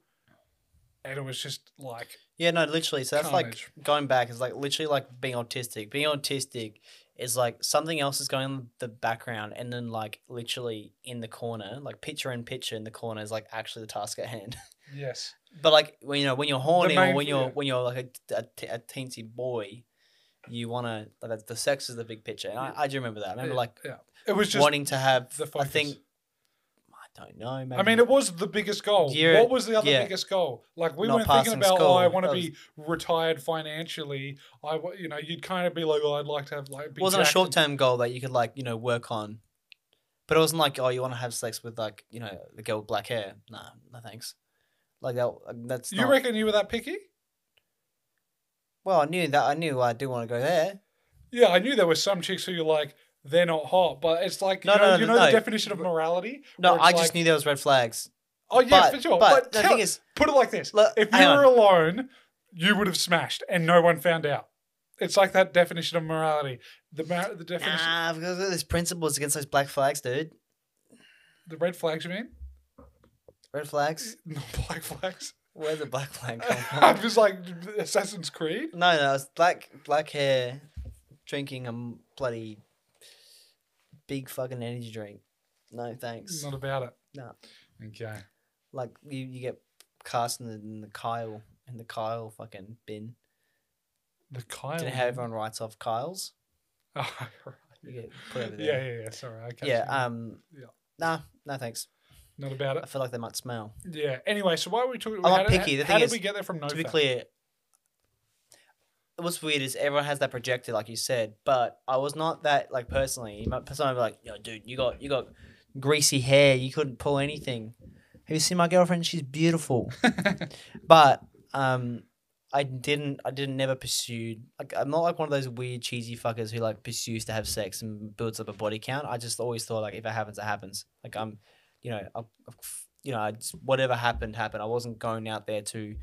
Speaker 2: and it was just like
Speaker 1: Yeah, no, literally. So that's
Speaker 2: Carnage.
Speaker 1: like going back is like literally like being autistic. Being autistic is like something else is going on in the background, and then like literally in the corner, like picture in picture in the corner is like actually the task at hand.
Speaker 2: yes,
Speaker 1: but like when you know when you're horny
Speaker 2: main-
Speaker 1: or when you're
Speaker 2: yeah.
Speaker 1: when you're like a, a, te- a teensy boy, you wanna like the sex is the big picture. And I, I do remember that. I remember
Speaker 2: Yeah,
Speaker 1: like
Speaker 2: yeah. It was just
Speaker 1: wanting to have
Speaker 2: the
Speaker 1: I
Speaker 2: focus.
Speaker 1: think I don't know. Maybe
Speaker 2: I mean, it was the biggest goal.
Speaker 1: Yeah,
Speaker 2: what was the other
Speaker 1: yeah.
Speaker 2: biggest goal? Like we
Speaker 1: Not
Speaker 2: weren't thinking
Speaker 1: passing
Speaker 2: about, oh,
Speaker 1: school.
Speaker 2: I want to
Speaker 1: That
Speaker 2: be retired financially. I, wa- you know, you'd kind of be like, oh, I'd like to have like. Be
Speaker 1: wasn't a
Speaker 2: jacked
Speaker 1: short
Speaker 2: and-
Speaker 1: term goal that you could like you know work on, but it wasn't like oh you want to have sex with like you know the girl with black hair. Nah, no thanks. Like that. That's
Speaker 2: You
Speaker 1: not-
Speaker 2: reckon you were that picky?
Speaker 1: Well, I knew that. I knew I did want to go there.
Speaker 2: Yeah, I knew there were some chicks who like they're not hot, but it's like
Speaker 1: No,
Speaker 2: you know,
Speaker 1: no,
Speaker 2: you
Speaker 1: no,
Speaker 2: know the
Speaker 1: no.
Speaker 2: definition of morality.
Speaker 1: No,
Speaker 2: Where
Speaker 1: I
Speaker 2: it's
Speaker 1: just
Speaker 2: like,
Speaker 1: knew there was red flags.
Speaker 2: Oh yeah,
Speaker 1: but,
Speaker 2: for sure.
Speaker 1: But, the
Speaker 2: tell-
Speaker 1: thing is,
Speaker 2: put it like this:
Speaker 1: Look,
Speaker 2: if you
Speaker 1: hang
Speaker 2: were
Speaker 1: on.
Speaker 2: alone, you would have smashed, and no one found out. It's like that definition of morality. The mar- the definition,
Speaker 1: nah, because of this principle is against those black flags, dude.
Speaker 2: the red flags. You mean?
Speaker 1: Red flags.
Speaker 2: Not black flags.
Speaker 1: Where's the black flag come
Speaker 2: I
Speaker 1: from?
Speaker 2: was like Assassin's Creed.
Speaker 1: no, no, it's black black hair, drinking a m- bloody big fucking energy drink. No thanks.
Speaker 2: Not about it.
Speaker 1: No.
Speaker 2: Okay.
Speaker 1: like you, you get cast in the, in the Kyle in the Kyle fucking bin.
Speaker 2: The Kyle.
Speaker 1: Do you know how everyone writes off Kyles?
Speaker 2: Oh, right.
Speaker 1: You get put over
Speaker 2: Yeah,
Speaker 1: there.
Speaker 2: yeah, yeah. Sorry.
Speaker 1: um,
Speaker 2: Okay.
Speaker 1: yeah. Um.
Speaker 2: Yeah.
Speaker 1: Nah, no thanks.
Speaker 2: Not about
Speaker 1: I
Speaker 2: it.
Speaker 1: feel like they might smell.
Speaker 2: Yeah. Anyway, so why are we talking?
Speaker 1: I'm not
Speaker 2: how did-
Speaker 1: picky. The
Speaker 2: how
Speaker 1: thing
Speaker 2: did
Speaker 1: is,
Speaker 2: we get there from no?
Speaker 1: to be
Speaker 2: fat?
Speaker 1: clear, what's weird is everyone has that projector, like you said, but I was not that like personally. My person would be like, yo, dude, you got you got greasy hair, you couldn't pull anything. Have you seen my girlfriend? She's beautiful. but um I didn't I didn't never pursued like I'm not like one of those weird cheesy fuckers who like pursues to have sex and builds up a body count. I just always thought like if it happens, it happens. Like I'm you know, I, you know, I just, whatever happened happened. I wasn't going out there to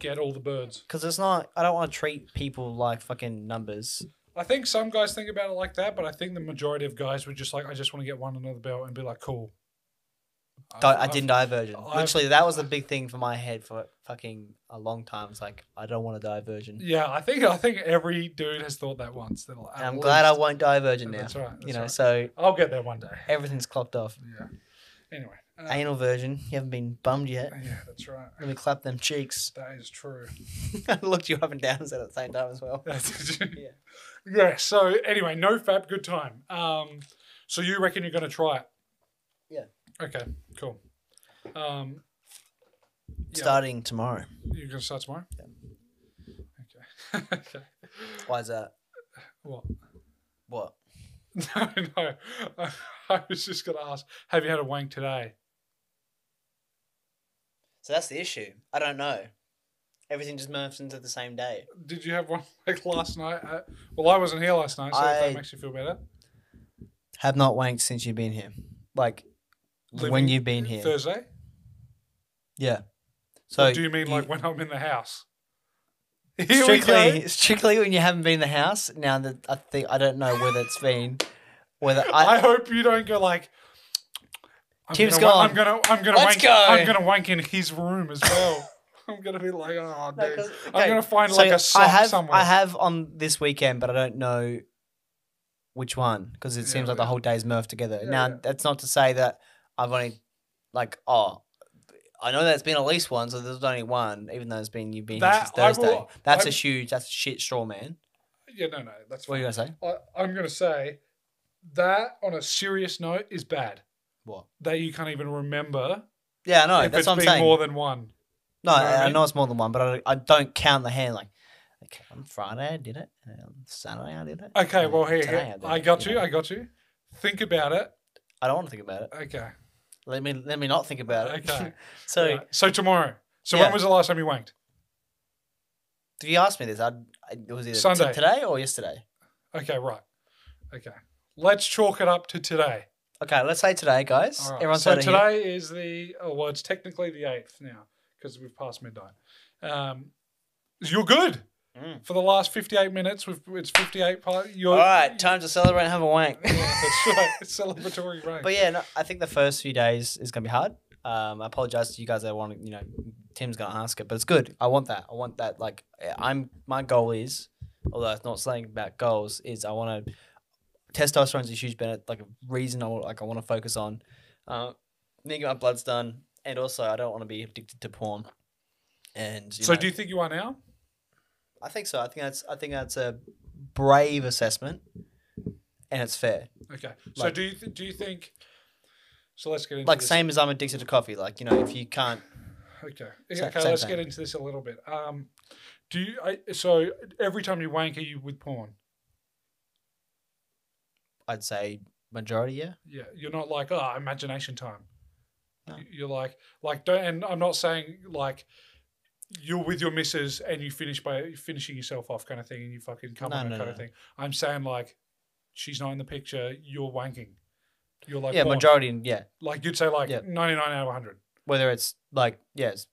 Speaker 2: Get all the birds.
Speaker 1: because it's not. I don't want to treat people like fucking numbers.
Speaker 2: I think some guys think about it like that, but I think the majority of guys were just like, I just want to get one another belt and be like, cool.
Speaker 1: Di- I didn't divergent.
Speaker 2: I've-
Speaker 1: Literally, that was a big thing for my head for fucking a long time. It's like I don't want to divergent.
Speaker 2: Yeah, I think I think every dude has thought that once. They're like,
Speaker 1: And
Speaker 2: "At
Speaker 1: I'm glad I
Speaker 2: least."
Speaker 1: won't divergent now.
Speaker 2: That's right. That's
Speaker 1: you know,
Speaker 2: right.
Speaker 1: so
Speaker 2: I'll get there one day.
Speaker 1: everything's clocked off.
Speaker 2: Yeah. Anyway. uh,
Speaker 1: Anal version. You haven't been bummed yet.
Speaker 2: yeah, that's right.
Speaker 1: Let me clap them cheeks.
Speaker 2: That is true.
Speaker 1: I looked you up and down and said at the same time as well.
Speaker 2: That's
Speaker 1: Yeah.
Speaker 2: Yeah. So anyway, no fab, good time. Um, so you reckon you're gonna try it?
Speaker 1: Yeah.
Speaker 2: Okay. Cool. Um, yeah,
Speaker 1: Starting tomorrow.
Speaker 2: You're gonna start tomorrow. Okay. okay.
Speaker 1: Why is that?
Speaker 2: What?
Speaker 1: What?
Speaker 2: No, no. I, I was just gonna ask. Have you had a wank today?
Speaker 1: So that's the issue. I don't know. Everything just morphs into the same day.
Speaker 2: Did you have one like last night? Uh, well, I wasn't here last night, so if
Speaker 1: I-
Speaker 2: that makes you feel better.
Speaker 1: Have not wanked since you've been here. Like when
Speaker 2: Living
Speaker 1: you've been here.
Speaker 2: Thursday.
Speaker 1: Yeah.
Speaker 2: So do you mean like when I'm in the house? Here we
Speaker 1: strictly
Speaker 2: go.
Speaker 1: strictly when you haven't been in the house? Now that I think I don't know whether it's been whether
Speaker 2: I,
Speaker 1: I
Speaker 2: hope you don't go like. I'm
Speaker 1: Tim's
Speaker 2: gonna,
Speaker 1: gone.
Speaker 2: wa- I'm gonna. I'm gonna.
Speaker 1: Let's
Speaker 2: wank,
Speaker 1: go.
Speaker 2: I'm gonna wank in his room as well. I'm gonna be like, oh,
Speaker 1: No,
Speaker 2: dude.
Speaker 1: 'cause-
Speaker 2: I'm
Speaker 1: okay,
Speaker 2: gonna find
Speaker 1: so
Speaker 2: like a sock
Speaker 1: I have
Speaker 2: somewhere.
Speaker 1: I have on this weekend, but I don't know which one because it
Speaker 2: Yeah,
Speaker 1: seems like the
Speaker 2: yeah.
Speaker 1: whole day's morphed together.
Speaker 2: Yeah,
Speaker 1: now
Speaker 2: yeah.
Speaker 1: that's not to say that I've only like oh. I know there's been at least one, so there's only one, even though it's been you've been
Speaker 2: That- I
Speaker 1: here since Thursday.
Speaker 2: will-
Speaker 1: that's a
Speaker 2: I'm-
Speaker 1: huge, that's a shit straw man.
Speaker 2: yeah, no, no, that's
Speaker 1: What are
Speaker 2: fine.
Speaker 1: you gonna say?
Speaker 2: I, I'm gonna say that on a serious note is bad.
Speaker 1: What?
Speaker 2: That you can't even remember
Speaker 1: Yeah, I know.
Speaker 2: if
Speaker 1: that's
Speaker 2: it's
Speaker 1: what I'm
Speaker 2: been
Speaker 1: saying.
Speaker 2: more than one.
Speaker 1: No,
Speaker 2: You know what I
Speaker 1: I, I
Speaker 2: mean?
Speaker 1: know it's more than one, but I, I don't count the hand. Like, okay, on Friday I did it, and on Saturday I did it.
Speaker 2: Okay,
Speaker 1: and
Speaker 2: well here,
Speaker 1: today
Speaker 2: here.
Speaker 1: did
Speaker 2: I
Speaker 1: it,
Speaker 2: got you.
Speaker 1: know.
Speaker 2: I got you. Think about it.
Speaker 1: I don't want to think about it.
Speaker 2: Okay.
Speaker 1: Let me let me not think about it.
Speaker 2: Okay.
Speaker 1: so,
Speaker 2: Right. So tomorrow. So
Speaker 1: Yeah.
Speaker 2: when was the last time you wanked?
Speaker 1: if you asked me this, I'd, I, it was either t-
Speaker 2: Sunday.
Speaker 1: today or yesterday.
Speaker 2: Okay, right. Okay. Let's chalk it up to today.
Speaker 1: Okay, let's say today, guys.
Speaker 2: All right,
Speaker 1: Everyone's
Speaker 2: so
Speaker 1: heard it here.
Speaker 2: today is the oh, well, it's technically the eighth now because we've passed midnight. Um, you're good
Speaker 1: Mm.
Speaker 2: for the last fifty-eight minutes. We've, it's fifty-eight. Part, you're,
Speaker 1: All right, time to celebrate and have a wank.
Speaker 2: Yeah, that's right. It's celebratory rank.
Speaker 1: But yeah, no, I think the first few days is gonna be hard. Um, I apologize to you guys. I want you know, Tim's gonna ask it, but it's good. I want that. I want that. Like I'm, my goal is, although it's not something about goals, is I want to testosterone's a huge benefit, like a reason I wa- like I want to focus on. Uh, need to get my blood's done, and also I don't want to be addicted to porn. And you
Speaker 2: so
Speaker 1: know,
Speaker 2: do you think you are now?
Speaker 1: I think so. I think that's I think that's a brave assessment, and it's fair.
Speaker 2: Okay. So
Speaker 1: Like-
Speaker 2: do you th- do you think? So let's get into
Speaker 1: like
Speaker 2: this.
Speaker 1: same as I'm addicted to coffee. Like you know, if you can't,
Speaker 2: Okay.
Speaker 1: Sa-
Speaker 2: okay.
Speaker 1: same
Speaker 2: Let's
Speaker 1: thing.
Speaker 2: get into this a little bit. Um, do you? I, so every time you wank, are you with porn?
Speaker 1: I'd say majority. Yeah,
Speaker 2: Yeah. You're not like oh, imagination time.
Speaker 1: No.
Speaker 2: You- You're like like don't. And I'm not saying like you're with your missus and you finish by finishing yourself off kind of thing, and you fucking come
Speaker 1: No,
Speaker 2: on her
Speaker 1: no,
Speaker 2: kind of
Speaker 1: no.
Speaker 2: thing. I'm saying like she's not in the picture. You're wanking. You're like
Speaker 1: yeah,
Speaker 2: porn.
Speaker 1: majority. Yeah,
Speaker 2: like you'd say like
Speaker 1: Yeah.
Speaker 2: 99 out of 100.
Speaker 1: whether it's like yeah, it's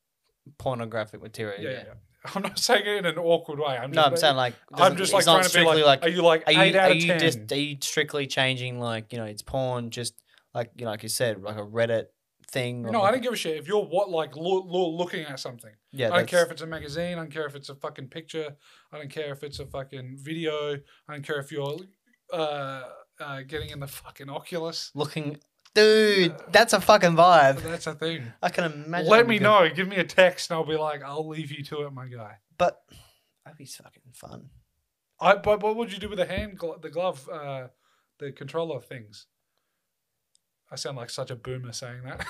Speaker 1: pornographic material.
Speaker 2: yeah,
Speaker 1: Yeah.
Speaker 2: yeah. yeah. I'm not saying it in an awkward way. I'm
Speaker 1: No,
Speaker 2: just,
Speaker 1: I'm saying like
Speaker 2: I'm just like
Speaker 1: it's not
Speaker 2: trying to be
Speaker 1: strictly
Speaker 2: like,
Speaker 1: like,
Speaker 2: are you like
Speaker 1: are
Speaker 2: eight
Speaker 1: you
Speaker 2: out
Speaker 1: are
Speaker 2: of
Speaker 1: you
Speaker 2: ten?
Speaker 1: just are you strictly changing like you know it's porn just like you know like you said like a Reddit thing. or
Speaker 2: no, I
Speaker 1: like-
Speaker 2: don't give a shit. If you're what like lo- lo- looking at something,
Speaker 1: Yeah,
Speaker 2: I don't care
Speaker 1: that's-
Speaker 2: if it's a magazine. I don't care if it's a fucking picture. I don't care if it's a fucking video. I don't care if you're uh, uh, getting in the fucking Oculus.
Speaker 1: looking, dude. That's a fucking vibe.
Speaker 2: That's a thing.
Speaker 1: I can imagine.
Speaker 2: Let
Speaker 1: that'd
Speaker 2: me
Speaker 1: be good.
Speaker 2: know. Give me a text, and I'll be like, I'll leave you to it, my guy.
Speaker 1: But that'd be fucking fun.
Speaker 2: I but what would you do with the hand glo- the glove uh, the controller things? I sound like such a boomer saying that.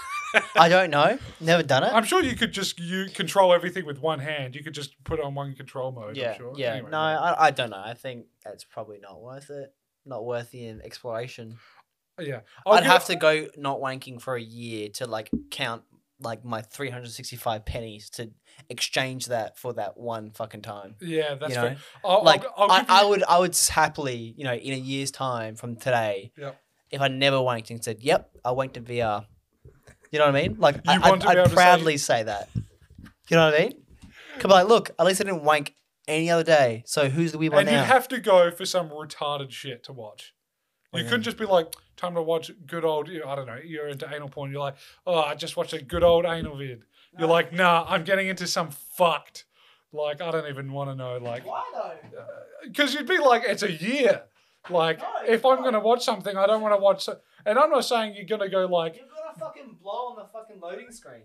Speaker 1: I don't know. Never done it.
Speaker 2: I'm sure you could just you control everything with one hand. You could just put on one control mode.
Speaker 1: yeah,
Speaker 2: I'm sure.
Speaker 1: yeah.
Speaker 2: Anyway,
Speaker 1: no, I, I don't know. I think that's probably not worth it. Not worth the um, exploration.
Speaker 2: yeah.
Speaker 1: I'd have to go not wanking for a year to like count like my 365 pennies to exchange that for that one fucking time.
Speaker 2: Yeah, that's
Speaker 1: you know,
Speaker 2: fair. I'll,
Speaker 1: like
Speaker 2: I'll, I'll
Speaker 1: I,
Speaker 2: give
Speaker 1: I
Speaker 2: you-
Speaker 1: would, I would s- happily, you know, in a year's time from today,
Speaker 2: Yep.
Speaker 1: if I never wanked and said, "Yep, I wanked in VR," you know what I mean? Like I,
Speaker 2: You
Speaker 1: I'd,
Speaker 2: want to be able
Speaker 1: I'd
Speaker 2: to say-
Speaker 1: proudly say... that. You know what I mean? Come on, look, at least I didn't wank any other day. So who's the weird one
Speaker 2: and
Speaker 1: now?
Speaker 2: you'd have to go for some retarded shit to watch.
Speaker 1: What do
Speaker 2: You
Speaker 1: you
Speaker 2: couldn't just be like, time to watch good old. you know, I don't know. You're into anal porn. You're like, oh, I just watched a good old anal vid. You're like, nah, I'm getting into some fucked. Like, I don't even want to know. Like,
Speaker 1: Why though?
Speaker 2: because you'd be like, it's a year. Like,
Speaker 1: No,
Speaker 2: if I'm
Speaker 1: no.
Speaker 2: going to watch something, I don't want to watch. So- and I'm not saying you're going to go like,
Speaker 1: You're gonna fucking blow on the fucking loading screen.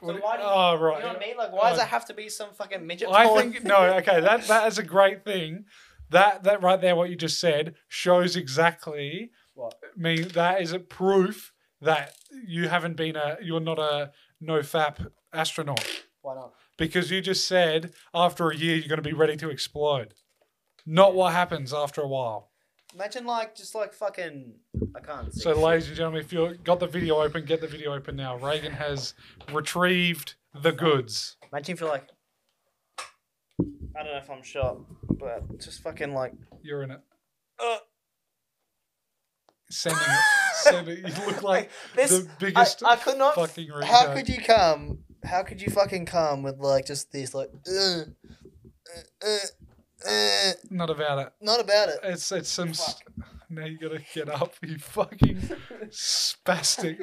Speaker 2: what-
Speaker 1: why do you-
Speaker 2: oh,
Speaker 1: You
Speaker 2: right.
Speaker 1: know what I mean? Like, why does
Speaker 2: Uh,
Speaker 1: it have to be some fucking midget?
Speaker 2: I
Speaker 1: porn?
Speaker 2: think no. Okay, that that is a great thing. That that right there, what you just said shows exactly.
Speaker 1: What?
Speaker 2: I mean, that is a proof that you haven't been a. You're not a no fap astronaut
Speaker 1: why not?
Speaker 2: because you just said after a year you're going to be ready to explode. Not what happens after a while.
Speaker 1: Imagine like just like fucking. I can't see.
Speaker 2: So, ladies and gentlemen, if you've got the video open, get the video open now. Reagan has retrieved the goods.
Speaker 1: Imagine if you're like. I don't know if I'm shot, but just fucking like.
Speaker 2: You're in it.
Speaker 1: Uh.
Speaker 2: Sending it. Sending it. You look like
Speaker 1: this.
Speaker 2: the biggest
Speaker 1: I, I could not.
Speaker 2: fucking retard.
Speaker 1: How could you come? How could you fucking come with like just this like? Uh, uh, uh,
Speaker 2: Not about it.
Speaker 1: not about it.
Speaker 2: It's it's some. s
Speaker 1: Fuck.
Speaker 2: Now you gotta get up. You fucking spastic.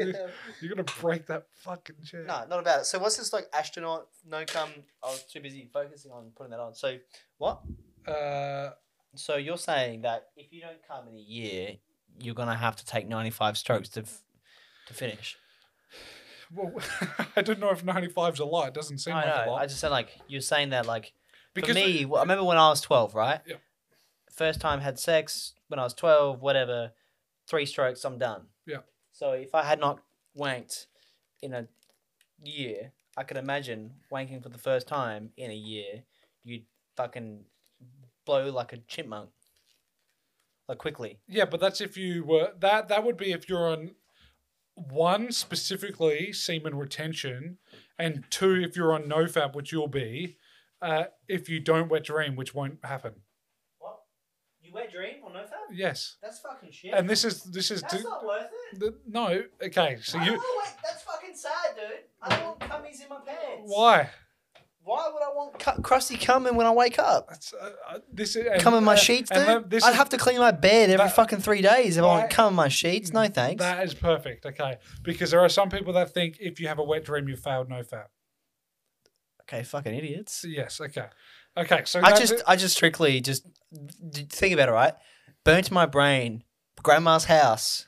Speaker 2: You're gonna break that fucking chair.
Speaker 1: No, not about it. So what's this like astronaut no come? I was too busy focusing on putting that on. So what?
Speaker 2: Uh,
Speaker 1: So you're saying that if you don't come in a year, you're gonna have to take 95 strokes to f- to finish.
Speaker 2: well, I don't know if 95's a lot. It doesn't seem
Speaker 1: I
Speaker 2: like a
Speaker 1: know.
Speaker 2: lot.
Speaker 1: I just said like you're saying that like
Speaker 2: because
Speaker 1: for me. well, I remember when I was 12, right?
Speaker 2: Yeah.
Speaker 1: First time had sex when I was 12. Whatever, three strokes, I'm done.
Speaker 2: Yeah.
Speaker 1: So if I had not wanked in a year, I could imagine wanking for the first time in a year. You'd fucking blow like a chipmunk, like quickly.
Speaker 2: Yeah, but that's if you were that that would be if you're on one specifically semen retention, and two if you're on nofap, which you'll be, uh, if you don't wet dream, which won't happen.
Speaker 1: What? You
Speaker 4: Wet Dream or No Fab?
Speaker 2: Yes.
Speaker 4: That's fucking shit.
Speaker 2: And this is this is
Speaker 4: that's
Speaker 2: do-
Speaker 4: not worth it.
Speaker 2: the, no. Okay, so
Speaker 4: I
Speaker 2: you
Speaker 4: don't want- that's fucking sad, dude. I don't want cummies in my pants.
Speaker 2: why?
Speaker 4: Why would I want?
Speaker 1: Cu- crusty coming when I wake up.
Speaker 2: That's, uh, uh, this is and-
Speaker 1: Come in my
Speaker 2: uh,
Speaker 1: sheets, dude.
Speaker 2: and that- this
Speaker 1: I'd
Speaker 2: is-
Speaker 1: have to clean my bed every
Speaker 2: that-
Speaker 1: fucking three days if I want
Speaker 2: that-
Speaker 1: to come in my sheets. No thanks.
Speaker 2: That is perfect. Okay, because there are some people that think if you have a wet dream, you failed no fab.
Speaker 1: okay, fucking idiots.
Speaker 2: So yes. Okay. Okay. So
Speaker 1: I
Speaker 2: that's
Speaker 1: just,
Speaker 2: it.
Speaker 1: I just strictly just d- think about it. Right, burnt my brain. Grandma's house.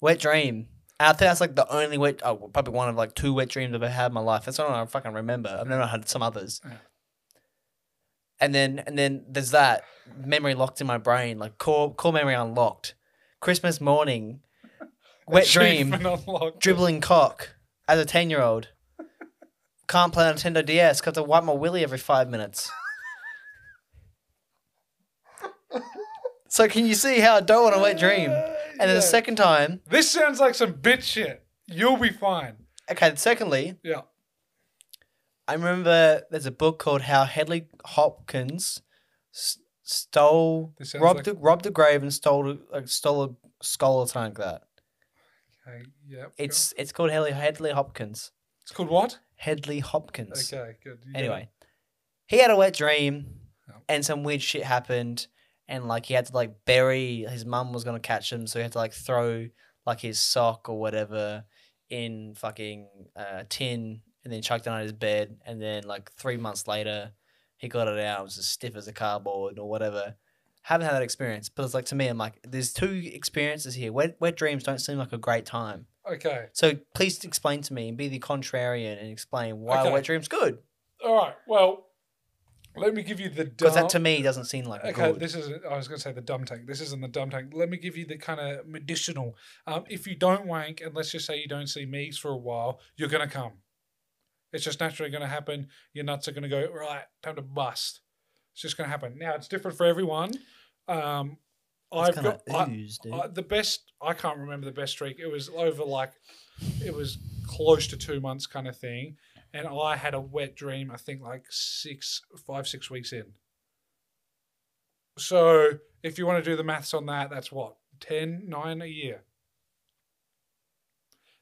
Speaker 1: Wet dream. I think that's like the only wet, oh, probably one of like two wet dreams I've ever had in my life. That's the only one I fucking remember. I've never had some others.
Speaker 2: Yeah.
Speaker 1: And then, and then there's that memory locked in my brain, like core, core memory unlocked. Christmas morning, wet dream
Speaker 2: Achievement unlocked.
Speaker 1: dribbling cock as a 10 year old. Can't play on Nintendo DS because I wipe my willy every five minutes. so, can you see how I don't want a wet dream? And then
Speaker 2: Yeah.
Speaker 1: the second time,
Speaker 2: This sounds like some bitch shit. You'll be fine.
Speaker 1: okay, secondly,
Speaker 2: Yeah.
Speaker 1: I remember there's a book called How Hedley Hopkins S- Stole,
Speaker 2: This sounds
Speaker 1: robbed,
Speaker 2: like-
Speaker 1: a, robbed a grave and stole, a- like, stole a skull or something like that.
Speaker 2: Okay. Yeah. go.
Speaker 1: It's, it's called Hedley, Hedley Hopkins.
Speaker 2: it's called what?
Speaker 1: Hedley Hopkins.
Speaker 2: Okay. Good. You got it.
Speaker 1: Anyway, he had a wet dream,
Speaker 2: Yeah.
Speaker 1: and some weird shit happened, and like he had to like bury his mum was gonna catch him, so he had to like throw like his sock or whatever in fucking uh, tin, and then chucked it on his bed, and then like three months later, he got it out. It was as stiff as a cardboard or whatever. Haven't had that experience, but it's like to me, I'm like, there's two experiences here. Wet, wet dreams don't seem like a great time.
Speaker 2: Okay.
Speaker 1: So please explain to me and be the contrarian and explain why
Speaker 2: Okay.
Speaker 1: wet dreams good.
Speaker 2: All right. Well, let me give you the
Speaker 1: Because
Speaker 2: dumb.
Speaker 1: that to me doesn't seem like
Speaker 2: okay,
Speaker 1: good.
Speaker 2: this is. I was going to say the dumb tank. This isn't the dumb tank. Let me give you the kind of medicinal. Um, if you don't wank, and let's just say you don't see meats for a while, you're going to come. It's just naturally going to happen. Your nuts are going to go right. Time to bust. It's just going to happen. Now it's different for everyone. Um,
Speaker 1: It's
Speaker 2: I've
Speaker 1: kinda
Speaker 2: got. I-
Speaker 1: ooze, dude.
Speaker 2: I, the best I can't remember the best streak. It was over like it was close to two months kind of thing, and I had a wet dream. I think like six, five, six weeks in. So if you want to do the maths on that, that's what 10, 9 a year.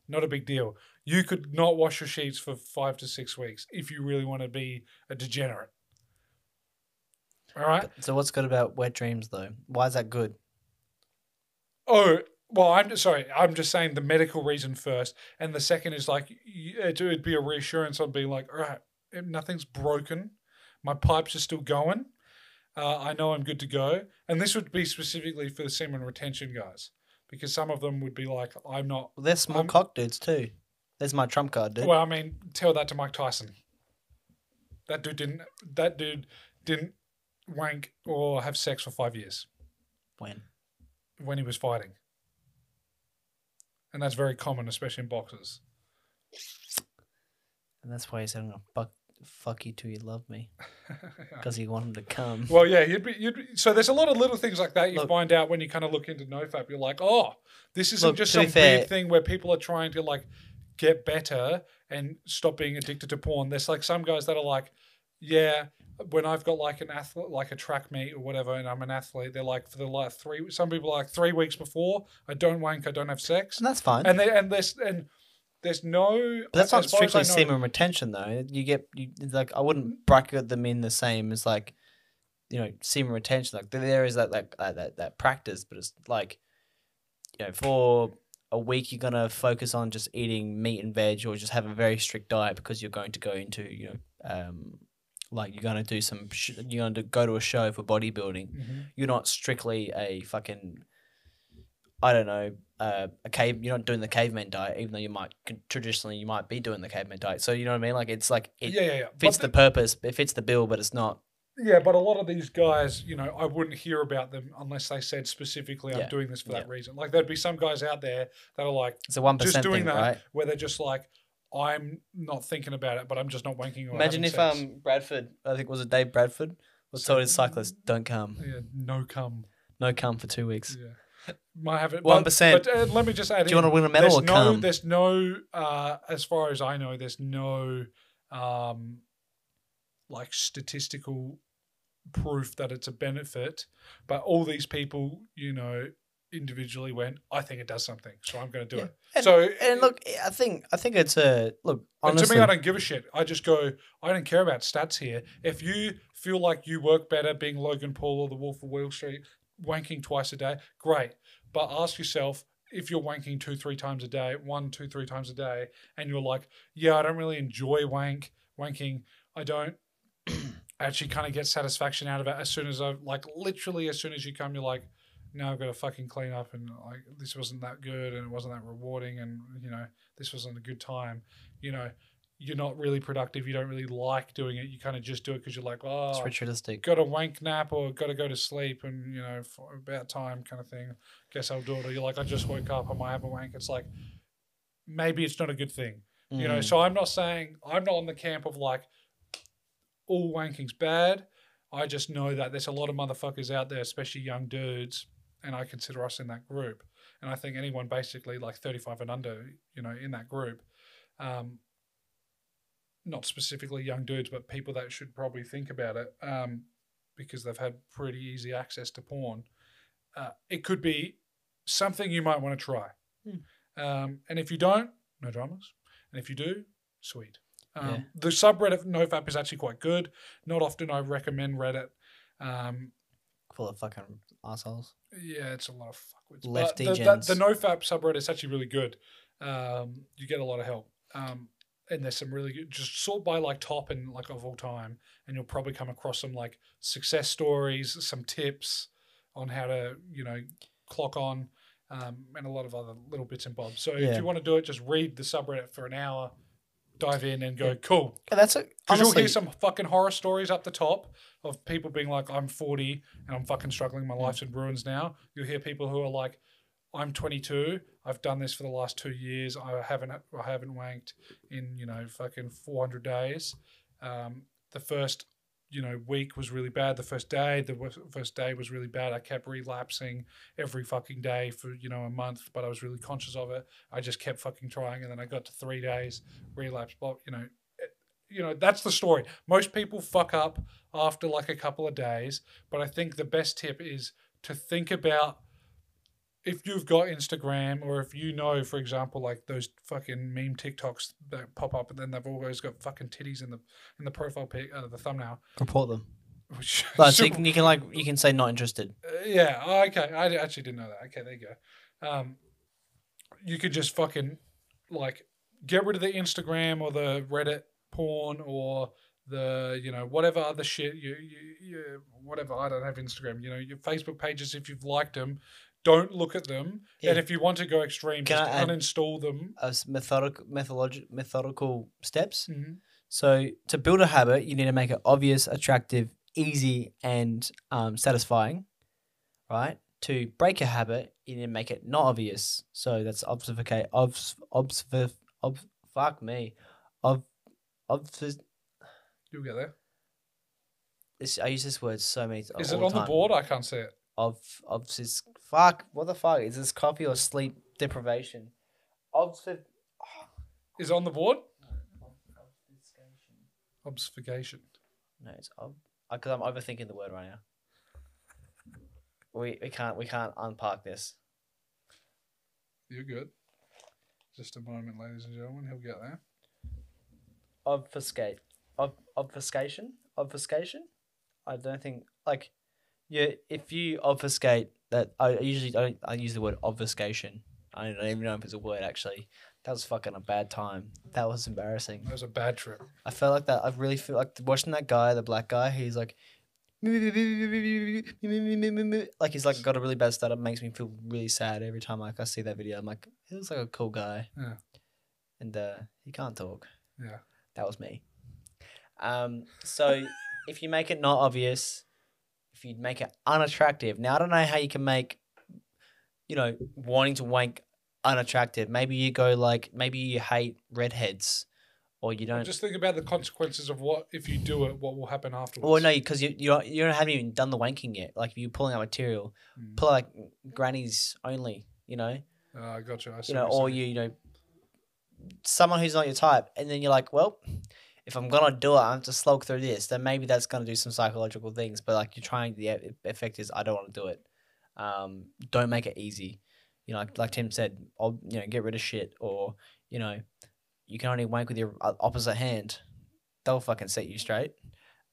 Speaker 2: Not a big deal. You could not wash your sheets for five to six weeks if you really want to be a degenerate. All right.
Speaker 1: But- so what's good about wet dreams though? Why is that good?
Speaker 2: Oh, well, I'm just- sorry. I'm just saying the medical reason first, and the second is like y- it would be a reassurance on being like, all right, eh, nothing's broken, my pipes are still going, uh, I know I'm good to go, and this would be specifically for the semen retention guys, because some of them would be like, I'm not.
Speaker 1: Well, they're small
Speaker 2: I'm-
Speaker 1: cock dudes too. There's my trump card, dude.
Speaker 2: Well, I mean, tell that to Mike Tyson. That dude didn't. That dude didn't wank or have sex for five years
Speaker 1: when?
Speaker 2: when he was fighting, and that's very common, especially in boxers.
Speaker 1: And that's why he said I'm gonna fuck fuck you till you love me. Because he wanted to come.
Speaker 2: Well, yeah, you'd be, you'd be, so there's a lot of little things like that you
Speaker 1: Look-
Speaker 2: find out when you kind of look into NoFap. You're like, oh, this isn't
Speaker 1: Look,
Speaker 2: just
Speaker 1: to be
Speaker 2: some
Speaker 1: fair-
Speaker 2: weird thing where people are trying to like get better and stop being addicted to porn. There's like some guys that are like, yeah, when I've got like an athlete, like a track meet or whatever, and I'm an athlete, they're like for the last three. Some people are like three weeks before, I don't wank, I don't have sex,
Speaker 1: And that's fine.
Speaker 2: and they and there's and there's no.
Speaker 1: but that's not
Speaker 2: as far as
Speaker 1: strictly
Speaker 2: I know- Mm-hmm.
Speaker 1: semen retention though. You get you it's like I wouldn't bracket them in the same as like you know, semen retention. Like there is that like uh, that that practice, but it's like you know, for a week you're gonna focus on just eating meat and veg, or just have a very strict diet because you're going to go into you know, um, like you're gonna do some, sh- you're gonna go to a show for bodybuilding.
Speaker 2: Mhm.
Speaker 1: You're not strictly a fucking, I don't know, uh, a cave. You're not doing the caveman diet, even though you might traditionally you might be doing the caveman diet. So you know what I mean? Like it's like it
Speaker 2: yeah, yeah, yeah. But
Speaker 1: fits
Speaker 2: the-
Speaker 1: the purpose, it fits the bill, but it's not
Speaker 2: Yeah, but a lot of these guys, you know, I wouldn't hear about them unless they said specifically, I'm
Speaker 1: Yeah.
Speaker 2: doing this for that
Speaker 1: Yeah.
Speaker 2: reason. Like, there'd be some guys out there that are like,
Speaker 1: it's a one
Speaker 2: just
Speaker 1: percent
Speaker 2: doing
Speaker 1: thing,
Speaker 2: that,
Speaker 1: right?
Speaker 2: where they're just like, I'm not thinking about it, but I'm just not wanking. Or
Speaker 1: Imagine
Speaker 2: having
Speaker 1: if
Speaker 2: sex."
Speaker 1: um Bradford, I think was it Dave Bradford, was told his cyclist, "Don't come,
Speaker 2: Yeah, no cum.
Speaker 1: no come for two weeks."
Speaker 2: Yeah. Might have it. but-
Speaker 1: 1%.
Speaker 2: But, uh, let me just add
Speaker 1: Do you want to
Speaker 2: in,
Speaker 1: win a medal
Speaker 2: there's
Speaker 1: or
Speaker 2: no,
Speaker 1: come?
Speaker 2: There's no, uh, as far as I know, there's no um, like statistical proof that it's a benefit. But all these people, you know, individually went, I think it does something, so I'm going to do
Speaker 1: Yeah.
Speaker 2: it. so
Speaker 1: And look, I think I think it's a look.
Speaker 2: and
Speaker 1: Honestly,
Speaker 2: to me, I don't give a shit. I just go, I don't care about stats here. If you feel like you work better being Logan Paul or the Wolf of Wall Street, wanking twice a day, great. But ask yourself if you're wanking two, three times a day, one, two, three times a day, and you're like, yeah, I don't really enjoy wank, wanking. I don't actually kind of get satisfaction out of it as soon as I like literally as soon as you come, you're like, now I've got to fucking clean up and like this wasn't that good and it wasn't that rewarding and you know, this wasn't a good time. You know, you're not really productive. You don't really like doing it. You kind of just do it because you're like, oh,
Speaker 1: it's ritualistic.
Speaker 2: got a wank nap or got to go to sleep and you know for about time kind of thing guess i'll do it or you're like i just woke up i might have a wank it's like maybe it's not a good thing you know
Speaker 1: Mm.
Speaker 2: so i'm not saying i'm not on the camp of like all wanking's bad i just know that there's a lot of motherfuckers out there especially young dudes and i consider us in that group and i think anyone basically like 35 and under you know in that group um, not specifically young dudes but people that should probably think about it um, because they've had pretty easy access to porn uh, it could be something you might want to try um, and if you don't no dramas and if you do, sweet. Um,
Speaker 1: Yeah.
Speaker 2: The subreddit for NoFap is actually quite good. Not often I recommend Reddit. Um,
Speaker 1: full of fucking assholes.
Speaker 2: yeah, it's a lot of fuckwits. But
Speaker 1: Lefty
Speaker 2: the, the,
Speaker 1: gens.
Speaker 2: the NoFap subreddit is actually really good. Um, you get a lot of help. Um, and there's some really good, just sort by like top and like of all time. And you'll probably come across some like success stories, some tips on how to, you know, clock on um, and a lot of other little bits and bobs. So
Speaker 1: Yeah.
Speaker 2: if you want to do it, just read the subreddit for an hour, dive in and go,
Speaker 1: Yeah.
Speaker 2: cool,
Speaker 1: Yeah, that's a,
Speaker 2: Because you'll hear
Speaker 1: honestly.
Speaker 2: some fucking horror stories up the top of people being like, I'm 40 and I'm fucking struggling. My life's in ruins now. You'll hear people who are like, I'm 22. I've done this for the last two years. I haven't, I haven't wanked in, you know, fucking 400 days. Um, the first, you know, week was really bad. The first day, the wo- first day was really bad. I kept relapsing every fucking day for, you know, a month, but I was really conscious of it. I just kept fucking trying. And then I got to three days, relapse, blah, you know, you know that's the story most people fuck up after like a couple of days but i think the best tip is to think about if you've got instagram or if you know for example like those fucking meme tiktoks that pop up and then they've always got fucking titties in the in the profile pic uh, the thumbnail
Speaker 1: report them.
Speaker 2: which
Speaker 1: Like, so you,
Speaker 2: super-
Speaker 1: can, you can like you can say not interested.
Speaker 2: uh, yeah. oh, Okay. I d- actually didn't know that. Okay. There you go. Um, you could just fucking like get rid of the Instagram or the Reddit porn or the you know whatever other shit you you, you whatever. I don't have Instagram. You know your Facebook pages if you've liked them. Don't look at them.
Speaker 1: Yeah.
Speaker 2: And if you want to go extreme,
Speaker 1: Can
Speaker 2: just
Speaker 1: I add-
Speaker 2: uninstall them.
Speaker 1: Uh, methodical, methodological, methodical steps.
Speaker 2: hmm
Speaker 1: So to build a habit, you need to make it obvious, attractive, easy, and um, satisfying. Right. To break a habit, you need to make it not obvious. So that's obfuscate, obs, obsv, ob, fuck me, ob, obfus.
Speaker 2: You'll get there.
Speaker 1: This, I use this word so many times.
Speaker 2: Is it on the board? I can't see it.
Speaker 1: of obsess fuck what the fuck is this coffee or sleep deprivation obfuscation
Speaker 2: Is it on the board? Obfuscation.
Speaker 1: no it's ob because i'm overthinking the word right now we, we can't we can't unpark this
Speaker 2: You're good. Just a moment, ladies and gentlemen. He'll get there.
Speaker 1: obfuscate ob, obfuscation obfuscation i don't think like yeah if you obfuscate that i usually don't i use the word obfuscation i don't even know if it's a word actually that was fucking a bad time that was embarrassing
Speaker 2: That was a bad trip.
Speaker 1: I felt like that. I really feel like watching that guy, the black guy. He's like, like he's like got a really bad startup. Makes me feel really sad every time. Like I see that video, I'm like, he looks like a cool guy.
Speaker 2: Yeah.
Speaker 1: And uh, he can't talk.
Speaker 2: Yeah.
Speaker 1: That was me. Um. So if you make it not obvious, if you make it unattractive, now I don't know how you can make, you know, wanting to wank unattractive. Maybe you go like, maybe you hate redheads, or you don't.
Speaker 2: Just think about the consequences of what if you do it, what will happen afterwards.
Speaker 1: Well, no, because you you don't, you don't haven't even done the wanking yet. Like if you're pulling out material,
Speaker 2: Mm.
Speaker 1: pull out like grannies only. You know,
Speaker 2: Ah, I got you. I see
Speaker 1: you know,
Speaker 2: what you're
Speaker 1: or
Speaker 2: saying.
Speaker 1: you you know, someone who's not your type, and then you're like, well, if I'm gonna do it, I have to slog through this. Then maybe that's gonna do some psychological things. But like you're trying, the e- effect is I don't want to do it. Um, don't make it easy. You know, like, like Tim said, I'll you know get rid of shit, or you know, you can only wank with your o- opposite hand. They'll fucking set you straight,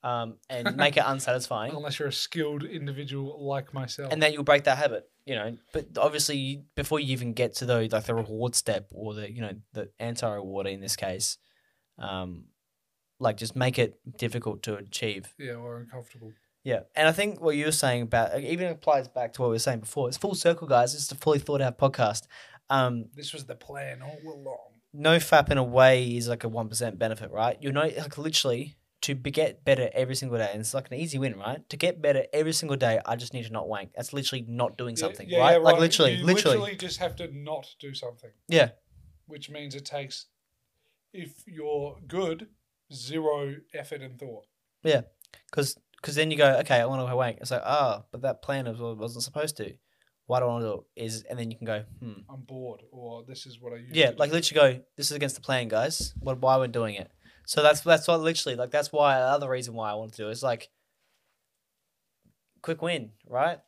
Speaker 1: um, and make it unsatisfying
Speaker 2: Unless you're a skilled individual like myself.
Speaker 1: and then you'll break that habit you know but obviously you- before you even get to the like the reward step or the you know the anti reward in this case um like just make it difficult to achieve
Speaker 2: yeah, or uncomfortable.
Speaker 1: yeah and i think what you were saying about it even applies back to what we were saying before it's full circle guys it's a fully thought out podcast um
Speaker 2: This was the plan all along.
Speaker 1: no fap in a way is like a 1% benefit right you know like literally to be- get better every single day and it's like an easy win right to get better every single day i just need to not wank that's literally not doing something right? like literally
Speaker 2: You
Speaker 1: literally
Speaker 2: just have to not do something.
Speaker 1: Yeah.
Speaker 2: Which means it takes, if you're good, zero effort and thought.
Speaker 1: because because then you go, okay, I want to wank. It's like, oh, but that plan is- wasn't supposed to. Why do I want to do it? Is and then you can go, hmm.
Speaker 2: I'm bored, or this is what I used
Speaker 1: Yeah,
Speaker 2: to
Speaker 1: like
Speaker 2: do.
Speaker 1: literally go, this is against the plan, guys. What why we're doing it? So that's that's what literally like that's why another reason why I want to do it is like quick win, right?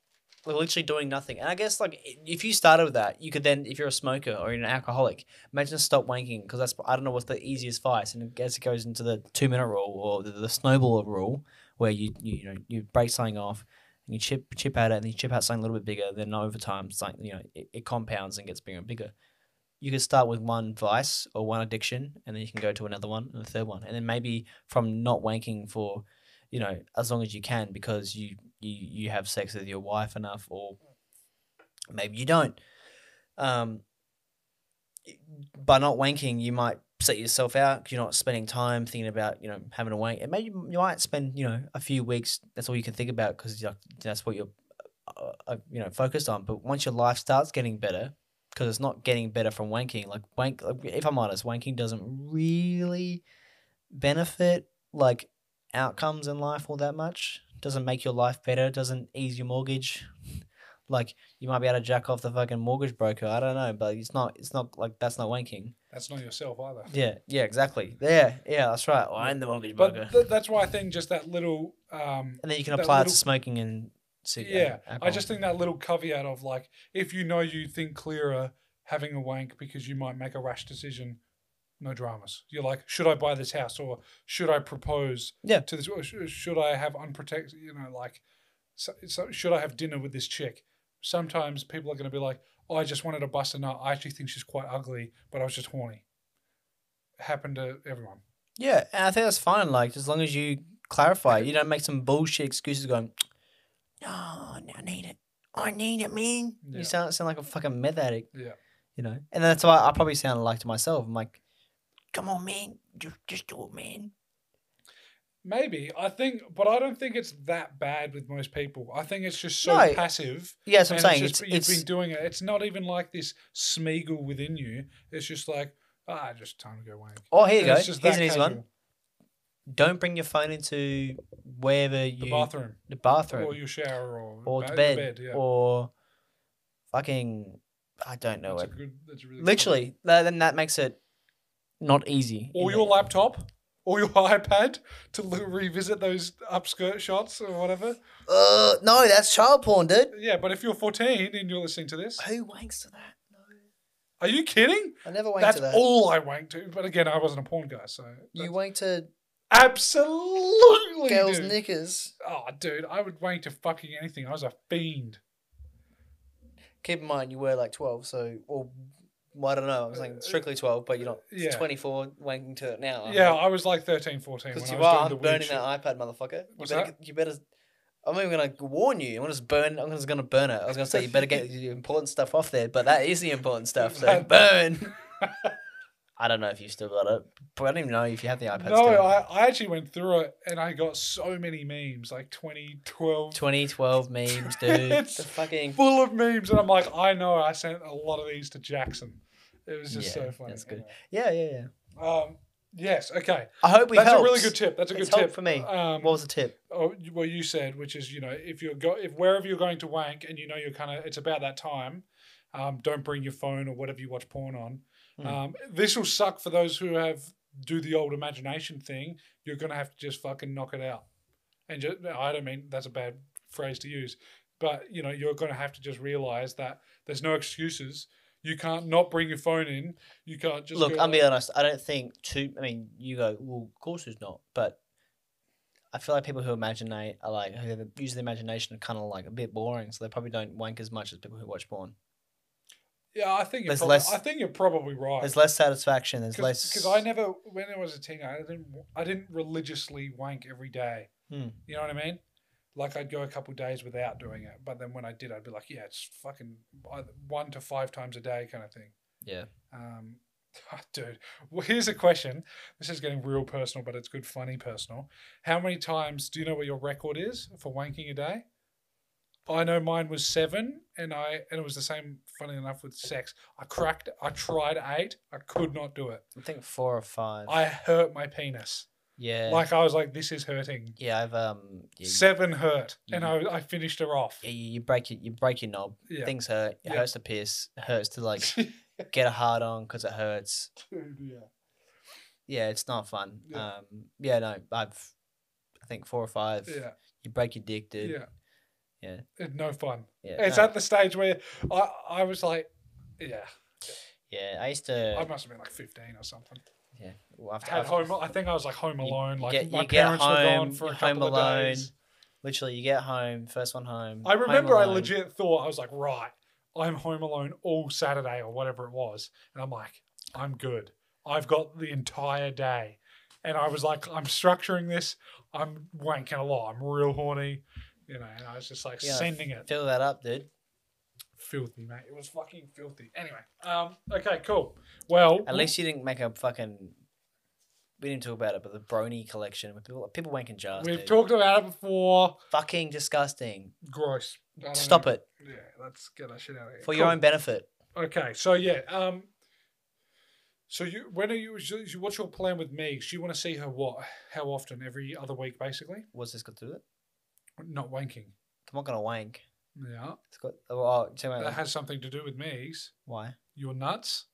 Speaker 1: Like literally doing nothing. And I guess like i- if you started with that, you could then if you're a smoker or you're an alcoholic, imagine stop wanking because that's I don't know what's the easiest vice. And I guess it goes into the two minute rule or the, the snowball rule where you, you you know you break something off. And you chip chip at it, and then you chip out something a little bit bigger. Then over time, something you know, it, it compounds and gets bigger and bigger you could start with one vice or one addiction and then you can go to another one and a third one and then maybe from not wanking for you know as long as you can because you you, you have sex with your wife enough or maybe you don't um by not wanking you might set yourself out 'cause you're not spending time thinking about you know having a wank and maybe you might spend you know a few weeks that's all you can think about because that's what you're uh, uh, you know focused on but once your life starts getting better because it's not getting better from wanking. Like wank, like, if I'm honest, wanking doesn't really benefit like outcomes in life all that much. Doesn't make your life better. Doesn't ease your mortgage. like you might be able to jack off the fucking mortgage broker. I don't know, but it's not. It's not like that's not wanking.
Speaker 2: That's not yourself either.
Speaker 1: Yeah, yeah, exactly. Yeah, yeah, that's right. Well, I'm the mortgage broker.
Speaker 2: But th- that's why I think just that little. Um,
Speaker 1: and then you can
Speaker 2: that
Speaker 1: apply it
Speaker 2: little-
Speaker 1: to smoking and. cig- uh,
Speaker 2: yeah, I
Speaker 1: alcohol.
Speaker 2: just think that little caveat of like, if you know you think clearer having a wank because you might make a rash decision, no dramas. You're like, should I buy this house or should I propose
Speaker 1: Yeah.
Speaker 2: to this? Or sh- should I have unprotected, you know, like, so, so should I have dinner with this chick? Sometimes people are going to be like, oh, I just wanted to bust a nut. I actually think she's quite ugly, but I was just horny. Happened to everyone.
Speaker 1: Yeah, and I think that's fine. Like as long as you clarify, you don't make some bullshit excuses going. No, no, I need it. I need it, man.
Speaker 2: Yeah.
Speaker 1: You sound sound like a fucking meth addict.
Speaker 2: Yeah.
Speaker 1: You know, and that's why I probably sound like to myself. I'm like, come on, man, just just do it, man.
Speaker 2: Maybe I think, but I don't think it's that bad with most people. I think it's just so
Speaker 1: No.
Speaker 2: passive.
Speaker 1: Yeah, that's what I'm
Speaker 2: And
Speaker 1: saying.
Speaker 2: It's
Speaker 1: It's,
Speaker 2: just,
Speaker 1: it's,
Speaker 2: you've been doing it. It's not even like this smeagol within you. It's just like, ah, just time to go wank.
Speaker 1: oh, here you
Speaker 2: And
Speaker 1: go.
Speaker 2: it's
Speaker 1: Here's
Speaker 2: just
Speaker 1: an
Speaker 2: that
Speaker 1: easy one.
Speaker 2: casual.
Speaker 1: Don't bring your phone into wherever you
Speaker 2: The bathroom,
Speaker 1: the bathroom
Speaker 2: or your shower, or,
Speaker 1: or the
Speaker 2: ba-
Speaker 1: bed,
Speaker 2: yeah.
Speaker 1: or fucking I don't know
Speaker 2: that's a
Speaker 1: it.
Speaker 2: good, that's a really good
Speaker 1: Literally, tha- then that makes it not easy.
Speaker 2: one. Or
Speaker 1: in
Speaker 2: your
Speaker 1: the-
Speaker 2: laptop, or your iPad to lo- revisit those upskirt shots or whatever.
Speaker 1: Uh, no, that's child porn, dude.
Speaker 2: Yeah, but if you're 14 and you're listening to this,
Speaker 1: Who wanks to that? No,
Speaker 2: are you kidding?
Speaker 1: I never wank
Speaker 2: That's
Speaker 1: to that.
Speaker 2: all I wanked to. But again, I wasn't a porn guy, so
Speaker 1: you
Speaker 2: that's-
Speaker 1: wank to
Speaker 2: absolutely
Speaker 1: girls'
Speaker 2: dude.
Speaker 1: knickers.
Speaker 2: Oh, dude, I would wank to fucking anything. I was a fiend.
Speaker 1: Keep in mind, you were like twelve, so or well, I don't know. I'm saying strictly twelve, but you're not
Speaker 2: Uh, Yeah.
Speaker 1: twenty four wanking to it now.
Speaker 2: Yeah, I was like 13, 14 when I was
Speaker 1: Uh-huh. because
Speaker 2: doing
Speaker 1: you are
Speaker 2: the weird
Speaker 1: burning
Speaker 2: shit.
Speaker 1: that iPad, motherfucker. You
Speaker 2: What's
Speaker 1: better,
Speaker 2: that?
Speaker 1: you better. I'm even gonna warn you. I'm just burn. I'm just gonna burn it. I was gonna say you better get the important stuff off there, but that is the important stuff. So
Speaker 2: That-
Speaker 1: burn. I don't know if you still got it, but I don't even know if you have the iPad.
Speaker 2: No,
Speaker 1: still.
Speaker 2: I, I actually went through it and I got so many memes, like 2012,
Speaker 1: 2012 memes, dude.
Speaker 2: It's
Speaker 1: the fucking
Speaker 2: full of memes. And I'm like, I know I sent a lot of these to Jackson. It was just
Speaker 1: Yeah,
Speaker 2: so funny.
Speaker 1: that's good.
Speaker 2: Anyway.
Speaker 1: yeah, yeah, yeah.
Speaker 2: Um, yes, okay.
Speaker 1: I hope we
Speaker 2: That's
Speaker 1: helped.
Speaker 2: a really good tip. That's a
Speaker 1: It's
Speaker 2: good
Speaker 1: helped
Speaker 2: tip.
Speaker 1: for me.
Speaker 2: Um,
Speaker 1: What was the tip?
Speaker 2: oh, you- well, you said, which is, you know, if you're go, if wherever you're going to wank and you know you're kind of, it's about that time, um, don't bring your phone or whatever you watch porn on.
Speaker 1: Hmm.
Speaker 2: Um, this will suck for those who have do the old imagination thing, you're gonna have to just fucking knock it out. And just, I don't mean that's a bad phrase to use, but you know you're gonna have to just realize that there's no excuses. You can't not bring your phone in. You can't just
Speaker 1: Look,
Speaker 2: go
Speaker 1: I'll be
Speaker 2: like-
Speaker 1: honest. I don't think too. I mean, you go. Well, of course, it's not. But I feel like people who imaginate are like who have- use the imagination are kind of like a bit boring, so they probably don't wank as much as people who watch porn.
Speaker 2: Yeah, I think you're
Speaker 1: There's
Speaker 2: probably,
Speaker 1: less-
Speaker 2: I think you're probably right.
Speaker 1: There's less satisfaction. There's less.
Speaker 2: because I never when I was a teenager I didn't I didn't religiously wank every day.
Speaker 1: Hmm.
Speaker 2: You know what I mean? Like I'd go a couple days without doing it, but then when I did, I'd be like, yeah, it's fucking either one to five times a day kind of thing.
Speaker 1: Yeah.
Speaker 2: Um, dude, well, here's a question. This is getting real personal, but it's good, funny personal. How many times do you know what your record is for wanking a day? I know mine was seven, and I and it was the same. Funny enough, with sex, I cracked. I tried eight. I could not do it.
Speaker 1: I think four or five.
Speaker 2: I hurt my penis.
Speaker 1: yeah.
Speaker 2: Like I was like, this is hurting.
Speaker 1: yeah, I've um. Yeah, you-
Speaker 2: Seven hurt, and I, I finished her off.
Speaker 1: yeah, you, you break your you break your knob.
Speaker 2: Yeah.
Speaker 1: Things hurt. It
Speaker 2: Yeah.
Speaker 1: hurts to piss. It hurts to like get a hard on because it hurts.
Speaker 2: Dude, yeah.
Speaker 1: Yeah, it's not fun.
Speaker 2: Yeah.
Speaker 1: Um. Yeah. No. I've. I think four or five.
Speaker 2: Yeah,
Speaker 1: You break your dick, dude.
Speaker 2: yeah,
Speaker 1: Yeah.
Speaker 2: It- No fun.
Speaker 1: Yeah,
Speaker 2: It's
Speaker 1: no.
Speaker 2: at the stage where I, I was like, yeah,
Speaker 1: Yeah, I used to.
Speaker 2: I must have been like 15 or something.
Speaker 1: yeah, well, after,
Speaker 2: Had
Speaker 1: after-
Speaker 2: home, I think I was like home
Speaker 1: You
Speaker 2: alone. like
Speaker 1: get-
Speaker 2: my
Speaker 1: you get
Speaker 2: parents were
Speaker 1: home,
Speaker 2: gone for a
Speaker 1: you're
Speaker 2: couple
Speaker 1: home
Speaker 2: of days.
Speaker 1: literally, you get home, first one home.
Speaker 2: I
Speaker 1: home
Speaker 2: remember I
Speaker 1: alone.
Speaker 2: legit thought I was like, right, I'm home alone all Saturday or whatever it was, and I'm like, I'm good. I've got the entire day, and I was like, I'm structuring this. I'm wanking a lot. I'm real horny, you know. And I was just like
Speaker 1: Yeah.
Speaker 2: sending it.
Speaker 1: fill that up, dude.
Speaker 2: Filthy, mate. It was fucking filthy. Anyway, um, okay, cool. Well,
Speaker 1: At least you didn't make a fucking. We didn't talk about it, but the brony collection with people, people wanking jars.
Speaker 2: we've
Speaker 1: dude.
Speaker 2: talked about it before.
Speaker 1: Fucking disgusting.
Speaker 2: Gross. I don't
Speaker 1: Stop
Speaker 2: know.
Speaker 1: it
Speaker 2: Yeah, let's get that shit out of here.
Speaker 1: for your
Speaker 2: Cool.
Speaker 1: own benefit.
Speaker 2: Okay, so yeah, um, so you when are you? so you- What's your plan with Megs? You want to see her what? How often? Every other week, basically.
Speaker 1: What's this got to do with it?
Speaker 2: Not wanking.
Speaker 1: I'm not gonna wank.
Speaker 2: Yeah,
Speaker 1: It's got. Oh, oh tell me
Speaker 2: that has something to do with Megs.
Speaker 1: why?
Speaker 2: Your nuts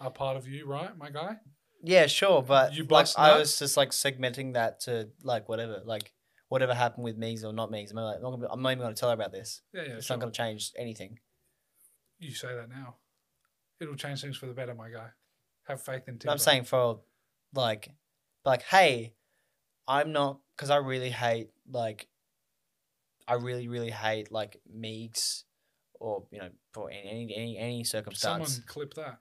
Speaker 2: are part of you, right, my guy?
Speaker 1: Yeah, sure, but
Speaker 2: You
Speaker 1: like,
Speaker 2: bust
Speaker 1: I
Speaker 2: nuts?
Speaker 1: was just like segmenting that to like whatever, like whatever happened with Megs or not Megs. I'm not, gonna be- I'm not even gonna tell her about this.
Speaker 2: Yeah, yeah.
Speaker 1: it's
Speaker 2: sure.
Speaker 1: not gonna change anything.
Speaker 2: You say that now. It'll change things for the better, my guy. Have faith in.
Speaker 1: But I'm
Speaker 2: Timbo.
Speaker 1: saying for like, like, hey, I'm not because I really hate like, I really really hate like Meeks or you know for any any any, any
Speaker 2: Someone
Speaker 1: circumstance.
Speaker 2: clip that.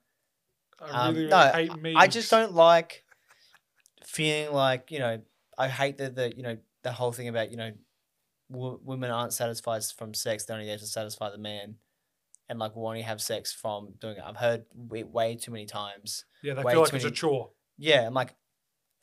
Speaker 2: I
Speaker 1: Um,
Speaker 2: really, really
Speaker 1: no,
Speaker 2: hate Megs.
Speaker 1: I just don't like feeling like you know. I hate the the you know the whole thing about you know, w- women aren't satisfied from sex; they're only there to satisfy the man, and like will only have sex from doing it. I've heard it way too many times.
Speaker 2: Yeah, they
Speaker 1: way
Speaker 2: feel like
Speaker 1: too
Speaker 2: it's a
Speaker 1: many-
Speaker 2: chore.
Speaker 1: Yeah, I'm like,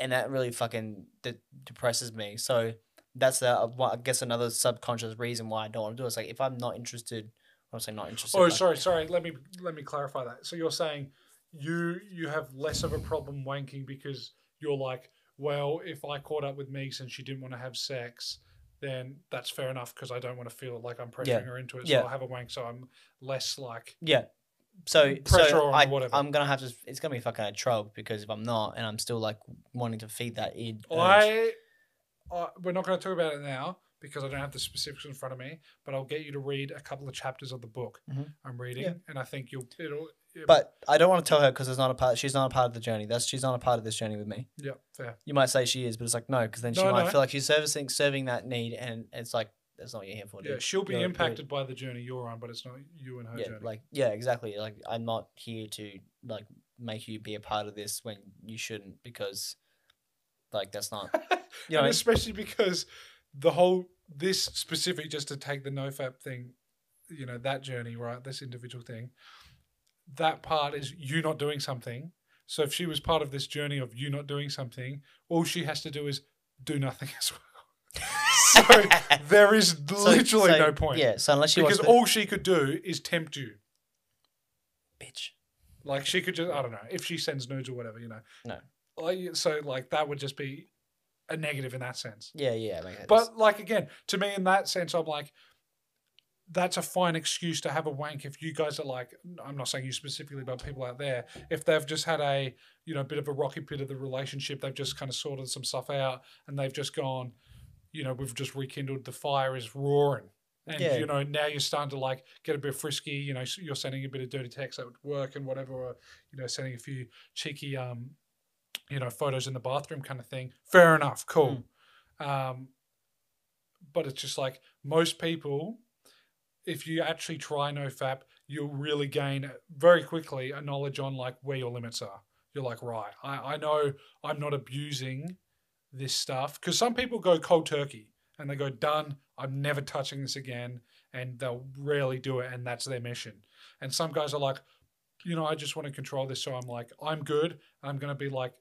Speaker 1: and that really fucking de- depresses me. So that's a, I guess another subconscious reason why I don't want to do it. It's like if I'm not interested, I'm saying not interested.
Speaker 2: Oh,
Speaker 1: like-
Speaker 2: sorry, sorry. Let me let me clarify that. So you're saying you you have less of a problem wanking because you're like, well, if I caught up with Meeks and she didn't want to have sex, then that's fair enough because I don't want to feel like I'm pressuring
Speaker 1: Yeah.
Speaker 2: her into it.
Speaker 1: Yeah.
Speaker 2: So I'll have a wank, so I'm less like.
Speaker 1: Yeah. So,
Speaker 2: Pressure
Speaker 1: so
Speaker 2: on
Speaker 1: I,
Speaker 2: whatever.
Speaker 1: I'm gonna have to. It's gonna be fucking a trope because if I'm not, and I'm still like wanting to feed that id. urge-
Speaker 2: I, I we're not going to talk about it now because I don't have the specifics in front of me, but I'll get you to read a couple of chapters of the book
Speaker 1: Mhm.
Speaker 2: I'm reading,
Speaker 1: Yeah.
Speaker 2: and I think you'll it'll. it-
Speaker 1: But I don't want to tell her because it's not a part. She's not a part of the journey. That's she's not a part of this journey with me.
Speaker 2: yeah, fair.
Speaker 1: You might say she is, but it's like no, because then she
Speaker 2: No,
Speaker 1: might
Speaker 2: no.
Speaker 1: feel like she's servicing serving that need, and it's like that's not what you're here for. Dude.
Speaker 2: Yeah, she'll be
Speaker 1: You're- you're-
Speaker 2: impacted by the journey you're on, but it's not you and her
Speaker 1: Yeah,
Speaker 2: journey.
Speaker 1: like yeah, exactly. Like I'm not here to like make you be a part of this when you shouldn't because like that's not. You know,
Speaker 2: and
Speaker 1: what I mean?
Speaker 2: especially because the whole this specific just to take the nofap thing you know that journey right this individual thing that part is you not doing something so if she was part of this journey of you not doing something all she has to do is do nothing as well so there is
Speaker 1: So-
Speaker 2: literally
Speaker 1: so,
Speaker 2: no point
Speaker 1: Yeah, so unless she
Speaker 2: because
Speaker 1: wants to,
Speaker 2: all she could do is tempt you
Speaker 1: bitch.
Speaker 2: like she could just I don't know if she sends nudes or whatever you know
Speaker 1: No.
Speaker 2: like so like that would just be a negative in that sense
Speaker 1: Yeah, yeah. Like, it's-
Speaker 2: But like again, to me in that sense, I'm like, that's a fine excuse to have a wank if you guys are like I'm not saying you specifically but people out there if they've just had a you know bit of a rocky bit of the relationship they've just kind of sorted some stuff out and they've just gone you know we've just rekindled the fire is roaring and
Speaker 1: Yeah.
Speaker 2: you know now you're starting to like get a bit frisky you know you're sending a bit of dirty text that would work and whatever or you know sending a few cheeky um you know photos in the bathroom kind of thing fair enough cool um but it's just like most people if you actually try nofap you'll really gain very quickly a knowledge on like where your limits are you're like right i, I know i'm not abusing this stuff because some people go cold turkey and they go done i'm never touching this again and they'll rarely do it and that's their mission and some guys are like you know i just want to control this so i'm like i'm good i'm going to be like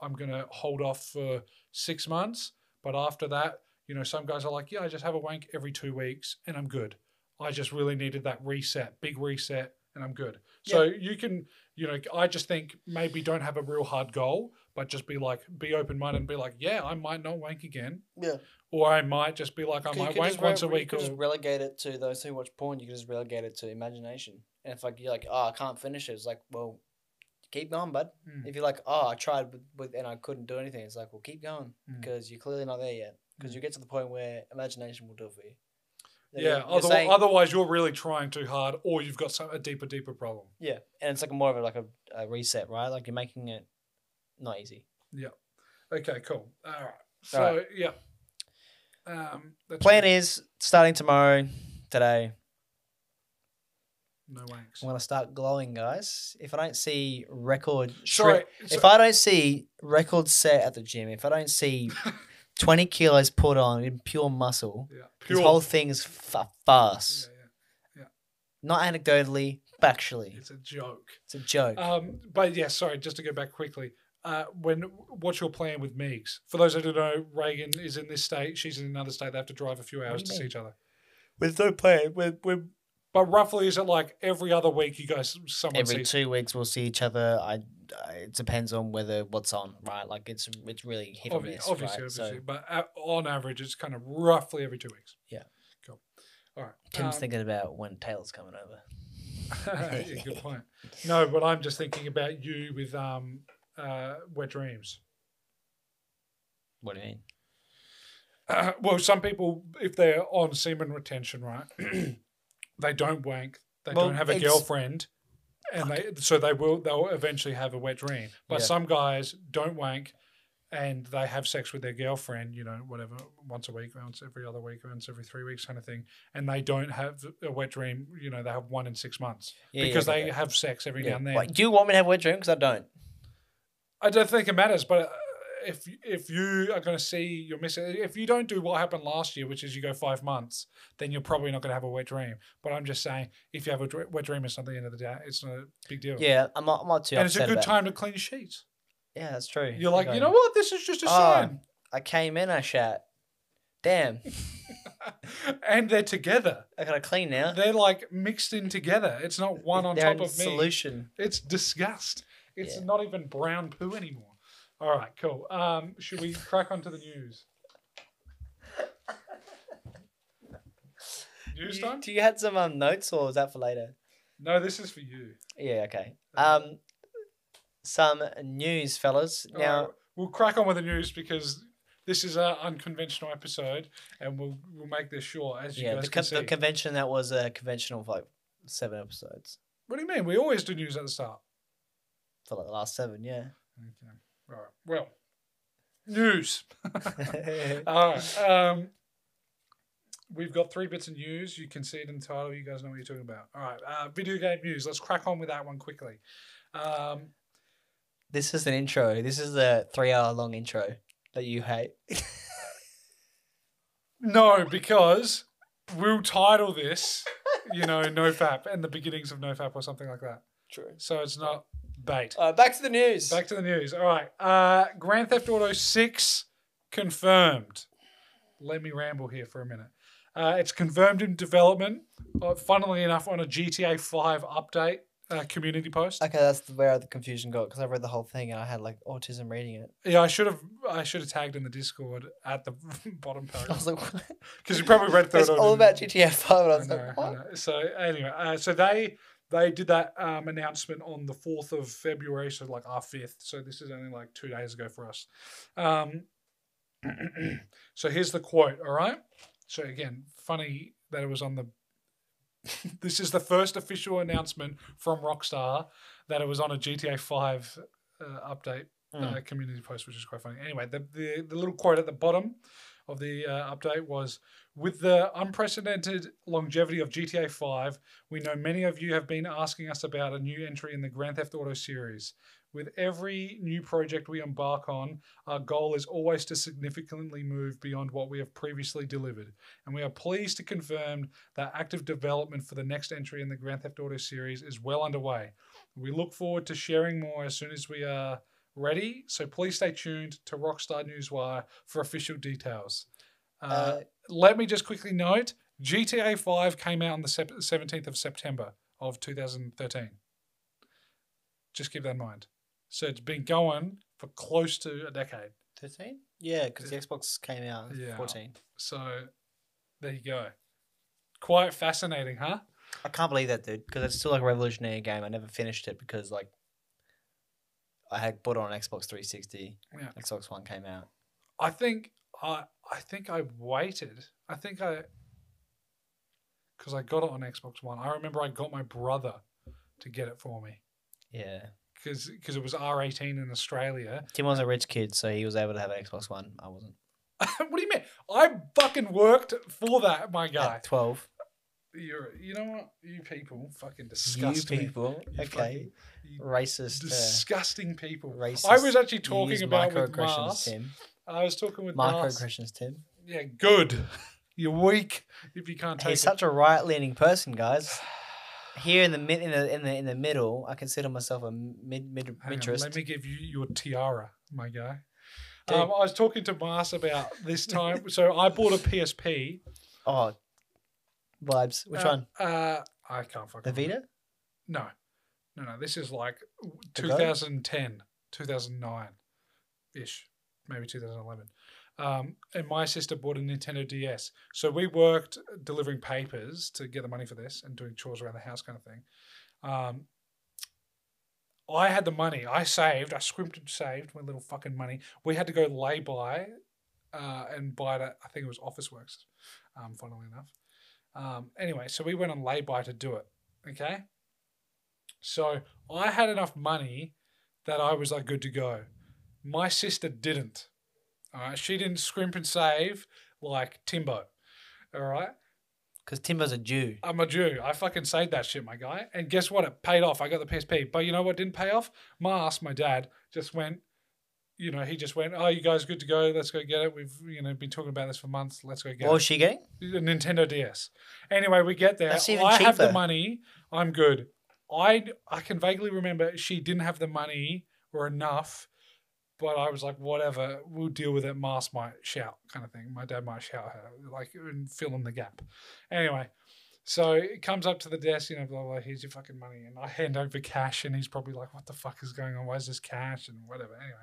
Speaker 2: i'm going to hold off for six months but after that you know some guys are like yeah i just have a wank every two weeks and i'm good i just really needed that reset big reset and i'm good so you can you know i just think maybe don't have a real hard goal but just be like be open-minded and be like yeah i might not wank again
Speaker 1: Yeah.
Speaker 2: or i might just be like i
Speaker 1: You
Speaker 2: might
Speaker 1: could
Speaker 2: wank
Speaker 1: just re-
Speaker 2: once a
Speaker 1: you
Speaker 2: week
Speaker 1: could
Speaker 2: or
Speaker 1: just relegate it to those who watch porn. You could just relegate it to imagination. And if like you're like, oh, I can't finish it, it's like, well, keep going, bud.
Speaker 2: Mm.
Speaker 1: If you're like, oh, I tried with, with and I couldn't do anything, it's like, well, keep going
Speaker 2: Mm.
Speaker 1: because you're clearly not there yet. Because
Speaker 2: Mm.
Speaker 1: you get to the point where imagination will do it for you. Like,
Speaker 2: Yeah,
Speaker 1: you're- you're
Speaker 2: other,
Speaker 1: saying-
Speaker 2: otherwise you're really trying too hard, or you've got some, a deeper, deeper problem.
Speaker 1: yeah, and it's like more of a, like a, a reset, right? Like you're making it not easy.
Speaker 2: Okay, cool. All right. So
Speaker 1: All right.
Speaker 2: yeah, um, that's
Speaker 1: Plan
Speaker 2: good.
Speaker 1: is starting tomorrow, today.
Speaker 2: No wanks.
Speaker 1: I'm gonna start glowing, guys. If I don't see record, shri-
Speaker 2: Sorry,
Speaker 1: if
Speaker 2: so-
Speaker 1: I don't see records set at the gym, if I don't see 20 kilos put on in pure muscle,
Speaker 2: yeah,
Speaker 1: this
Speaker 2: pure.
Speaker 1: whole thing's fa-
Speaker 2: yeah,
Speaker 1: farce. Not anecdotally,
Speaker 2: yeah,
Speaker 1: factually.
Speaker 2: it's a joke.
Speaker 1: It's a joke.
Speaker 2: Um, but yeah, sorry, just to go back quickly. Uh, when what's your plan with Meegs? For those that don't know, Reagan is in this state. She's in another state. They have to drive a few hours
Speaker 1: do
Speaker 2: to
Speaker 1: you
Speaker 2: see
Speaker 1: mean?
Speaker 2: each other.
Speaker 1: With no plan, we're, we're...
Speaker 2: But roughly, is it like every other week you guys someone
Speaker 1: every
Speaker 2: sees?
Speaker 1: two weeks we'll see each other. I, I it depends on whether what's on, right? Like it's it's really hit or
Speaker 2: Obvi-
Speaker 1: miss,
Speaker 2: obviously,
Speaker 1: right?
Speaker 2: obviously,
Speaker 1: So
Speaker 2: but uh, on average, it's kind of roughly every two weeks.
Speaker 1: Yeah.
Speaker 2: Cool. All right.
Speaker 1: Tim's
Speaker 2: um,
Speaker 1: thinking about when Taylor's coming over.
Speaker 2: yeah, good point. No, but I'm just thinking about you with um, uh, wet dreams.
Speaker 1: What do you mean?
Speaker 2: Uh, well, some people, if they're on semen retention, right, they don't wank, they
Speaker 1: Well,
Speaker 2: don't have a
Speaker 1: it's-
Speaker 2: girlfriend, and they so they will they'll eventually have a wet dream. But
Speaker 1: Yeah.
Speaker 2: some guys don't wank, and they have sex with their girlfriend, you know, whatever, once a week, once every other week, once every three weeks, kind of thing, and they don't have a wet dream. You know, they have one in six months
Speaker 1: Yeah, yeah,
Speaker 2: because
Speaker 1: I get
Speaker 2: they
Speaker 1: that.
Speaker 2: have sex every now
Speaker 1: Yeah.
Speaker 2: and then.
Speaker 1: Wait, do you want me to have wet dream? Because I don't.
Speaker 2: I don't think it matters, but uh, if if you are going to see your missing, if you don't do what happened last year, which is you go five months, then you're probably not going to have a wet dream. But I'm just saying, if you have a dr- wet dream, it's not the end of the day. It's not a big deal.
Speaker 1: Yeah, I'm not. I'm not too.
Speaker 2: and it's a
Speaker 1: upset
Speaker 2: good
Speaker 1: about it.
Speaker 2: time to clean your sheets.
Speaker 1: Yeah, that's true.
Speaker 2: You're like,
Speaker 1: Okay.
Speaker 2: you know what? This is just a
Speaker 1: Ah.
Speaker 2: sign.
Speaker 1: I came in, I shat. Damn,
Speaker 2: and they're together.
Speaker 1: I gotta clean now.
Speaker 2: They're like mixed in together. It's not one on
Speaker 1: They're
Speaker 2: top
Speaker 1: in
Speaker 2: of me.
Speaker 1: solution.
Speaker 2: It's disgust. It's
Speaker 1: Yeah.
Speaker 2: not even brown poo anymore. All right, cool. Um, should we crack onto the news? News
Speaker 1: You,
Speaker 2: time?
Speaker 1: do you had some um, notes, or was that for later?
Speaker 2: No, this is for you.
Speaker 1: Yeah, okay. Um, some news, fellas.
Speaker 2: All
Speaker 1: Now,
Speaker 2: right, we'll crack on with the news because this is an unconventional episode, and we'll we'll make this short as you
Speaker 1: yeah,
Speaker 2: guys
Speaker 1: the,
Speaker 2: can
Speaker 1: con-
Speaker 2: see.
Speaker 1: the convention that was a conventional for like seven episodes
Speaker 2: what do you mean? We always do news at the start.
Speaker 1: for like the last seven. Yeah.
Speaker 2: Okay. All right. Well, news. All right. Um, we've got three bits of news. You can see it in the title. You guys know what you're talking about. All right. Uh, video game news. Let's crack on with that one quickly. Um,
Speaker 1: this is an intro. This is the three-hour-long intro that you hate.
Speaker 2: no, because we'll title this, you know, No Fap and the beginnings of No Fap or something like that.
Speaker 1: True.
Speaker 2: So it's not bait.
Speaker 1: Uh, back to the news.
Speaker 2: Back to the news. All right. Uh, Grand Theft Auto 6 confirmed. Let me ramble here for a minute. Uh, it's confirmed in development, uh, funnily enough, on a GTA 5 update uh, community post.
Speaker 1: Okay, that's the- where the confusion got because I read the whole thing and I had like autism reading it.
Speaker 2: Yeah, I should have I should have tagged in the Discord at the bottom
Speaker 1: I
Speaker 2: paragraph
Speaker 1: was like, what?
Speaker 2: because you probably read through
Speaker 1: it's
Speaker 2: it.
Speaker 1: all
Speaker 2: and-
Speaker 1: about GTA Five, and I
Speaker 2: I
Speaker 1: was
Speaker 2: know,
Speaker 1: like,
Speaker 2: I
Speaker 1: what?
Speaker 2: know. So anyway, uh, so they they did that um, announcement on the fourth of February, so like our fifth. So this is only like two days ago for us. Um, so here's the quote. All right. So again, funny that it was on the. this is the first official announcement from Rockstar that it was on a GTA Five uh, update
Speaker 1: Hmm.
Speaker 2: uh, community post, which is quite funny. Anyway, the, the, the little quote at the bottom of the uh, update was With the unprecedented longevity of GTA 5, we know many of you have been asking us about a new entry in the Grand Theft Auto series. With every new project we embark on, our goal is always to significantly move beyond what we have previously delivered. And we are pleased to confirm that active development for the next entry in the Grand Theft Auto series is well underway. We look forward to sharing more as soon as we are ready. So please stay tuned to Rockstar Newswire for official details. Uh,
Speaker 1: Uh,
Speaker 2: let me just quickly note GTA 5 came out on the sep- 17th of September of 2013. Just keep that in mind. So it's been going for close to a decade.
Speaker 1: Thirteen? Yeah, because the Xbox came out
Speaker 2: Yeah.
Speaker 1: fourteen.
Speaker 2: So there you go. Quite fascinating, huh?
Speaker 1: I can't believe that, dude. Because it's still like a revolutionary game. I never finished it because like I had bought it on Xbox 360.
Speaker 2: Yeah.
Speaker 1: Xbox One came out.
Speaker 2: I think I I think I waited. I think I because I got it on Xbox One. I remember I got my brother to get it for me
Speaker 1: Yeah.
Speaker 2: because it was R eighteen in Australia.
Speaker 1: Tim was a rich kid, so he was able to have an Xbox One. I wasn't.
Speaker 2: what do you mean? I fucking worked for that, my guy.
Speaker 1: At twelve.
Speaker 2: You're you know what? You people fucking disgust
Speaker 1: you
Speaker 2: me.
Speaker 1: people.
Speaker 2: You
Speaker 1: okay.
Speaker 2: fucking- you
Speaker 1: Racist. uh,
Speaker 2: disgusting people.
Speaker 1: racist.
Speaker 2: I was actually
Speaker 1: You
Speaker 2: talking
Speaker 1: use
Speaker 2: about with
Speaker 1: microaggressions,
Speaker 2: Mars.
Speaker 1: Tim.
Speaker 2: I was talking with Mars.
Speaker 1: Microaggressions, Tim.
Speaker 2: Yeah, good. You're weak if you can't take
Speaker 1: He's
Speaker 2: it.
Speaker 1: such a right-leaning person, guys. Here in the mid, in the in the in the middle, I consider myself a mid mid
Speaker 2: Hang on,
Speaker 1: midterrorist.
Speaker 2: let me give you your tiara, my guy.
Speaker 1: Dude.
Speaker 2: Um, I was talking to Mars about this time. so I bought a PSP.
Speaker 1: Oh, vibes. Which
Speaker 2: Uh,
Speaker 1: one?
Speaker 2: Uh, I can't fucking
Speaker 1: The
Speaker 2: remember.
Speaker 1: Vita.
Speaker 2: No, no, no. This is like
Speaker 1: The Go?
Speaker 2: 2010, 2009 ish, maybe 2011. Um, and my sister bought a Nintendo DS. So we worked delivering papers to get the money for this and doing chores around the house, kind of thing. Um, I had the money. I saved. I scrimped and saved my little fucking money. We had to go lay by uh, and buy it. At, I think it was Office Works, um, funnily enough. Um, anyway, so we went on lay by to do it. Okay. So I had enough money that I was like good to go. My sister didn't. All right. She didn't scrimp and save like Timbo. All right.
Speaker 1: Because Timbo's a Jew.
Speaker 2: I'm a Jew. I fucking saved that shit, my guy. And guess what? It paid off. I got the PSP. But you know what didn't pay off? Mars, my dad, just went, you know, he just went, oh, you guys good to go. Let's go get it. We've, you know, been talking about this for months. Let's go get
Speaker 1: What was she getting?
Speaker 2: it. The Nintendo DS. Anyway, we get there.
Speaker 1: That's even
Speaker 2: I have the
Speaker 1: cheaper.
Speaker 2: money. I'm good. I, I can vaguely remember she didn't have the money or enough. But I was like, whatever, we'll deal with it. Mars might shout, kind of thing. My dad might shout her, like, and fill in the gap. Anyway, so it comes up to the desk, you know, blah, blah, here's your fucking money. And I hand over cash, and he's probably like, what the fuck is going on? Where's this cash? And whatever. Anyway,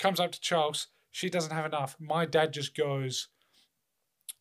Speaker 2: comes up to Charles. She doesn't have enough. My dad just goes,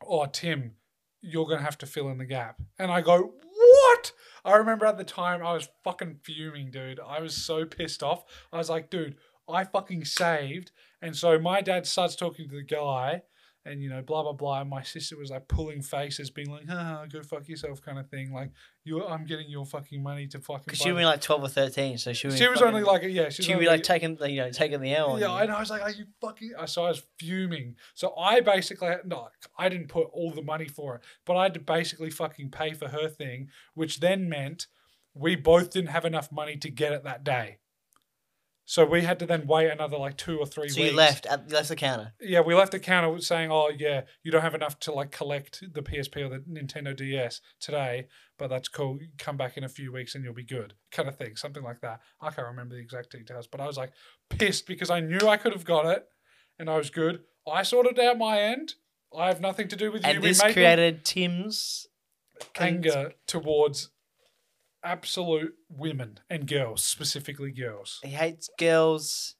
Speaker 2: oh, Tim, you're going to have to fill in the gap. And I go, what? I remember at the time I was fucking fuming, dude. I was so pissed off. I was like, dude, I fucking saved. And so my dad starts talking to the guy and you know, blah blah blah. And my sister was like pulling faces, being like, ah, go fuck yourself kind of thing. Like, you I'm getting your fucking money to fucking
Speaker 1: Because
Speaker 2: buy
Speaker 1: she was
Speaker 2: this."
Speaker 1: like twelve or thirteen, so she was.
Speaker 2: She was only like yeah, she was
Speaker 1: She would
Speaker 2: only
Speaker 1: be like taking, the- you know, taking the L. on
Speaker 2: yeah,
Speaker 1: you.
Speaker 2: and I was like, "Are you fucking?" I So I was fuming. So I basically no, I didn't put all the money for it, but I had to basically fucking pay for her thing, which then meant we both didn't have enough money to get it that day. So we had to then wait another like two or three
Speaker 1: So
Speaker 2: weeks.
Speaker 1: you left at you left the counter.
Speaker 2: Yeah, we left the counter saying, "Oh yeah, you don't have enough to like collect the PSP or the Nintendo DS today, but that's cool. You Come back in a few weeks and you'll be good." Kind of thing, something like that. I can't remember the exact details, but I was like pissed because I knew I could have got it, and I was good. I sorted out my end. I have nothing to do with you.
Speaker 1: And
Speaker 2: We
Speaker 1: this
Speaker 2: made the
Speaker 1: created Tim's cons-
Speaker 2: anger towards absolute women and girls, specifically girls.
Speaker 1: He hates girls.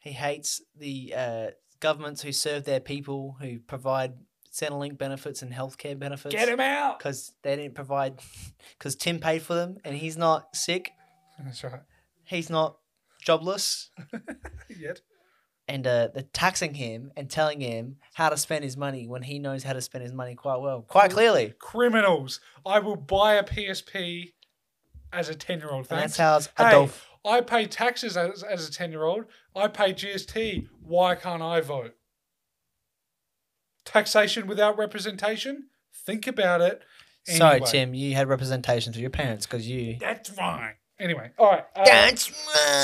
Speaker 1: He hates the uh, governments who serve their people, who provide Centrelink benefits and healthcare benefits.
Speaker 2: Get him out.
Speaker 1: Because they didn't provide, because Tim paid for them and he's not sick.
Speaker 2: That's right.
Speaker 1: He's not jobless.
Speaker 2: Yet.
Speaker 1: And uh, they're taxing him and telling him how to spend his money when he knows how to spend his money quite well, quite clearly.
Speaker 2: Criminals. I will buy a PSP as a 10 year old.
Speaker 1: And that's
Speaker 2: Thanks.
Speaker 1: how it's-
Speaker 2: Hey,
Speaker 1: Adolf.
Speaker 2: I pay taxes as, as a 10 year old. I pay GST. Why can't I vote? Taxation without representation? Think about it.
Speaker 1: Sorry,
Speaker 2: Anyway.
Speaker 1: Tim, you had representation through your parents because you.
Speaker 2: That's fine. Anyway, all right. uh,
Speaker 1: That's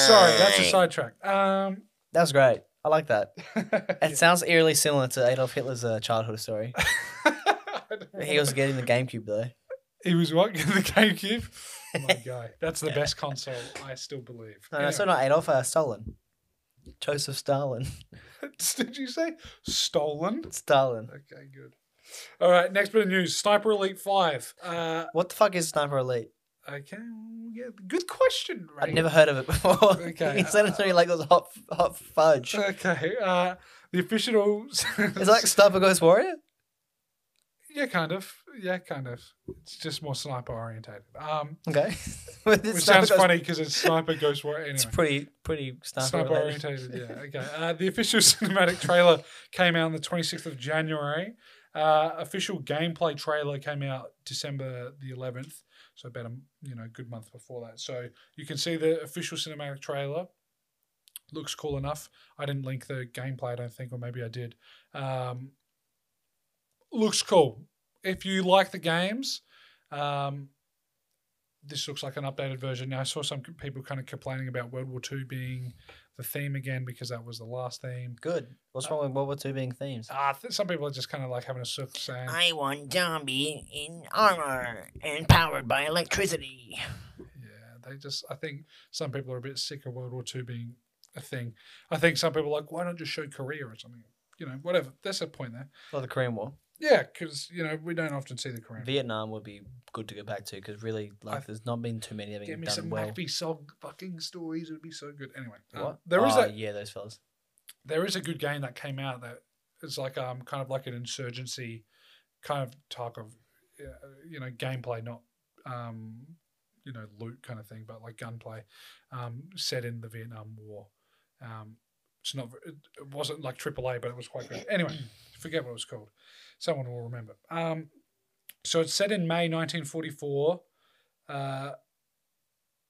Speaker 2: sorry, that's a
Speaker 1: right.
Speaker 2: sidetrack. Um,
Speaker 1: That was great. I like that. It
Speaker 2: yeah.
Speaker 1: sounds eerily similar to Adolf Hitler's uh, childhood story.
Speaker 2: I don't
Speaker 1: He was getting the GameCube though.
Speaker 2: He was what? the GameCube? Oh my guy. That's the best console, I still believe.
Speaker 1: No, no, so not Adolf. Uh, Stalin. Joseph Stalin.
Speaker 2: Anyway, Did you say stolen?
Speaker 1: Stalin.
Speaker 2: Okay, good. All right, next bit of news Sniper Elite 5. Uh,
Speaker 1: What the fuck is Sniper Elite?
Speaker 2: okay, yeah, good question, right?
Speaker 1: I'd never heard of it before.
Speaker 2: Okay,
Speaker 1: he said it to me like it was hot, hot fudge.
Speaker 2: Okay, uh, the official.
Speaker 1: It's like Sniper Ghost Warrior.
Speaker 2: Yeah, kind of. Yeah, kind of. It's just more sniper orientated. Um,
Speaker 1: Okay. With this Sniper
Speaker 2: which sounds
Speaker 1: Ghost-
Speaker 2: funny because it's sniper ghost war anyway.
Speaker 1: It's pretty, pretty Sniper,
Speaker 2: Sniper
Speaker 1: related.
Speaker 2: orientated, yeah. Okay. Uh, the official cinematic trailer came out on the 26th of January. Uh, official gameplay trailer came out December the 11th, so about a you know good month before that. So you can see the official cinematic trailer. Looks cool enough. I didn't link the gameplay, I don't think, or maybe I did. Um, looks cool. If you like the games, um, this looks like an updated version. Now, I saw some people kind of complaining about World War II being the theme again because that was the last theme.
Speaker 1: Good. What's wrong with World War II being themes?
Speaker 2: Ah, th- some people are just kind of like having a circle saying,
Speaker 5: I want zombie in armor and powered by electricity.
Speaker 2: yeah, they just, I think some people are a bit sick of World War II being a thing. I think some people are like, why not just show Korea or something? You know, whatever. That's a point there.
Speaker 1: Well, the Korean War.
Speaker 2: Yeah, because, you know, we don't often see the Korean.
Speaker 1: Vietnam would be good to go back to because really, like,
Speaker 2: Mm. I've-
Speaker 1: there's not been too many that have
Speaker 2: Give
Speaker 1: been
Speaker 2: me
Speaker 1: done
Speaker 2: some
Speaker 1: well.
Speaker 2: McVie song fucking stories. It would be so good. Anyway, uh,
Speaker 1: What?
Speaker 2: there is
Speaker 1: oh,
Speaker 2: that.
Speaker 1: yeah, those fellas.
Speaker 2: there is a good game that came out that is like um kind of like an insurgency kind of type of uh, you know gameplay not um you know loot kind of thing but like gunplay um set in the vietnam war um it's not it it wasn't like aaa but it was quite good anyway forget what it was called someone will remember um so it's set in may 1944 uh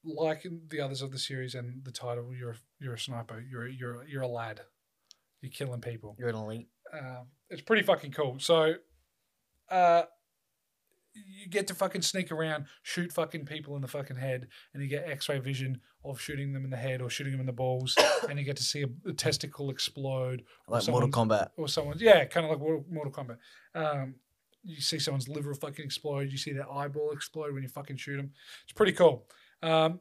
Speaker 2: like the others of the series and the title, you're you're a sniper. You're you're you're a lad. You're killing people.
Speaker 1: You're an elite.
Speaker 2: Um, it's pretty fucking cool. So, uh, you get to fucking sneak around, shoot fucking people in the fucking head, and you get X-ray vision of shooting them in the head or shooting them in the balls, and you get to see a, a testicle explode
Speaker 1: Like
Speaker 2: someone-
Speaker 1: Mortal Kombat.
Speaker 2: or someone's yeah, kind of like Mortal- Mortal Kombat. Um, you see someone's liver fucking explode. You see their eyeball explode when you fucking shoot them. It's pretty cool. Um,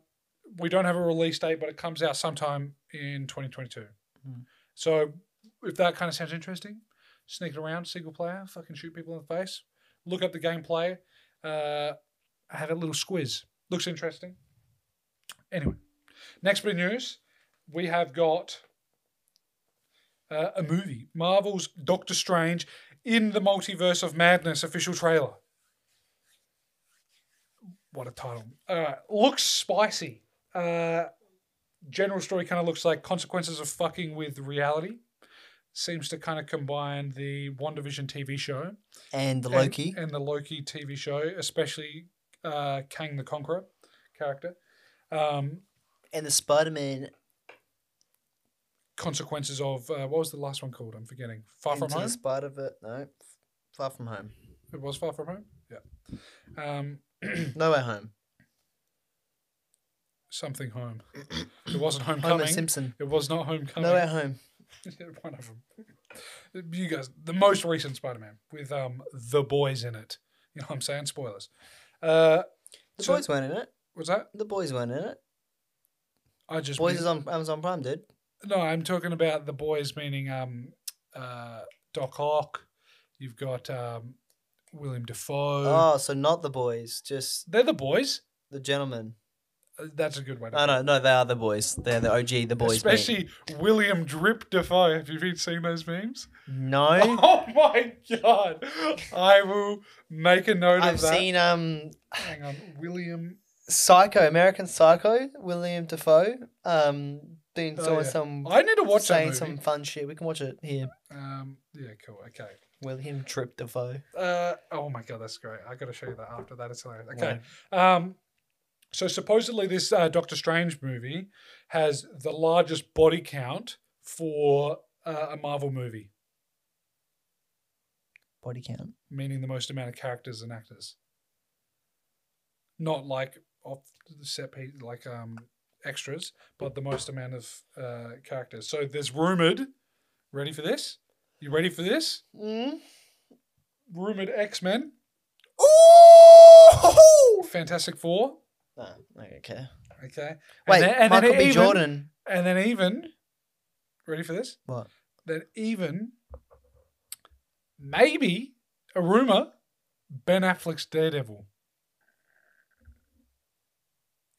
Speaker 2: we don't have a release date, but it comes out sometime in 2022.
Speaker 1: Mhm.
Speaker 2: So if that kind of sounds interesting, sneak it around, single player, fucking shoot people in the face. Look up the gameplay. Uh, have a little squiz. Looks interesting. Anyway, next bit of news. We have got uh, a movie, Marvel's Doctor Strange in the Multiverse of Madness official trailer. What a title. Uh, looks spicy. Uh, general story kind of looks like consequences of fucking with reality. Seems to kind of combine the WandaVision TV show
Speaker 1: And the
Speaker 2: and-
Speaker 1: Loki.
Speaker 2: and, the Loki TV show, especially uh, Kang the Conqueror character. Um,
Speaker 1: and the Spider Man
Speaker 2: consequences of uh, what was the last one called? I'm forgetting. Far
Speaker 1: into
Speaker 2: from home.
Speaker 1: the Spider Verse. No, Far From Home.
Speaker 2: It was Far From Home? Yeah. Um,
Speaker 1: No Way Home.
Speaker 2: something home. It wasn't
Speaker 1: Homer
Speaker 2: Homecoming.
Speaker 1: Simpson.
Speaker 2: it was not Homecoming.
Speaker 1: No Way Home.
Speaker 2: One of them. You guys, the most recent Spider Man with um the boys in it. You know what I'm saying? Spoilers. Uh,
Speaker 1: The
Speaker 2: So-
Speaker 1: boys weren't in it.
Speaker 2: was that?
Speaker 1: The boys weren't in it.
Speaker 2: I just.
Speaker 1: Boys is on Amazon Prime, dude.
Speaker 2: No, I'm talking about the boys, meaning um, uh, Doc Ock. You've got um, William Defoe.
Speaker 1: Oh, so not the boys. Just
Speaker 2: They're the boys.
Speaker 1: The gentlemen.
Speaker 2: Uh, That's a good way to
Speaker 1: Oh no, no, they are the boys. They're the OG, the boys. mate.
Speaker 2: Especially William Drip Defoe. Have you been seeing those memes?
Speaker 1: no,
Speaker 2: Oh my god! I will make a note
Speaker 1: I've
Speaker 2: of that.
Speaker 1: seen um
Speaker 2: Hang on, William.
Speaker 1: Psycho, American Psycho, William Defoe. Um, been
Speaker 2: Oh,
Speaker 1: doing
Speaker 2: yeah.
Speaker 1: some
Speaker 2: I need to watch that
Speaker 1: saying
Speaker 2: movie.
Speaker 1: some fun shit. We can watch it here.
Speaker 2: Um, yeah, cool. Okay.
Speaker 1: William Trip Defoe.
Speaker 2: Uh, oh my god, that's great. I got to show you that after that. It's hilarious. Okay. Um, so supposedly this uh, Doctor Strange movie has the largest body count for uh, a Marvel movie,
Speaker 1: Body count.
Speaker 2: meaning the most amount of characters and actors. Not like off the set piece, like um extras, but the most amount of uh, characters. So there's rumored. Ready for this? You ready for this?
Speaker 1: Mm.
Speaker 2: Rumored X Men,
Speaker 1: Ooh!
Speaker 2: Fantastic Four.
Speaker 1: No, I don't care.
Speaker 2: Okay. And
Speaker 1: Wait,
Speaker 2: then- and then
Speaker 1: Michael B.
Speaker 2: even-
Speaker 1: Jordan.
Speaker 2: And then even, ready for this?
Speaker 1: What?
Speaker 2: That even, maybe a rumor, Ben Affleck's Daredevil.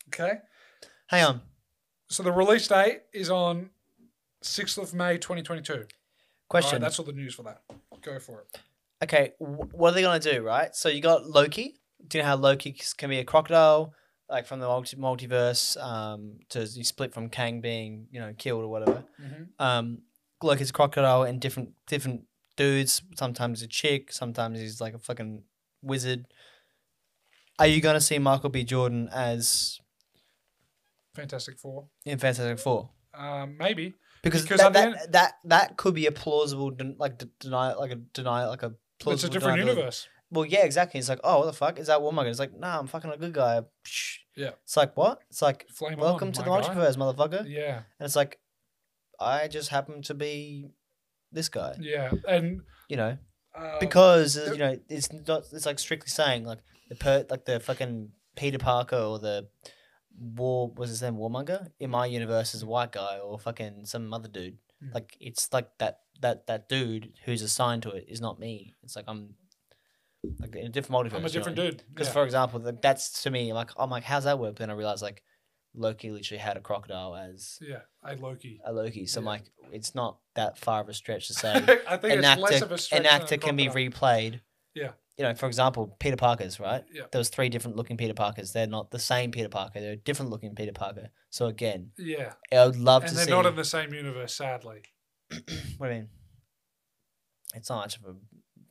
Speaker 2: Okay,
Speaker 1: Hang
Speaker 2: Oh,
Speaker 1: on.
Speaker 2: so the release date is on sixth of May, twenty twenty two.
Speaker 1: Question.
Speaker 2: that's all the news for that. Go for it.
Speaker 1: okay, wh- what are they gonna do? Right. So you got Loki. Do you know how Loki c- can be a crocodile, like from the multi- multiverse, um, to you split from Kang being you know killed or whatever. Um, Loki's a crocodile and different different dudes. Sometimes he's a chick. Sometimes he's like a fucking wizard. Are you gonna see Michael B. Jordan as
Speaker 2: Fantastic Four,
Speaker 1: in Fantastic Four?
Speaker 2: um, maybe.
Speaker 1: because,
Speaker 2: Because
Speaker 1: that,
Speaker 2: at the
Speaker 1: that, that that could be a plausible den- like de- deny like a deny like a plausible
Speaker 2: It's a different
Speaker 1: deniability.
Speaker 2: universe.
Speaker 1: Well, yeah, exactly. It's like, oh, what the fuck is that woman? It's like, nah, I'm fucking a good guy. Psh.
Speaker 2: Yeah.
Speaker 1: It's like what? It's like
Speaker 2: Flame
Speaker 1: welcome
Speaker 2: on,
Speaker 1: to the
Speaker 2: my guy.
Speaker 1: multiverse, motherfucker. And
Speaker 2: Yeah.
Speaker 1: it's like, I just happen to be this guy,
Speaker 2: Yeah, and
Speaker 1: you know,
Speaker 2: uh,
Speaker 1: because uh,
Speaker 2: yeah.
Speaker 1: you know it's not. It's like strictly saying like the per like the fucking Peter Parker or the war was his name Warmonger in my universe is a white guy or fucking some other dude.
Speaker 2: Mm.
Speaker 1: Like it's like that that that dude who's assigned to it is not me. It's like I'm like in a different multiverse.
Speaker 2: I'm a different dude.
Speaker 1: Because
Speaker 2: Yeah.
Speaker 1: for example, like, that's to me like I'm like how's that work? But then I realize like Loki literally had a crocodile as
Speaker 2: yeah, a Loki.
Speaker 1: a Loki, so I'm
Speaker 2: Yeah.
Speaker 1: like it's not that far of a stretch to say
Speaker 2: I
Speaker 1: Um,
Speaker 2: think
Speaker 1: an
Speaker 2: it's
Speaker 1: actor,
Speaker 2: less of a stretch
Speaker 1: an
Speaker 2: than
Speaker 1: actor
Speaker 2: a
Speaker 1: can be
Speaker 2: crocodile.
Speaker 1: replayed.
Speaker 2: Yeah.
Speaker 1: You know, for example, Peter Parker's, right?
Speaker 2: Yeah.
Speaker 1: There was three different looking Peter Parkers. They're not the same Peter Parker. They're a different looking Peter Parker. So again,
Speaker 2: Yeah,
Speaker 1: I would love
Speaker 2: and
Speaker 1: to
Speaker 2: they're
Speaker 1: see.
Speaker 2: not in the same universe, sadly,
Speaker 1: what do you mean? It's not much of a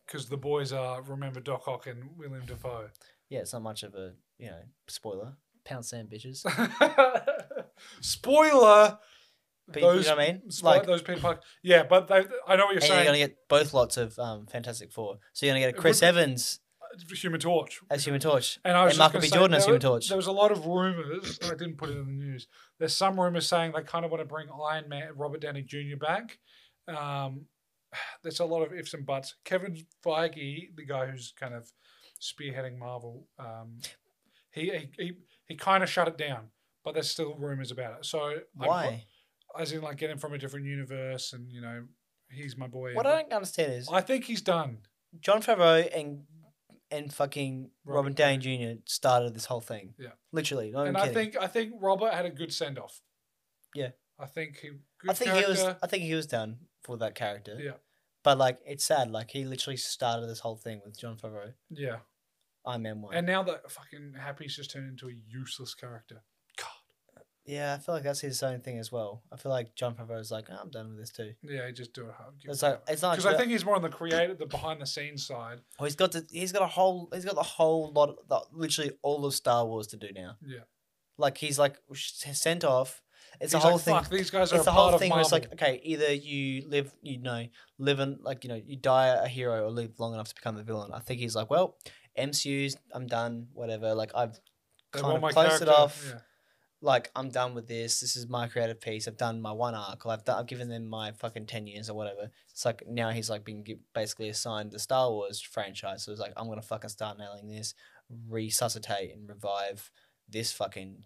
Speaker 2: because the boys are remember Doc Ock and William Defoe.
Speaker 1: yeah. It's not much of a you know spoiler. Pound sand bitches.
Speaker 2: Spoiler.
Speaker 1: But you-
Speaker 2: those,
Speaker 1: you know what I mean?
Speaker 2: spo-
Speaker 1: Like,
Speaker 2: those Peter Park. Yeah, but they, I know what you're
Speaker 1: and you're
Speaker 2: saying.
Speaker 1: gonna get both lots of um, Fantastic Four. So you're gonna get a
Speaker 2: It
Speaker 1: Chris
Speaker 2: would-
Speaker 1: Evans
Speaker 2: Human Torch.
Speaker 1: as Human Torch.
Speaker 2: And I was
Speaker 1: and
Speaker 2: just
Speaker 1: Michael
Speaker 2: gonna
Speaker 1: B.
Speaker 2: say,
Speaker 1: Jordan as
Speaker 2: there were-
Speaker 1: Human Torch.
Speaker 2: There was a lot of rumors. I didn't put it in the news. There's some rumors saying they kind of want to bring Iron Man, Robert Downey Jr. back. Um, there's a lot of ifs and buts. Kevin Feige, the guy who's kind of spearheading Marvel, um, he, he he he kind of shut it down. But there's still rumors about it. So I'm-
Speaker 1: Why?
Speaker 2: as in, like getting from a different universe, and you know, he's my boy.
Speaker 1: What I don't understand is
Speaker 2: I think he's done.
Speaker 1: John Favreau and and fucking Robin
Speaker 2: Robert
Speaker 1: Downey Jr. started this whole thing.
Speaker 2: Yeah.
Speaker 1: literally. Not even
Speaker 2: and I
Speaker 1: kidding.
Speaker 2: think I think Robert had a good send off.
Speaker 1: Yeah.
Speaker 2: I think he. Good
Speaker 1: I think
Speaker 2: character.
Speaker 1: he was. I think he was down for that character.
Speaker 2: Yeah.
Speaker 1: But like, it's sad. Like he literally started this whole thing with John Favreau.
Speaker 2: Yeah,
Speaker 1: Iron Man one.
Speaker 2: and now that fucking Happy's just turned into a useless character. God.
Speaker 1: yeah, I feel like that's his own thing as well. I feel like John Favreau's like, "Oh, I'm done with this too.
Speaker 2: Yeah, he just do it hard.
Speaker 1: It's like oh, it's not
Speaker 2: because I
Speaker 1: true.
Speaker 2: think he's more on the creative, the behind the scenes side.
Speaker 1: Oh, he's got to, he's got a whole he's got the whole lot of, the, literally all of Star Wars to do now.
Speaker 2: Yeah.
Speaker 1: Like he's like sent off. It's
Speaker 2: he's
Speaker 1: a whole
Speaker 2: like,
Speaker 1: thing.
Speaker 2: Fuck, these guys are
Speaker 1: it's
Speaker 2: a
Speaker 1: the whole
Speaker 2: part
Speaker 1: thing
Speaker 2: of
Speaker 1: where it's
Speaker 2: Marvel.
Speaker 1: like okay either you live you know live in like you know you die a hero or live long enough to become the villain i think he's like well mcu's i'm done whatever like i've
Speaker 2: They
Speaker 1: kind
Speaker 2: want
Speaker 1: of
Speaker 2: my
Speaker 1: closed it
Speaker 2: character.
Speaker 1: off like i'm done with this this is my creative piece i've done my one arc or I've, done, I've given them my fucking 10 years or whatever it's like now he's like being gi- basically assigned the star wars franchise so it's like i'm gonna fucking start nailing this resuscitate and revive this fucking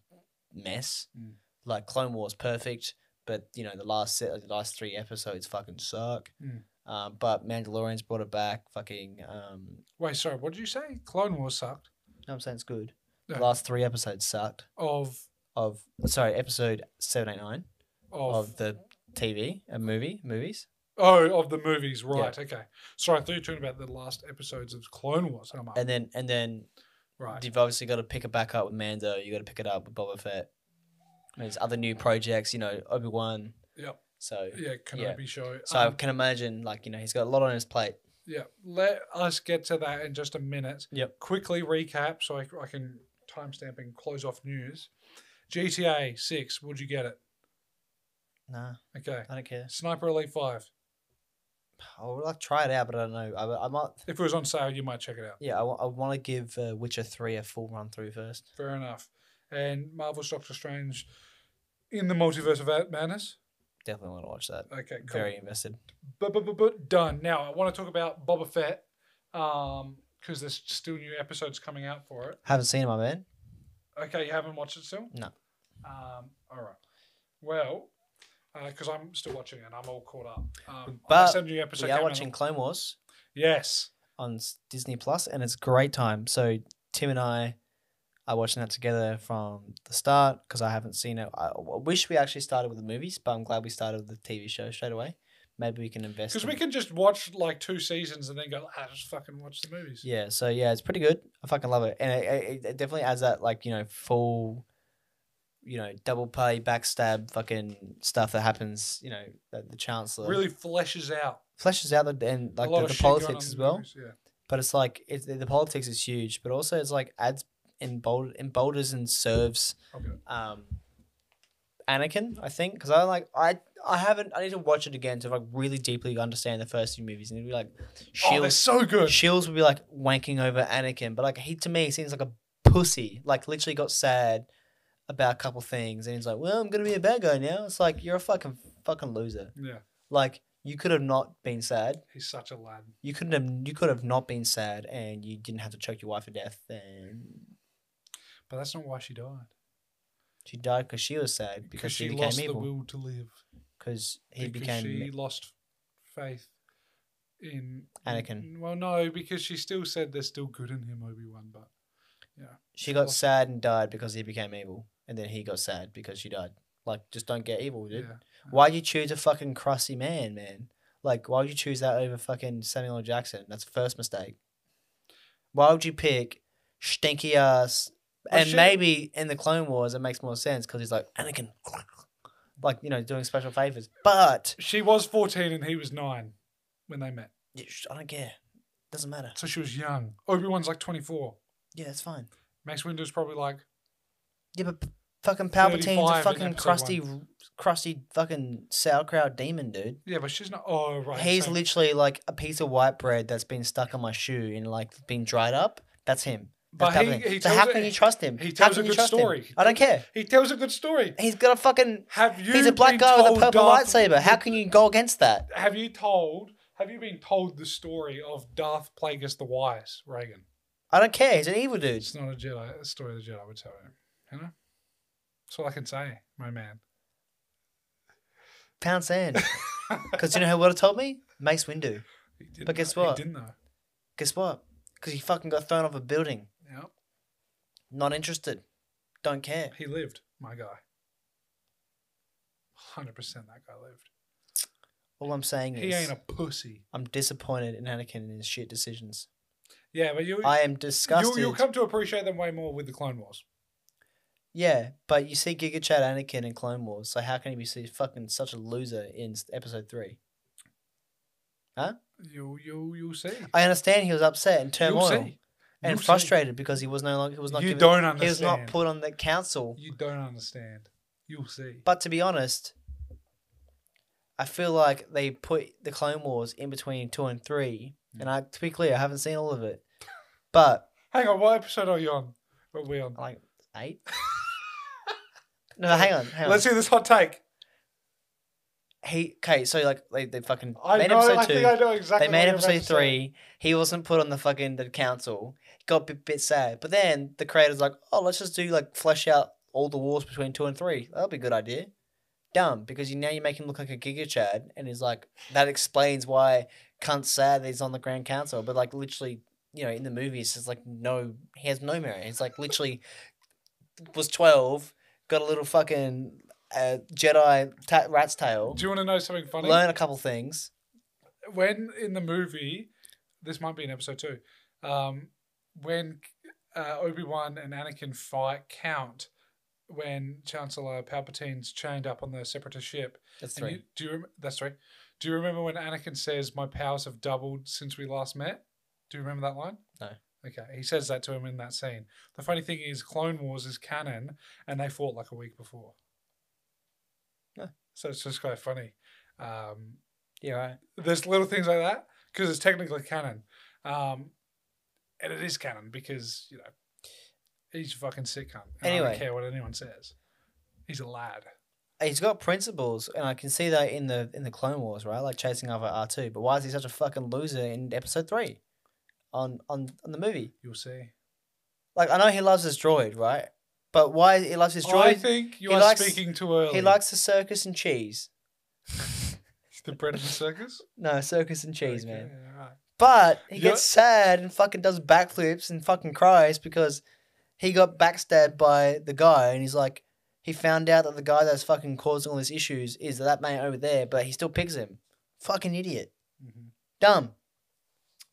Speaker 1: mess
Speaker 2: Mm.
Speaker 1: like clone wars perfect but you know the last set, the last three episodes fucking suck
Speaker 2: Mm.
Speaker 1: um, but mandalorian's brought it back fucking um
Speaker 2: Wait, sorry, what did you say? Clone Wars sucked.
Speaker 1: no, i'm saying it's good The
Speaker 2: Yeah.
Speaker 1: last three episodes sucked.
Speaker 2: of
Speaker 1: Of sorry, episode seven, eight, nine
Speaker 2: of,
Speaker 1: of, the TV and movie movies.
Speaker 2: oh of the movies, right? Okay, sorry, I thought you were talking about the last episodes of Clone Wars. And I'm like,
Speaker 1: And then and then
Speaker 2: right,
Speaker 1: you've obviously got to pick it back up with Mando. You got to pick it up with Boba Fett. And There's other new projects, you know, Obi Wan.
Speaker 2: Yep.
Speaker 1: So
Speaker 2: yeah, Kenobi show.
Speaker 1: so
Speaker 2: Um,
Speaker 1: I can imagine, like you know, he's got a lot on his plate.
Speaker 2: Yeah, let us get to that in just a minute.
Speaker 1: Yep.
Speaker 2: Quickly recap so I, I can timestamp and close off news. GTA 6, would you get it?
Speaker 1: Nah,
Speaker 2: Okay.
Speaker 1: I don't care.
Speaker 2: Sniper Elite 5.
Speaker 1: I'll like try it out, but I don't know. I, I might.
Speaker 2: If it was on sale, you might check it out.
Speaker 1: Yeah, I want to give uh, Witcher three a full run through first.
Speaker 2: Fair enough. And Marvel's Doctor Strange in the Multiverse of Ad- Madness.
Speaker 1: Definitely want to watch that.
Speaker 2: Okay, cool.
Speaker 1: Very invested.
Speaker 2: but, but, but, but done. Now, I want to talk about Boba Fett because there's still new episodes coming out for it.
Speaker 1: Haven't seen it, my man.
Speaker 2: Okay, you haven't watched it still?
Speaker 1: No.
Speaker 2: Um, all right. Well, because I'm still watching it, I'm all caught up. Um,
Speaker 1: But
Speaker 2: I new episode
Speaker 1: we are
Speaker 2: came out-
Speaker 1: watching Clone Wars
Speaker 2: Yes.
Speaker 1: on s- Disney Plus, and it's a great time. So Tim and I are watching that together from the start because I haven't seen it. I I wish we actually started with the movies, but I'm glad we started with the TV show straight away. Maybe we can invest.
Speaker 2: Because
Speaker 1: in-
Speaker 2: we can just watch like two seasons and then go, ah, just fucking watch the movies.
Speaker 1: Yeah, so yeah, it's pretty good. I fucking love it, and it, it, it definitely adds that like you know full, you know double pay backstab fucking stuff that happens. You know that the chancellor
Speaker 2: Really fleshes out
Speaker 1: fleshes out the and like
Speaker 2: a lot
Speaker 1: the,
Speaker 2: of
Speaker 1: the
Speaker 2: shit going on
Speaker 1: politics
Speaker 2: in
Speaker 1: as
Speaker 2: the
Speaker 1: well.
Speaker 2: movies, Yeah.
Speaker 1: But it's like it's the politics is huge, but also it's like adds embold embolders and serves
Speaker 2: Okay.
Speaker 1: um Anakin, I think, because I like I I haven't I need to watch it again to like really deeply understand the first few movies and it'd be like
Speaker 2: Oh, they're
Speaker 1: shields
Speaker 2: so good.
Speaker 1: Shields would be like wanking over Anakin, but like he to me seems like a pussy. Like literally got sad about a couple things, and he's like, "Well, I'm gonna be a bad guy now." It's like you're a fucking fucking loser.
Speaker 2: Yeah.
Speaker 1: Like you could have not been sad.
Speaker 2: He's such a lad.
Speaker 1: You couldn't have. You could have not been sad, and you didn't have to choke your wife to death. And
Speaker 2: But that's not why she died.
Speaker 1: she died because she was sad
Speaker 2: Because
Speaker 1: because she,
Speaker 2: she,
Speaker 1: became
Speaker 2: lost the
Speaker 1: evil
Speaker 2: will to live.
Speaker 1: because he
Speaker 2: because
Speaker 1: became.
Speaker 2: she lost faith in
Speaker 1: Anakin.
Speaker 2: Well, no, because she still said there's still good in him, Obi Wan. But
Speaker 1: she got
Speaker 2: lost-
Speaker 1: sad and died because he became evil, and then he got sad because she died. Like, just don't get evil, dude.
Speaker 2: yeah,
Speaker 1: Why'd you choose a fucking crusty man, man? Like, why would you choose that over fucking Samuel L. Jackson? That's the first mistake. Why would you pick stinky ass?
Speaker 2: Well,
Speaker 1: and
Speaker 2: shit.
Speaker 1: maybe in the Clone Wars, it makes more sense because he's like Anakin, like you know, doing special favors. But
Speaker 2: she was 14 and he was nine when they met,
Speaker 1: Yeah, sh- I don't care. Doesn't matter.
Speaker 2: so she was young. Obi Wan's like 24.
Speaker 1: Yeah, it's fine.
Speaker 2: Max Windu's probably like
Speaker 1: Yeah, but p- fucking Palpatine's
Speaker 2: 35
Speaker 1: a
Speaker 2: in
Speaker 1: fucking
Speaker 2: episode
Speaker 1: crusty, crusty fucking sauerkraut demon, dude.
Speaker 2: yeah, but she's not. Oh right,
Speaker 1: He's
Speaker 2: so-
Speaker 1: literally like a piece of white bread that's been stuck on my shoe and like been dried up. That's him.
Speaker 2: But
Speaker 1: That's
Speaker 2: he-
Speaker 1: happening.
Speaker 2: he
Speaker 1: so
Speaker 2: tells
Speaker 1: how
Speaker 2: a-
Speaker 1: can you trust him?
Speaker 2: he
Speaker 1: How
Speaker 2: tells
Speaker 1: can
Speaker 2: a
Speaker 1: you
Speaker 2: good
Speaker 1: trust him?
Speaker 2: story.
Speaker 1: I don't care.
Speaker 2: He tells a good story.
Speaker 1: He's got a fucking.
Speaker 2: Have you?
Speaker 1: He's a black
Speaker 2: been
Speaker 1: guy with a
Speaker 2: told
Speaker 1: purple
Speaker 2: Darth-
Speaker 1: lightsaber. How can you go against that?
Speaker 2: Have you told? Have you been told the story of Darth Plagueis the Wise, Reagan?
Speaker 1: I don't care. He's an evil dude.
Speaker 2: It's not a Jedi. A story of the Jedi would tell you. You know, that's all I can say, my man.
Speaker 1: Pound sand. Because you know who would have told me? Mace Windu.
Speaker 2: He didn't
Speaker 1: But guess
Speaker 2: know.
Speaker 1: what?
Speaker 2: He didn't know.
Speaker 1: Guess what? Because he fucking got thrown off a building.
Speaker 2: Yep.
Speaker 1: Not interested. Don't care.
Speaker 2: He lived, my guy. 100% that guy lived.
Speaker 1: All I'm saying
Speaker 2: He ain't
Speaker 1: is,
Speaker 2: a pussy.
Speaker 1: I'm disappointed in Anakin and his shit decisions.
Speaker 2: Yeah, but you,
Speaker 1: I am
Speaker 2: you,
Speaker 1: disgusted.
Speaker 2: you'll come to appreciate them way more with the Clone Wars.
Speaker 1: Yeah, but you see Giga Chad Anakin in Clone Wars, so how can he be so fucking such a loser in s- episode three?
Speaker 2: You'll, you'll, you'll see.
Speaker 1: I understand he was upset and
Speaker 2: You'll
Speaker 1: turmoil
Speaker 2: see.
Speaker 1: and
Speaker 2: You'll see.
Speaker 1: frustrated because he was no longer he was not
Speaker 2: You
Speaker 1: given,
Speaker 2: don't
Speaker 1: he was not
Speaker 2: understand.
Speaker 1: put on the council.
Speaker 2: You don't understand. You'll see.
Speaker 1: But to be honest, I feel like they put the Clone Wars in between two and three, and I to be clear, I haven't seen all of it, but
Speaker 2: Hang on, what episode are you on? What are we on?
Speaker 1: like eight. no, hang on, hang on.
Speaker 2: Let's hear this hot take.
Speaker 1: he okay, so like they, they fucking
Speaker 2: I
Speaker 1: made
Speaker 2: know,
Speaker 1: episode
Speaker 2: I
Speaker 1: two.
Speaker 2: think I know exactly
Speaker 1: they made
Speaker 2: what you're about
Speaker 1: episode
Speaker 2: to say.
Speaker 1: three. He wasn't put on the fucking the council. He got a bit, bit sad. But then the creators like, oh, let's just do like flesh out all the wars between two and three. That'll be a good idea. Dumb because you now you make him look like a giga chad, and he's like that explains why cunt's sad that he's on the grand council. But like literally, you know in the movies is like no he has no merit. He's like literally was twelve, got a little fucking uh, Jedi ta- rat's tail,
Speaker 2: Do you want to know something funny?
Speaker 1: learn a couple things.
Speaker 2: when in the movie, this might be in episode two, um, when uh, Obi Wan and Anakin fight Count, when Chancellor Palpatine's chained up on the Separatist ship.
Speaker 1: That's
Speaker 2: and
Speaker 1: three.
Speaker 2: You, do you rem- that's right. Do you remember when Anakin says, "My powers have doubled since we last met"? Do you remember that line?
Speaker 1: No.
Speaker 2: Okay, he says that to him in that scene. The funny thing is, Clone Wars is canon, and they fought like a week before.
Speaker 1: No.
Speaker 2: So it's just quite funny. Um,
Speaker 1: yeah, right.
Speaker 2: there's little things like that because it's technically canon, um, and it is canon because you know he's a fucking sick cunt. And I
Speaker 1: Anyway.
Speaker 2: don't care what anyone says. He's a lad.
Speaker 1: He's got principles, and I can see that in the in the Clone Wars, right? Like chasing after R two. But why is he such a fucking loser in Episode three, on on on the movie?
Speaker 2: You'll see.
Speaker 1: Like I know he loves his droid, right? But why he loves his
Speaker 2: Oh, I
Speaker 1: droid?
Speaker 2: think you
Speaker 1: he
Speaker 2: are
Speaker 1: likes-
Speaker 2: speaking too early.
Speaker 1: He likes the circus and cheese.
Speaker 2: the bread of the circus.
Speaker 1: No, circus and cheese,
Speaker 2: Okay,
Speaker 1: man.
Speaker 2: yeah, right.
Speaker 1: But he
Speaker 2: You
Speaker 1: gets sad and fucking does backflips and fucking cries because he got backstabbed by the guy, and he's like, he found out that the guy that's fucking causing all these issues is that man over there, but he still picks him. Fucking idiot,
Speaker 2: Mhm.
Speaker 1: dumb.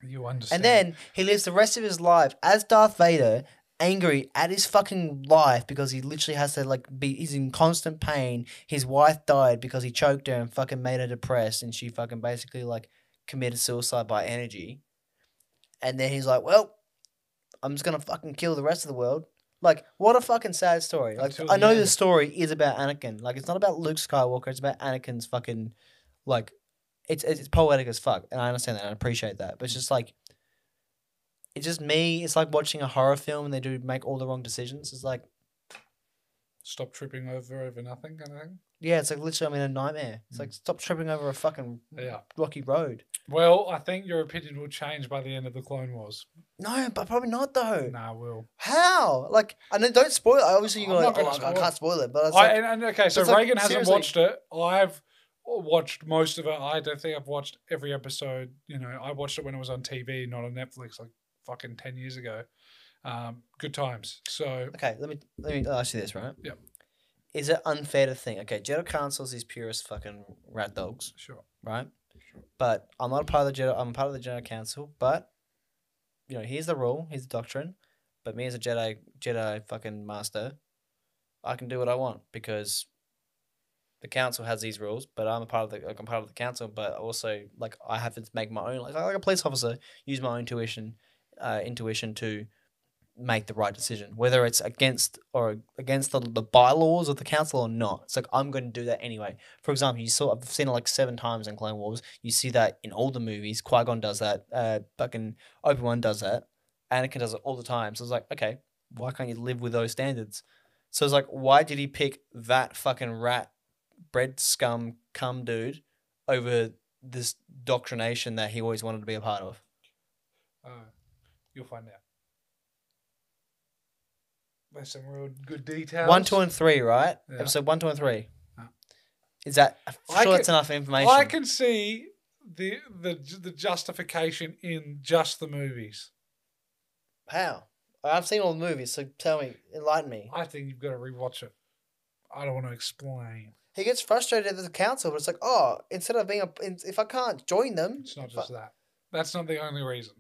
Speaker 2: You
Speaker 1: And
Speaker 2: understand.
Speaker 1: then he lives the rest of his life as Darth Vader, angry at his fucking life because he literally has to like be. He's in constant pain. His wife died because he choked her and fucking made her depressed, and she fucking basically like committed suicide by energy. And then he's like, "Well, I'm just gonna fucking kill the rest of the world." Like, what a fucking sad story. Like,
Speaker 2: Until
Speaker 1: I
Speaker 2: the
Speaker 1: know
Speaker 2: end.
Speaker 1: the story is about Anakin. Like, it's not about Luke Skywalker. It's about Anakin's fucking, like, it's it's poetic as fuck, and I understand that. And I appreciate that, but it's just like it's just me. It's like watching a horror film and they do make all the wrong decisions. It's like,
Speaker 2: stop tripping over over nothing kind of thing.
Speaker 1: yeah, it's like literally I'm in a nightmare. It's like stop tripping over a fucking
Speaker 2: Mm. Yeah.
Speaker 1: rocky road.
Speaker 2: Well, I think your opinion will change by the end of the Clone Wars.
Speaker 1: No, but probably not though.
Speaker 2: Nah, will.
Speaker 1: How? Like, and then don't spoil. it. Obviously, you
Speaker 2: I'm
Speaker 1: got.
Speaker 2: not
Speaker 1: Like,
Speaker 2: gonna
Speaker 1: oh, I- I
Speaker 2: spoil
Speaker 1: can't spoil it, but it's
Speaker 2: I,
Speaker 1: like,
Speaker 2: and, and okay, so
Speaker 1: it's like,
Speaker 2: Reagan hasn't
Speaker 1: seriously.
Speaker 2: watched it. I've watched most of it. I don't think I've watched every episode. You know, I watched it when it was on TV, not on Netflix, like fucking ten years ago. Um, good times. So
Speaker 1: okay, let me let me ask you this, right?
Speaker 2: Yep.
Speaker 1: Is it unfair to think? Okay, Jedi Council's these purest fucking rat dogs.
Speaker 2: sure.
Speaker 1: right? But I'm not a part of the Jedi. I'm a part of the Jedi Council. But you know, here's the rule. Here's the doctrine. But me as a Jedi, Jedi fucking master, I can do what I want because the council has these rules. But I'm a part of the. Like, I'm part of the council. But also, like, I have to make my own. Like, like a police officer, use my own tuition, uh, intuition to make the right decision, whether it's against or against the, the bylaws of the council or not. It's like I'm going to do that anyway. For example, you saw I've seen it like seven times in Clone Wars. You see that in all the movies. Qui Gon does that. Uh, fucking Obi Wan does that. Anakin does it all the time. So it's like, okay, why can't you live with those standards? So it's like, why did he pick that fucking rat, bread scum, cum dude, over this doctrination that he always wanted to be a part of?
Speaker 2: Uh, you'll find out. There's some real good details.
Speaker 1: One, two, and three, right?
Speaker 2: Yeah.
Speaker 1: Episode one, two, and three.
Speaker 2: Yeah.
Speaker 1: Is that? I'm
Speaker 2: I
Speaker 1: sure,
Speaker 2: can-
Speaker 1: that's enough information.
Speaker 2: I can see the the the justification in just the movies.
Speaker 1: How? I've seen all the movies, so tell me, enlighten me.
Speaker 2: I think you've got to rewatch it. I don't want to explain.
Speaker 1: He gets frustrated at the council, but it's like, oh, instead of being a, in- if I can't join them,
Speaker 2: It's not just that. That's not the only reason.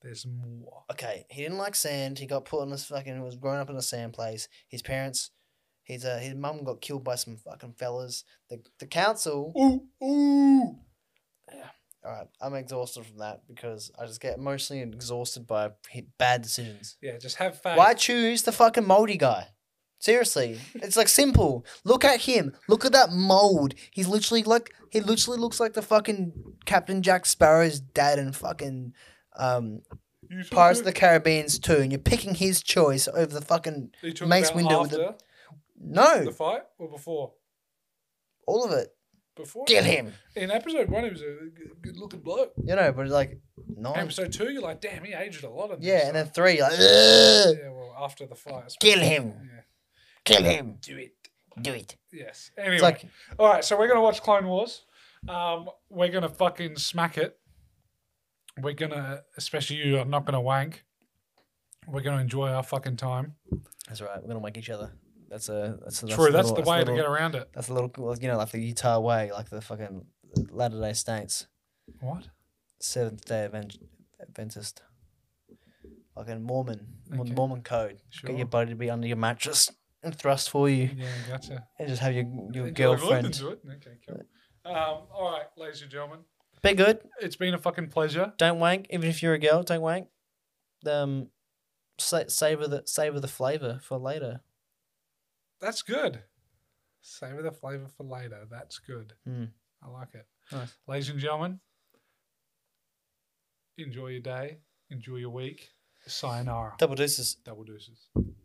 Speaker 2: There's more.
Speaker 1: okay, he didn't like sand. He got put on this fucking. He was grown up in a sand place. His parents, his uh, his mum got killed by some fucking fellas. The the council.
Speaker 2: Ooh, ooh.
Speaker 1: All right, I'm exhausted from that because I just get emotionally exhausted by hi- bad decisions.
Speaker 2: Yeah, just have faith.
Speaker 1: Why choose the fucking moldy guy? Seriously, it's like simple. Look at him. Look at that mold. He's literally like he literally looks like the fucking Captain Jack Sparrow's dad in fucking um,
Speaker 2: You talk
Speaker 1: Pirates of the
Speaker 2: about-
Speaker 1: Caribbean's too, and you're picking his choice over the fucking
Speaker 2: you talk
Speaker 1: Mace
Speaker 2: about
Speaker 1: window with
Speaker 2: after
Speaker 1: the-
Speaker 2: the,
Speaker 1: no,
Speaker 2: fight or before?
Speaker 1: all of it.
Speaker 2: Before
Speaker 1: Kill him.
Speaker 2: In episode one, he was a good, good looking bloke.
Speaker 1: You know, but like no,
Speaker 2: Episode two, you're like, damn, he aged a lot. In
Speaker 1: yeah, and
Speaker 2: this.
Speaker 1: then three, you're like "Ugh."
Speaker 2: yeah, well, after the fight, it's-
Speaker 5: Kill him.
Speaker 2: Yeah.
Speaker 5: Kill him.
Speaker 2: Do it.
Speaker 5: Do it.
Speaker 2: Yes. Anyway,
Speaker 1: it's like
Speaker 2: all right. So we're gonna watch Clone Wars. Um, we're gonna fucking smack it. We're gonna, especially you, are not gonna wank. We're gonna enjoy our fucking time.
Speaker 1: That's right. We're gonna wank each other. That's a that's a,
Speaker 2: True,
Speaker 1: a
Speaker 2: that's
Speaker 1: little-
Speaker 2: the way
Speaker 1: a
Speaker 2: to
Speaker 1: little-
Speaker 2: get around it.
Speaker 1: That's a little, well, you know, like the Utah way, like the fucking Latter Day Saints,
Speaker 2: What?
Speaker 1: Seventh Day Advent- Adventist, fucking Mormon, Mor-
Speaker 2: Okay.
Speaker 1: Mormon code.
Speaker 2: Sure.
Speaker 1: Get your buddy to be under your mattress and thrust for you,
Speaker 2: Yeah, gotcha.
Speaker 1: and just have your your
Speaker 2: Okay, we've looked
Speaker 1: girlfriend.
Speaker 2: into it. Okay, cool. Um, all right, ladies and gentlemen,
Speaker 1: Be good.
Speaker 2: it's been a fucking pleasure.
Speaker 1: Don't wank, even if you're a girl. Don't wank. Um, sa- savor the savor the flavor for later.
Speaker 2: That's good. Savor the flavor for later. That's good.
Speaker 1: Mm.
Speaker 2: I like it.
Speaker 1: Nice.
Speaker 2: Ladies and gentlemen, enjoy your day. Enjoy your week. Sayonara.
Speaker 1: Double deuces.
Speaker 2: Double deuces.